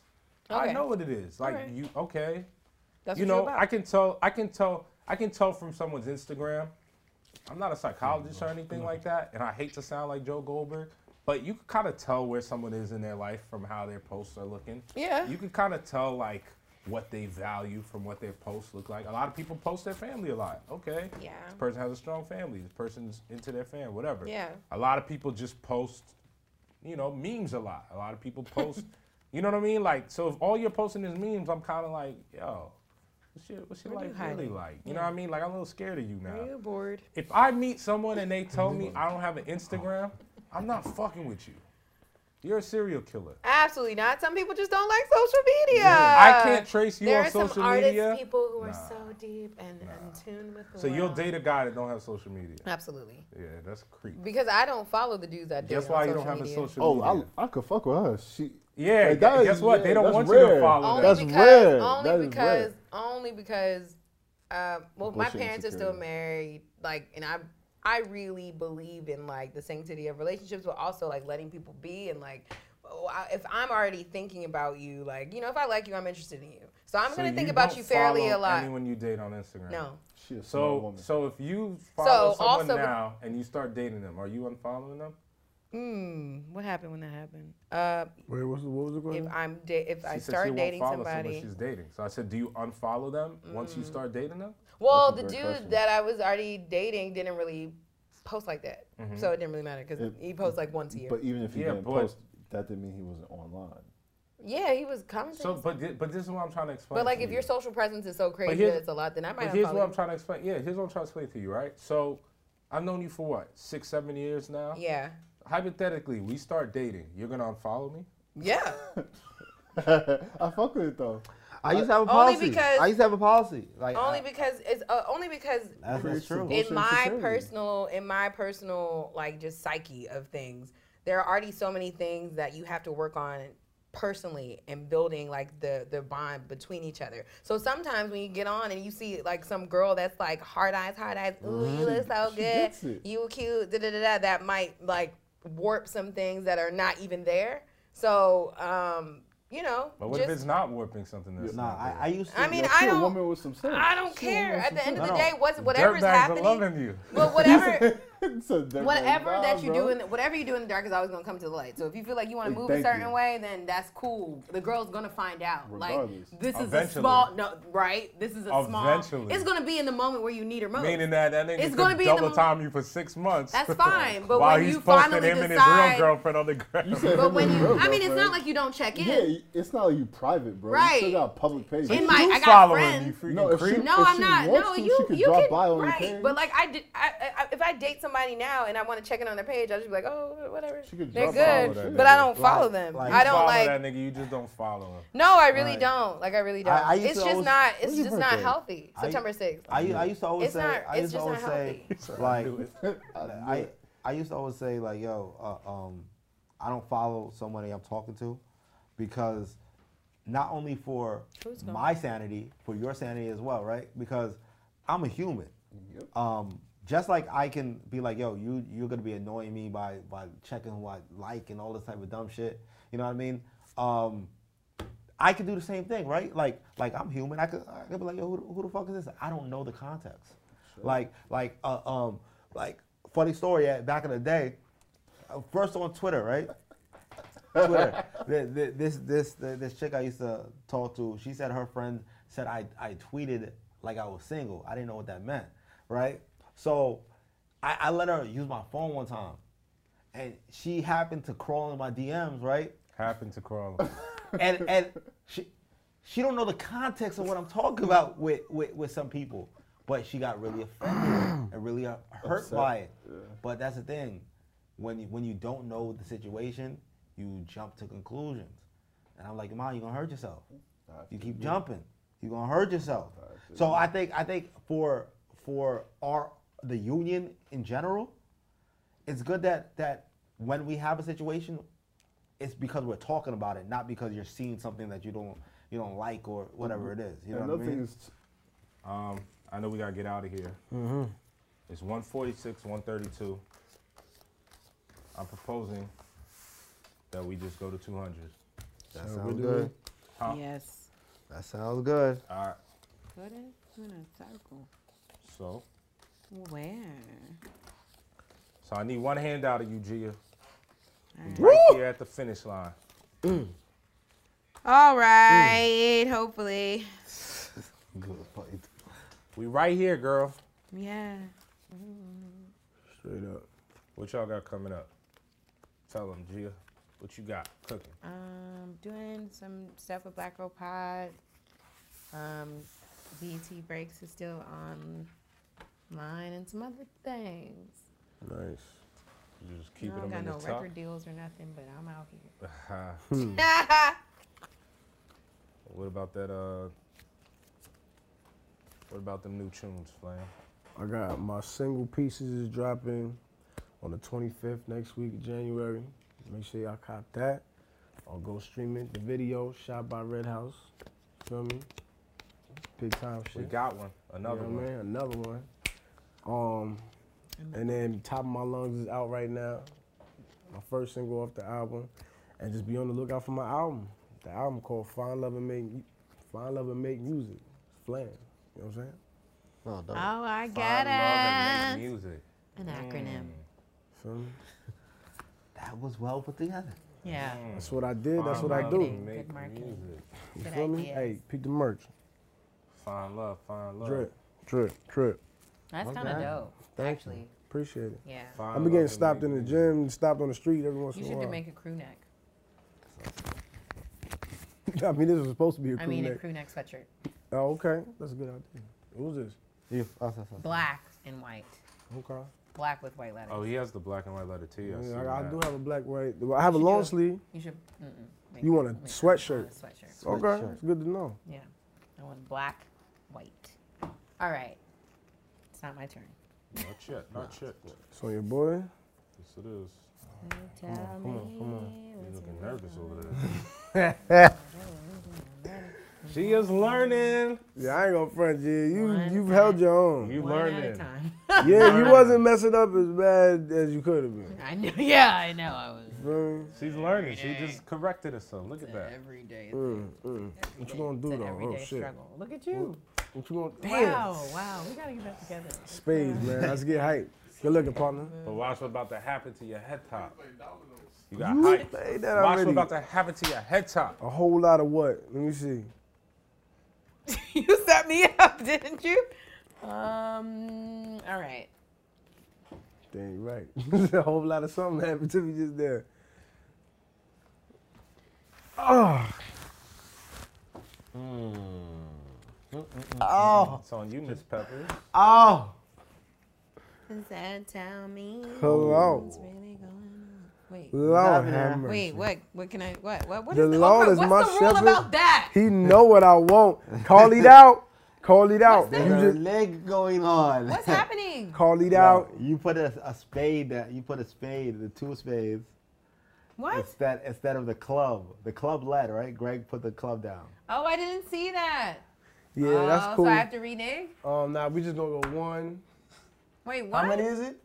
[SPEAKER 3] I
[SPEAKER 1] Okay.
[SPEAKER 3] know what it is. Like
[SPEAKER 1] Alright.
[SPEAKER 3] you okay?
[SPEAKER 1] That's
[SPEAKER 3] you
[SPEAKER 1] what
[SPEAKER 3] know,
[SPEAKER 1] you're about.
[SPEAKER 3] I can tell. I can tell. I can tell from someone's Instagram. I'm not a psychologist or anything like that, and I hate to sound like Joe Goldberg, but you can kind of tell where someone is in their life from how their posts are looking.
[SPEAKER 1] Yeah.
[SPEAKER 3] You can kind of tell like what they value from what their posts look like. A lot of people post their family a lot. Okay.
[SPEAKER 1] Yeah.
[SPEAKER 3] This person has a strong family. This person's into their family. Whatever.
[SPEAKER 1] Yeah.
[SPEAKER 3] A lot of people just post you know, memes a lot. A lot of people post, you know what I mean? Like, so if all you're posting is memes, I'm kind of like, yo, what's your, what's your
[SPEAKER 1] What are
[SPEAKER 3] life
[SPEAKER 1] you
[SPEAKER 3] really
[SPEAKER 1] hiding?
[SPEAKER 3] like? You know what I mean? Like, I'm a little scared of you now.
[SPEAKER 1] Are you bored?
[SPEAKER 3] If I meet someone and they tell me I don't have an Instagram, I'm not fucking with you. You're a serial killer.
[SPEAKER 1] Absolutely not. Some people just don't like social media.
[SPEAKER 3] I can't trace you
[SPEAKER 1] Uh, There
[SPEAKER 3] on
[SPEAKER 1] are some
[SPEAKER 3] social
[SPEAKER 1] artists,
[SPEAKER 3] media.
[SPEAKER 1] people who are so deep and in tune with the
[SPEAKER 3] So you'll
[SPEAKER 1] world.
[SPEAKER 3] date a guy that don't have social media.
[SPEAKER 1] Absolutely.
[SPEAKER 3] Yeah, that's creep.
[SPEAKER 1] Because I don't follow the dudes I date.
[SPEAKER 3] Guess
[SPEAKER 1] on
[SPEAKER 3] why you don't
[SPEAKER 1] social
[SPEAKER 3] have a
[SPEAKER 1] media.
[SPEAKER 3] social
[SPEAKER 5] Oh,
[SPEAKER 3] media.
[SPEAKER 5] I, I could fuck with her. She.
[SPEAKER 3] Yeah,
[SPEAKER 5] Like,
[SPEAKER 3] gu-
[SPEAKER 5] that
[SPEAKER 3] guess
[SPEAKER 5] is-
[SPEAKER 3] what?
[SPEAKER 5] yeah,
[SPEAKER 3] they don't
[SPEAKER 5] that's
[SPEAKER 3] want you to
[SPEAKER 5] rare.
[SPEAKER 3] follow
[SPEAKER 1] Only
[SPEAKER 3] that.
[SPEAKER 5] That's
[SPEAKER 1] because,
[SPEAKER 5] rare.
[SPEAKER 1] Only
[SPEAKER 5] That is
[SPEAKER 1] because,
[SPEAKER 5] rare.
[SPEAKER 1] only because, uh, well, my
[SPEAKER 5] Bullshit
[SPEAKER 1] parents are still
[SPEAKER 5] insecurity.
[SPEAKER 1] married. Like, and I, I really believe in like the sanctity of relationships, but also like letting people be and like, oh, I- if I'm already thinking about you, like, you know, if I like you, I'm interested in you. So I'm
[SPEAKER 3] So
[SPEAKER 1] gonna think
[SPEAKER 3] you
[SPEAKER 1] about
[SPEAKER 3] don't
[SPEAKER 1] you fairly a
[SPEAKER 3] follow
[SPEAKER 1] lot.
[SPEAKER 3] Anyone you date on Instagram?
[SPEAKER 1] No,
[SPEAKER 5] She a smart
[SPEAKER 3] So,
[SPEAKER 5] woman.
[SPEAKER 3] so if you follow someone
[SPEAKER 1] also-
[SPEAKER 3] now and you start dating them, are you unfollowing them?
[SPEAKER 1] what happened when that happened? Uh,
[SPEAKER 4] Wait, what's the, what was the
[SPEAKER 1] if
[SPEAKER 4] question?
[SPEAKER 1] I'm da- if I
[SPEAKER 3] Hmm. She said
[SPEAKER 1] start
[SPEAKER 3] won't
[SPEAKER 1] dating
[SPEAKER 3] follow
[SPEAKER 1] somebody, Mm.
[SPEAKER 3] Someone she's dating. So I said, do you unfollow them once you start dating them?
[SPEAKER 1] well,
[SPEAKER 5] That's
[SPEAKER 1] the
[SPEAKER 5] a
[SPEAKER 1] dude
[SPEAKER 5] great question.
[SPEAKER 1] that I was already dating didn't really post like that, so it didn't really matter because
[SPEAKER 5] It-
[SPEAKER 1] he posts like once a year.
[SPEAKER 5] But even if he
[SPEAKER 3] Yeah,
[SPEAKER 5] didn't
[SPEAKER 3] but-
[SPEAKER 5] post, that didn't mean he wasn't online.
[SPEAKER 1] Yeah, he was commenting.
[SPEAKER 3] So, but thi- but this is what I'm trying to explain.
[SPEAKER 1] but like,
[SPEAKER 3] to
[SPEAKER 1] if
[SPEAKER 3] you.
[SPEAKER 1] your social presence is so crazy
[SPEAKER 3] here's-
[SPEAKER 1] that it's a lot, then I might
[SPEAKER 3] But
[SPEAKER 1] not
[SPEAKER 3] here's
[SPEAKER 1] follow
[SPEAKER 3] what I'm
[SPEAKER 1] you.
[SPEAKER 3] trying to explain. Yeah, here's what I'm trying to explain to you. Right. So, I've known you for what six, seven years now.
[SPEAKER 1] Yeah,
[SPEAKER 3] Hypothetically, we start dating. You're gonna unfollow me?
[SPEAKER 1] yeah.
[SPEAKER 5] I fuck with it though.
[SPEAKER 2] I used to have
[SPEAKER 1] Only
[SPEAKER 2] a policy.
[SPEAKER 1] because-
[SPEAKER 2] I used to have a policy. Like
[SPEAKER 1] only
[SPEAKER 2] I-
[SPEAKER 1] because it's uh, only because
[SPEAKER 2] that's, that's true.
[SPEAKER 5] Bullshit
[SPEAKER 1] in my
[SPEAKER 5] security.
[SPEAKER 1] personal in my personal like just psyche of things, there are already so many things that you have to work on personally and building like the the bond between each other. So sometimes when you get on and you see like some girl that's like hard eyes, hard eyes, ooh, you look so
[SPEAKER 5] She gets
[SPEAKER 1] good,
[SPEAKER 5] it.
[SPEAKER 1] you cute, da da da da. That might like warp some things that are not even there. So um, you know,
[SPEAKER 3] But what if
[SPEAKER 1] just
[SPEAKER 3] it's not warping something that's
[SPEAKER 2] Nah,
[SPEAKER 3] not
[SPEAKER 2] I,
[SPEAKER 3] good?
[SPEAKER 2] I used to.
[SPEAKER 1] I mean,
[SPEAKER 5] Now,
[SPEAKER 1] I
[SPEAKER 5] she a
[SPEAKER 1] don't-
[SPEAKER 5] woman with some sense.
[SPEAKER 1] I don't
[SPEAKER 5] She a woman
[SPEAKER 1] care.
[SPEAKER 5] with
[SPEAKER 1] At
[SPEAKER 5] some
[SPEAKER 1] the end of
[SPEAKER 5] sense.
[SPEAKER 1] the
[SPEAKER 3] No, no.
[SPEAKER 1] day, what's whatever's
[SPEAKER 3] Dirtbags
[SPEAKER 1] happening.
[SPEAKER 3] are loving you.
[SPEAKER 1] Well, whatever,
[SPEAKER 5] It's a different
[SPEAKER 1] whatever
[SPEAKER 5] vibe,
[SPEAKER 1] that you
[SPEAKER 5] bro.
[SPEAKER 1] do in the, whatever you do in the dark is always gonna come to the light. So if you feel like you want to
[SPEAKER 5] Like,
[SPEAKER 1] move a
[SPEAKER 5] thank
[SPEAKER 1] certain
[SPEAKER 5] you.
[SPEAKER 1] way, then that's cool. The girl's gonna find out.
[SPEAKER 5] Regardless.
[SPEAKER 1] Like this is
[SPEAKER 3] Eventually.
[SPEAKER 1] a small, no, right? This is a small.
[SPEAKER 3] Eventually.
[SPEAKER 1] It's gonna be in the moment where you need her most.
[SPEAKER 3] Meaning that that nigga
[SPEAKER 1] oh, It's
[SPEAKER 3] could
[SPEAKER 1] gonna be in the
[SPEAKER 3] double
[SPEAKER 1] mo-
[SPEAKER 3] time you for six months.
[SPEAKER 1] That's fine, but
[SPEAKER 3] while
[SPEAKER 1] when
[SPEAKER 3] he's
[SPEAKER 1] you
[SPEAKER 3] posting
[SPEAKER 1] finally
[SPEAKER 3] him and his real
[SPEAKER 1] decide-
[SPEAKER 3] girlfriend on the ground.
[SPEAKER 5] You said
[SPEAKER 1] but
[SPEAKER 5] him
[SPEAKER 1] when
[SPEAKER 5] and
[SPEAKER 1] you,
[SPEAKER 5] her
[SPEAKER 1] I mean, it's
[SPEAKER 5] girlfriend.
[SPEAKER 1] not like you don't check in.
[SPEAKER 5] Yeah, it's not like you private, bro. You
[SPEAKER 1] Right.
[SPEAKER 5] still got public page.
[SPEAKER 1] In
[SPEAKER 5] You
[SPEAKER 1] my-
[SPEAKER 5] do-
[SPEAKER 3] Who's
[SPEAKER 1] I got a
[SPEAKER 3] following
[SPEAKER 1] friend.
[SPEAKER 3] you, freaking
[SPEAKER 5] No, if
[SPEAKER 3] creep?
[SPEAKER 5] she-
[SPEAKER 1] No, I'm not.
[SPEAKER 5] wants
[SPEAKER 1] No,
[SPEAKER 5] to,
[SPEAKER 1] you
[SPEAKER 5] she could
[SPEAKER 1] you
[SPEAKER 5] drop
[SPEAKER 1] can
[SPEAKER 5] by on the
[SPEAKER 1] right,
[SPEAKER 5] page.
[SPEAKER 1] but like I did, I, I if I date somebody now and I want to check in on their page, I just be like, oh, whatever,
[SPEAKER 5] She could
[SPEAKER 1] they're
[SPEAKER 5] drop by
[SPEAKER 3] on
[SPEAKER 1] good,
[SPEAKER 3] that
[SPEAKER 1] but I
[SPEAKER 3] nigga.
[SPEAKER 1] don't follow them.
[SPEAKER 2] like-
[SPEAKER 1] I
[SPEAKER 3] You
[SPEAKER 1] don't
[SPEAKER 3] follow
[SPEAKER 1] like.
[SPEAKER 3] that nigga. You just don't follow him.
[SPEAKER 1] No, I really
[SPEAKER 2] Right.
[SPEAKER 1] don't. Like I really don't.
[SPEAKER 2] I used
[SPEAKER 1] it's
[SPEAKER 2] to
[SPEAKER 1] just
[SPEAKER 2] always-
[SPEAKER 1] not. It's
[SPEAKER 5] When's your
[SPEAKER 1] just not
[SPEAKER 5] birthday?
[SPEAKER 1] healthy.
[SPEAKER 2] I-
[SPEAKER 1] September 6th.
[SPEAKER 2] I, u- I used to always
[SPEAKER 1] It's
[SPEAKER 2] say,
[SPEAKER 1] not-
[SPEAKER 2] I
[SPEAKER 1] it's
[SPEAKER 2] used to
[SPEAKER 1] just not
[SPEAKER 2] always say, like, I, I used to always say, like, yo, uh, um, I don't follow somebody I'm talking to because not only for
[SPEAKER 1] Who's going?
[SPEAKER 2] my sanity, for your sanity as well, right? Because I'm a human.
[SPEAKER 5] Yep.
[SPEAKER 2] Um, just like I can be like, yo, you you're gonna be annoying me by by checking what I like and all this type of dumb shit. You know what I mean? Um, I could do the same thing, right? Like, like I'm human. I could, I could be like, yo, who, the- who the fuck is this? I don't know the context. Like, like, uh, um, like, funny story. Yeah, back in the day, uh, first on Twitter, right? Twitter. Th- th- this, this, th- this chick I used to talk to, she said her friend said I, I tweeted like I was single. I didn't know what that meant, right? So, I, I let her use my phone one time, and she happened to crawl in my DMs, right?
[SPEAKER 3] Happened to crawl.
[SPEAKER 2] and and she she don't know the context of what I'm talking about with with, with some people, but she got really offended and really uh, hurt
[SPEAKER 5] Upset,
[SPEAKER 2] by it.
[SPEAKER 5] yeah.
[SPEAKER 2] But that's the thing, when you, when you don't know the situation, you jump to conclusions, and I'm like, Mom, you are gonna hurt yourself. You keep jumping, you are gonna hurt yourself. So I think I think for for our the union in general, it's good that that when we have a situation, it's because we're talking about it, not because you're seeing something that you don't you don't like or whatever it is. You know what
[SPEAKER 5] Another
[SPEAKER 2] I
[SPEAKER 5] thing
[SPEAKER 2] mean?
[SPEAKER 5] is,
[SPEAKER 3] Um, I know we gotta get out of here.
[SPEAKER 1] Mm-hmm.
[SPEAKER 3] It's 146, 132. I'm proposing that we just go to 200.
[SPEAKER 2] That
[SPEAKER 5] sounds we're doing- good.
[SPEAKER 3] Huh?
[SPEAKER 1] Yes.
[SPEAKER 2] That sounds good.
[SPEAKER 3] All right.
[SPEAKER 1] Put it in a circle.
[SPEAKER 3] So,
[SPEAKER 1] Where?
[SPEAKER 3] so I need one hand out of you, Gia.
[SPEAKER 1] All
[SPEAKER 3] We Right here at the finish line.
[SPEAKER 1] All right.
[SPEAKER 4] Mm.
[SPEAKER 1] Hopefully.
[SPEAKER 2] Good fight.
[SPEAKER 3] We right here, girl.
[SPEAKER 1] Yeah.
[SPEAKER 4] Straight up.
[SPEAKER 3] What y'all got coming up? Tell them, Gia. What you got cooking?
[SPEAKER 1] Um, doing some stuff with Black Girl Pod. Um, BT Breaks is still online and some other things.
[SPEAKER 4] Nice.
[SPEAKER 3] You just
[SPEAKER 1] I
[SPEAKER 3] keeping
[SPEAKER 1] don't
[SPEAKER 3] them
[SPEAKER 1] got
[SPEAKER 3] in the
[SPEAKER 1] no
[SPEAKER 3] tuck?
[SPEAKER 1] record deals or nothing, but I'm out here.
[SPEAKER 3] Ha. what about that? Uh, what about them new tunes, Flame?
[SPEAKER 4] I got my single pieces is dropping on the 25th next week, of January. Make sure y'all cop that. Or go stream it. The video shot by Red House. Feel me? Big time shit.
[SPEAKER 3] We got one. Another
[SPEAKER 4] you know
[SPEAKER 3] one.
[SPEAKER 4] What I mean? Another one. Um, and then Top of My Lungs is out right now. My first single off the album. And just be on the lookout for my album. The album called Find Love and Make Mu- Find Love and Make Music. It's flam. You know what I'm saying?
[SPEAKER 2] No,
[SPEAKER 1] oh,
[SPEAKER 2] don't.
[SPEAKER 1] I
[SPEAKER 3] Find
[SPEAKER 1] got
[SPEAKER 3] love
[SPEAKER 1] it.
[SPEAKER 3] and make music.
[SPEAKER 1] An
[SPEAKER 4] Mm.
[SPEAKER 1] acronym.
[SPEAKER 4] Feel me?
[SPEAKER 2] That was well put together.
[SPEAKER 1] Yeah.
[SPEAKER 4] That's what I did. That's
[SPEAKER 3] Find
[SPEAKER 4] what I
[SPEAKER 3] love
[SPEAKER 4] do.
[SPEAKER 3] and
[SPEAKER 1] Good
[SPEAKER 3] make
[SPEAKER 1] marketing.
[SPEAKER 3] music.
[SPEAKER 4] You
[SPEAKER 1] Good
[SPEAKER 4] feel me?
[SPEAKER 1] ideas.
[SPEAKER 4] Hey, peep the merch.
[SPEAKER 3] Find love. Find love.
[SPEAKER 4] Drip, drip, drip.
[SPEAKER 1] That's kind of dope, actually.
[SPEAKER 4] Appreciate it.
[SPEAKER 1] Yeah.
[SPEAKER 3] Find
[SPEAKER 4] I'm
[SPEAKER 3] love
[SPEAKER 4] getting
[SPEAKER 3] and
[SPEAKER 4] stopped
[SPEAKER 3] make
[SPEAKER 4] in the
[SPEAKER 3] music.
[SPEAKER 4] gym, stopped on the street every once
[SPEAKER 1] You
[SPEAKER 4] in a
[SPEAKER 1] should
[SPEAKER 4] while.
[SPEAKER 1] make a crew neck.
[SPEAKER 4] I mean, this was supposed to be a crew
[SPEAKER 1] I mean, a
[SPEAKER 4] neck.
[SPEAKER 1] crew neck sweatshirt.
[SPEAKER 4] Oh, okay. That's a good idea. Who's this?
[SPEAKER 2] You. oh, us, us, us.
[SPEAKER 1] Black and white.
[SPEAKER 4] Okay.
[SPEAKER 1] Black with white letters.
[SPEAKER 3] Oh, he has the black and white letter T. I see
[SPEAKER 4] Yeah, I, I
[SPEAKER 3] that.
[SPEAKER 4] do have a black white. I have a
[SPEAKER 1] should
[SPEAKER 4] long
[SPEAKER 1] do-
[SPEAKER 4] sleeve.
[SPEAKER 1] You should. Mm-mm, make
[SPEAKER 4] You
[SPEAKER 1] it-
[SPEAKER 4] want a
[SPEAKER 1] make it a
[SPEAKER 4] sweatshirt.
[SPEAKER 1] sweatshirt.
[SPEAKER 4] Okay,
[SPEAKER 2] Sweatshirt.
[SPEAKER 4] it's good to know.
[SPEAKER 1] Yeah. I want black, white. All right. It's not my turn.
[SPEAKER 3] Not yet. Not yet.
[SPEAKER 4] So your boy,
[SPEAKER 3] Yes, it is.
[SPEAKER 1] Tell me
[SPEAKER 3] You're
[SPEAKER 1] what's
[SPEAKER 3] looking
[SPEAKER 1] in
[SPEAKER 3] nervous
[SPEAKER 1] your
[SPEAKER 3] over
[SPEAKER 1] mind.
[SPEAKER 3] there.
[SPEAKER 1] Ready?
[SPEAKER 3] She is learning.
[SPEAKER 4] yeah, I ain't gonna front you. You
[SPEAKER 1] One
[SPEAKER 4] you've
[SPEAKER 1] at a
[SPEAKER 4] held
[SPEAKER 1] time.
[SPEAKER 4] your own.
[SPEAKER 3] You
[SPEAKER 1] One at a
[SPEAKER 3] learning.
[SPEAKER 1] time.
[SPEAKER 4] yeah, you wasn't messing up as bad as you could have been.
[SPEAKER 1] I know. Yeah, I know. I was.
[SPEAKER 4] feel me?
[SPEAKER 3] She's learning. She just corrected herself. Look at that.
[SPEAKER 7] Every day.
[SPEAKER 4] Mm, What you gonna do
[SPEAKER 1] It's an
[SPEAKER 4] though? Oh
[SPEAKER 1] everyday
[SPEAKER 4] shit.
[SPEAKER 1] struggle. Look at you.
[SPEAKER 4] What you gonna damn
[SPEAKER 1] Wow, wow. We gotta get that together.
[SPEAKER 4] spades, man. Let's get hype. Good looking partner.
[SPEAKER 3] But watch what's about to happen to your head top. You got hype.
[SPEAKER 4] played that
[SPEAKER 3] Watch what's
[SPEAKER 4] already.
[SPEAKER 3] about to happen to your head top.
[SPEAKER 4] A whole lot of what? Let me see.
[SPEAKER 1] you set me up, didn't you? Um. All right.
[SPEAKER 4] Dang you right. a whole lot of something happened to me just there.
[SPEAKER 6] Oh,
[SPEAKER 3] It's on you, Miss Pepper.
[SPEAKER 6] oh.
[SPEAKER 1] Does that tell me
[SPEAKER 4] Hello.
[SPEAKER 1] what's really going on? Wait.
[SPEAKER 4] Oh. Lord
[SPEAKER 6] Loving
[SPEAKER 4] have
[SPEAKER 6] her.
[SPEAKER 4] mercy.
[SPEAKER 1] Wait. What? What can I? What? What? What is
[SPEAKER 4] The Lord
[SPEAKER 1] okay,
[SPEAKER 4] is
[SPEAKER 1] what's
[SPEAKER 4] my
[SPEAKER 1] the
[SPEAKER 4] shepherd.
[SPEAKER 1] rule about that?
[SPEAKER 4] He know what I want. Call it out. Call it out.
[SPEAKER 1] What's that?
[SPEAKER 4] You
[SPEAKER 6] There's
[SPEAKER 4] just
[SPEAKER 6] a leg going on.
[SPEAKER 1] What's happening?
[SPEAKER 4] call it
[SPEAKER 6] No,
[SPEAKER 4] out.
[SPEAKER 6] You put a, a spade. uh, You put a spade. The two spades.
[SPEAKER 1] What?
[SPEAKER 6] Instead, instead of the club, the club led right. Greg put the club down.
[SPEAKER 1] Oh, I didn't see that.
[SPEAKER 4] Yeah,
[SPEAKER 1] oh,
[SPEAKER 4] that's cool.
[SPEAKER 1] So I have to renege.
[SPEAKER 4] Um, nah, we just gonna go one.
[SPEAKER 1] Wait. What?
[SPEAKER 4] How many is it?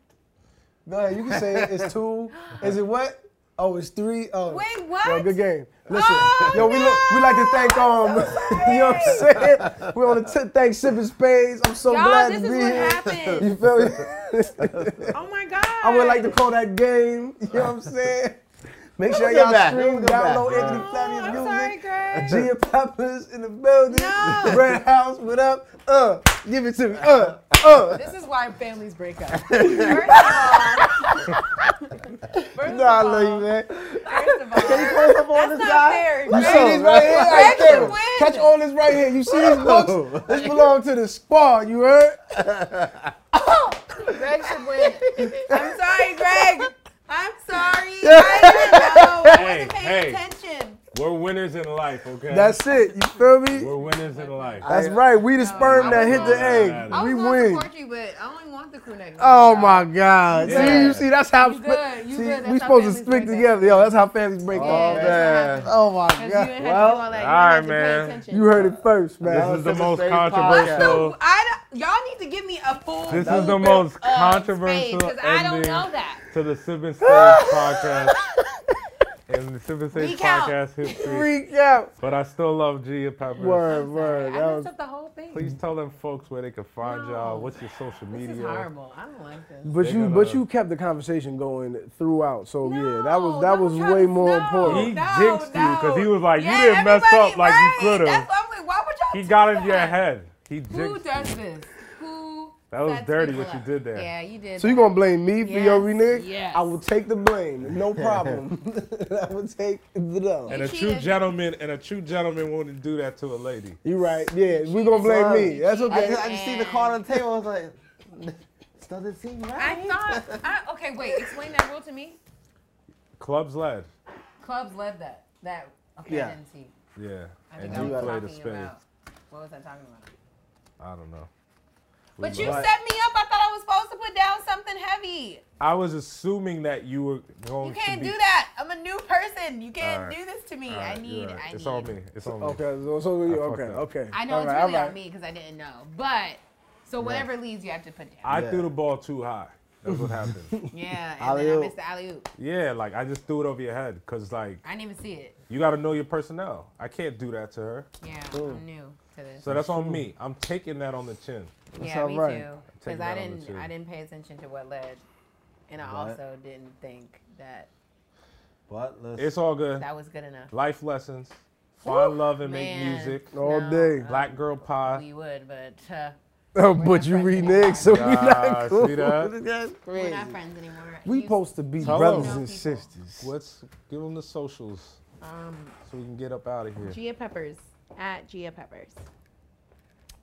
[SPEAKER 4] Go ahead, you can say it. It's two. Is it what? Oh, it's three. Oh,
[SPEAKER 1] Wait, what?
[SPEAKER 4] Yo, good game. Listen,
[SPEAKER 1] Oh,
[SPEAKER 4] yo, we look, we like to thank um, you know what I'm saying? We want to thank Sip and Spades. I'm so
[SPEAKER 1] Y'all,
[SPEAKER 4] glad
[SPEAKER 1] this
[SPEAKER 4] to
[SPEAKER 1] is
[SPEAKER 4] be
[SPEAKER 1] what
[SPEAKER 4] here.
[SPEAKER 1] happened.
[SPEAKER 4] You feel me?
[SPEAKER 1] Oh my God.
[SPEAKER 4] I would like to call that game. You know what I'm saying? Make sure
[SPEAKER 6] Welcome
[SPEAKER 4] y'all
[SPEAKER 6] back,
[SPEAKER 4] stream,
[SPEAKER 6] welcome back.
[SPEAKER 4] download Anthony
[SPEAKER 1] Oh,
[SPEAKER 4] Flavio's
[SPEAKER 1] I'm
[SPEAKER 4] music.
[SPEAKER 1] sorry, Greg.
[SPEAKER 4] G and Peppers in the building.
[SPEAKER 1] No.
[SPEAKER 4] Red House, what up? Uh, give it to me. Uh, uh.
[SPEAKER 1] This is why families break up. First of all, first
[SPEAKER 4] No, I
[SPEAKER 1] of
[SPEAKER 4] love
[SPEAKER 1] all-
[SPEAKER 4] you, man.
[SPEAKER 1] First of all,
[SPEAKER 6] Close up on
[SPEAKER 1] that's
[SPEAKER 6] this
[SPEAKER 1] not
[SPEAKER 6] guy.
[SPEAKER 1] fair.
[SPEAKER 4] You see
[SPEAKER 1] Greg.
[SPEAKER 4] these right Oh. here?
[SPEAKER 1] Greg
[SPEAKER 4] Like,
[SPEAKER 1] should
[SPEAKER 4] damn.
[SPEAKER 1] win.
[SPEAKER 4] Catch all this right here. You see these books? This belong to the spa, you heard?
[SPEAKER 1] Greg should win. I'm sorry, Greg. I'm sorry. I didn't know. I wasn't
[SPEAKER 3] Hey,
[SPEAKER 1] paying
[SPEAKER 3] hey.
[SPEAKER 1] attention.
[SPEAKER 3] We're winners in life, okay?
[SPEAKER 4] That's it. You feel me?
[SPEAKER 3] We're winners in life.
[SPEAKER 4] That's right. We the sperm that hit the
[SPEAKER 1] I
[SPEAKER 4] egg.
[SPEAKER 1] was
[SPEAKER 4] We
[SPEAKER 1] going to
[SPEAKER 4] win.
[SPEAKER 1] support you, but I only want the crew neck.
[SPEAKER 4] Oh my God.
[SPEAKER 3] Yeah.
[SPEAKER 4] See, you see, that's how
[SPEAKER 1] You good, you
[SPEAKER 4] see,
[SPEAKER 1] good,
[SPEAKER 4] we
[SPEAKER 1] that's how
[SPEAKER 4] supposed to
[SPEAKER 1] families
[SPEAKER 4] stick
[SPEAKER 1] break up.
[SPEAKER 4] together. Yo, that's how families break
[SPEAKER 1] Yeah,
[SPEAKER 4] up.
[SPEAKER 1] that's what happened.
[SPEAKER 4] Oh my
[SPEAKER 1] 'Cause You
[SPEAKER 4] God.
[SPEAKER 1] didn't have to do all that. You
[SPEAKER 3] Well,
[SPEAKER 1] didn't
[SPEAKER 3] all right,
[SPEAKER 1] have
[SPEAKER 3] man.
[SPEAKER 1] to pay attention.
[SPEAKER 4] You heard it first,
[SPEAKER 3] This
[SPEAKER 4] man.
[SPEAKER 3] is the
[SPEAKER 6] This is
[SPEAKER 3] most
[SPEAKER 6] Faith Podcast.
[SPEAKER 1] What's
[SPEAKER 3] controversial.
[SPEAKER 1] the, I don't- y'all need to give me a full.
[SPEAKER 3] This is the most controversial
[SPEAKER 1] because I don't
[SPEAKER 3] ending.
[SPEAKER 1] know that.
[SPEAKER 3] to the Sip and Sage podcast in the Sip and Sage
[SPEAKER 1] Geek out.
[SPEAKER 3] podcast history.
[SPEAKER 4] Freak out.
[SPEAKER 3] But I still love Gia Peppers.
[SPEAKER 1] I'm
[SPEAKER 4] Word,
[SPEAKER 1] sorry.
[SPEAKER 4] word.
[SPEAKER 1] I
[SPEAKER 4] That
[SPEAKER 1] messed
[SPEAKER 4] was
[SPEAKER 1] up the whole thing.
[SPEAKER 3] Please tell them folks where they can find
[SPEAKER 1] No.
[SPEAKER 3] y'all. What's your social
[SPEAKER 1] this
[SPEAKER 3] media?
[SPEAKER 1] is horrible. I don't like this.
[SPEAKER 4] But
[SPEAKER 3] They
[SPEAKER 4] you,
[SPEAKER 3] gotta-
[SPEAKER 4] but you kept the conversation going throughout. So Oh, yeah, that was
[SPEAKER 1] No,
[SPEAKER 4] that
[SPEAKER 1] don't
[SPEAKER 4] was
[SPEAKER 1] try
[SPEAKER 4] way
[SPEAKER 1] to-
[SPEAKER 4] more
[SPEAKER 1] no,
[SPEAKER 4] important.
[SPEAKER 3] He
[SPEAKER 1] no,
[SPEAKER 3] jinxed you 'cause he
[SPEAKER 1] no.
[SPEAKER 3] was like, you
[SPEAKER 1] Yeah,
[SPEAKER 3] didn't mess
[SPEAKER 1] everybody-
[SPEAKER 3] up like you
[SPEAKER 1] right.
[SPEAKER 3] coulda.
[SPEAKER 1] That's why I'm like, why would y'all
[SPEAKER 3] He
[SPEAKER 1] do
[SPEAKER 3] got into your
[SPEAKER 1] that?
[SPEAKER 3] head. He
[SPEAKER 1] Who
[SPEAKER 3] jinxed. you.
[SPEAKER 1] does this? Who?
[SPEAKER 3] That was
[SPEAKER 1] sets
[SPEAKER 3] dirty
[SPEAKER 1] people
[SPEAKER 3] what you
[SPEAKER 1] up?
[SPEAKER 3] did there.
[SPEAKER 1] Yeah, you did.
[SPEAKER 4] So you
[SPEAKER 1] that.
[SPEAKER 4] gonna blame me for your
[SPEAKER 1] Yes,
[SPEAKER 4] renege?
[SPEAKER 1] yes.
[SPEAKER 4] I will take the blame, no problem. I will take the
[SPEAKER 3] And
[SPEAKER 4] dumb.
[SPEAKER 3] a
[SPEAKER 1] She
[SPEAKER 3] true
[SPEAKER 1] is-
[SPEAKER 3] gentleman and a true gentleman wouldn't do that to a lady.
[SPEAKER 4] You right? Yeah, we gonna blame me. That's
[SPEAKER 6] I
[SPEAKER 4] okay.
[SPEAKER 6] just, I just see the card on the table. I was like, this doesn't seem right.
[SPEAKER 1] I thought. I, okay, wait. Explain that rule to me.
[SPEAKER 3] Clubs led.
[SPEAKER 1] Clubs led that. That. Okay,
[SPEAKER 6] Yeah.
[SPEAKER 1] I didn't see.
[SPEAKER 3] Yeah.
[SPEAKER 1] I
[SPEAKER 3] And
[SPEAKER 1] think I
[SPEAKER 3] you
[SPEAKER 1] was
[SPEAKER 3] played a
[SPEAKER 1] talking
[SPEAKER 3] spade.
[SPEAKER 1] about. What was I talking about?
[SPEAKER 3] I don't know.
[SPEAKER 1] But you
[SPEAKER 3] led.
[SPEAKER 1] set me up. I thought I was supposed to put down something heavy.
[SPEAKER 3] I was assuming that you were going
[SPEAKER 1] You
[SPEAKER 3] to
[SPEAKER 1] can't
[SPEAKER 3] be.
[SPEAKER 1] do that. I'm a new person. You can't
[SPEAKER 3] All right.
[SPEAKER 1] do this to me.
[SPEAKER 3] All right,
[SPEAKER 1] I
[SPEAKER 3] you're
[SPEAKER 1] need.
[SPEAKER 3] right.
[SPEAKER 1] I need.
[SPEAKER 3] It's all me. It's all me.
[SPEAKER 4] Okay, so, so we-
[SPEAKER 3] I fucked
[SPEAKER 4] okay,
[SPEAKER 3] up.
[SPEAKER 4] okay.
[SPEAKER 1] I know
[SPEAKER 4] All
[SPEAKER 1] it's
[SPEAKER 4] right,
[SPEAKER 1] really
[SPEAKER 4] all right.
[SPEAKER 1] on me because I didn't know. But so whatever leads you have to put down.
[SPEAKER 3] I
[SPEAKER 6] Yeah.
[SPEAKER 3] threw the ball too high. That's what happened.
[SPEAKER 1] yeah, and then I
[SPEAKER 6] Alley-oop.
[SPEAKER 1] missed the alley oop.
[SPEAKER 3] yeah, like I just threw it over your head because like
[SPEAKER 1] I didn't even see it.
[SPEAKER 3] you got to know your personnel. I can't do that to her,
[SPEAKER 1] Yeah, I'm new to this.
[SPEAKER 3] so that's on me. I'm taking that on the chin.
[SPEAKER 1] yeah, me
[SPEAKER 4] alright.
[SPEAKER 1] too.
[SPEAKER 3] Take
[SPEAKER 1] Because
[SPEAKER 3] that
[SPEAKER 1] I
[SPEAKER 3] on the
[SPEAKER 1] didn't.
[SPEAKER 3] chin.
[SPEAKER 1] I didn't pay attention to what led, and I also didn't think that
[SPEAKER 6] But let's.
[SPEAKER 3] It's all good.
[SPEAKER 1] that was good enough.
[SPEAKER 3] Life lessons, find
[SPEAKER 1] Woo,
[SPEAKER 3] love and
[SPEAKER 1] man.
[SPEAKER 3] make music.
[SPEAKER 4] All
[SPEAKER 1] No,
[SPEAKER 4] day. Oh,
[SPEAKER 1] uh,
[SPEAKER 3] Black girl pie.
[SPEAKER 1] we would, but uh,
[SPEAKER 4] but you renege, so we
[SPEAKER 3] Ah,
[SPEAKER 4] not cool.
[SPEAKER 3] see that?
[SPEAKER 4] That's
[SPEAKER 1] we're
[SPEAKER 4] crazy.
[SPEAKER 1] not friends anymore.
[SPEAKER 4] We
[SPEAKER 1] You-
[SPEAKER 4] supposed to be
[SPEAKER 3] Tell
[SPEAKER 4] brothers
[SPEAKER 1] them.
[SPEAKER 4] and sisters.
[SPEAKER 3] What's give them the socials
[SPEAKER 1] um,
[SPEAKER 3] so we can get up out of here.
[SPEAKER 1] Gia Peppers at Gia Peppers.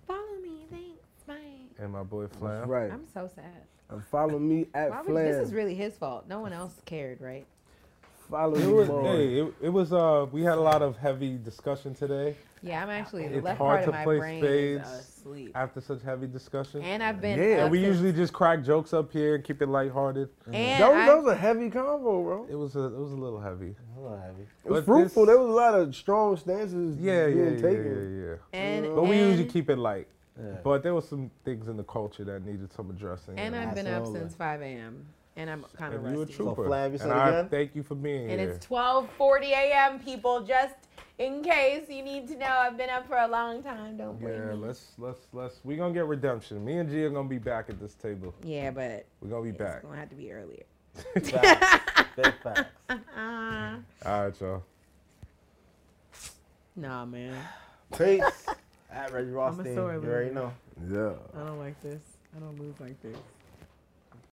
[SPEAKER 1] Follow me, thanks. Bye.
[SPEAKER 3] And my boy Flam.
[SPEAKER 4] Right.
[SPEAKER 1] I'm so sad.
[SPEAKER 4] And follow me
[SPEAKER 1] Why
[SPEAKER 4] at
[SPEAKER 1] would, this is
[SPEAKER 4] Flam.
[SPEAKER 1] really his fault. No one else cared, right?
[SPEAKER 4] Follow
[SPEAKER 3] It
[SPEAKER 4] me,
[SPEAKER 3] was,
[SPEAKER 4] boy.
[SPEAKER 3] hey, it, it was. Uh, we had a lot of heavy discussion today.
[SPEAKER 1] Yeah, I'm actually the
[SPEAKER 3] It's
[SPEAKER 1] left part
[SPEAKER 3] hard to
[SPEAKER 1] of my
[SPEAKER 3] play
[SPEAKER 1] brain
[SPEAKER 3] spades.
[SPEAKER 1] is asleep.
[SPEAKER 3] After such heavy discussion,
[SPEAKER 1] And I've been
[SPEAKER 4] Yeah.
[SPEAKER 1] up
[SPEAKER 3] and we
[SPEAKER 1] since-
[SPEAKER 3] usually just crack jokes up here and keep it lighthearted.
[SPEAKER 1] and
[SPEAKER 4] That was,
[SPEAKER 1] I-
[SPEAKER 4] that was a heavy combo, bro.
[SPEAKER 3] It was a, it was a little heavy.
[SPEAKER 6] a little heavy.
[SPEAKER 4] It was
[SPEAKER 3] But
[SPEAKER 4] fruitful.
[SPEAKER 3] this-
[SPEAKER 4] There was a lot of strong stances
[SPEAKER 3] Yeah, yeah,
[SPEAKER 4] being
[SPEAKER 3] yeah,
[SPEAKER 4] taken.
[SPEAKER 3] yeah, yeah.
[SPEAKER 1] and,
[SPEAKER 3] But we usually
[SPEAKER 1] and-
[SPEAKER 3] keep it light.
[SPEAKER 6] Yeah.
[SPEAKER 3] But there was some things in the culture that needed some addressing.
[SPEAKER 1] And
[SPEAKER 3] and
[SPEAKER 1] I've been up
[SPEAKER 6] Absolutely.
[SPEAKER 1] since 5 a.m. and I'm kind of
[SPEAKER 3] And you a
[SPEAKER 1] rusty.
[SPEAKER 3] trooper.
[SPEAKER 2] Flav, you said
[SPEAKER 3] and I
[SPEAKER 2] again?
[SPEAKER 3] thank you for being
[SPEAKER 1] And
[SPEAKER 3] here.
[SPEAKER 1] it's 12:40 a.m. People, just in case you need to know, I've been up for a long time. Don't blame me.
[SPEAKER 3] yeah, let's let's let's. We're gonna get redemption. Me and G are gonna be back at this table.
[SPEAKER 1] Yeah, but
[SPEAKER 3] We're gonna be back.
[SPEAKER 1] it's gonna have to be earlier.
[SPEAKER 6] Facts. Big facts.
[SPEAKER 1] Uh-huh.
[SPEAKER 3] All right, y'all.
[SPEAKER 1] Nah, man,
[SPEAKER 2] Peace. At Reggie Rothstein.
[SPEAKER 1] sorry,
[SPEAKER 2] You
[SPEAKER 1] man.
[SPEAKER 2] already know.
[SPEAKER 3] Yeah.
[SPEAKER 1] I don't like this. I don't move like this.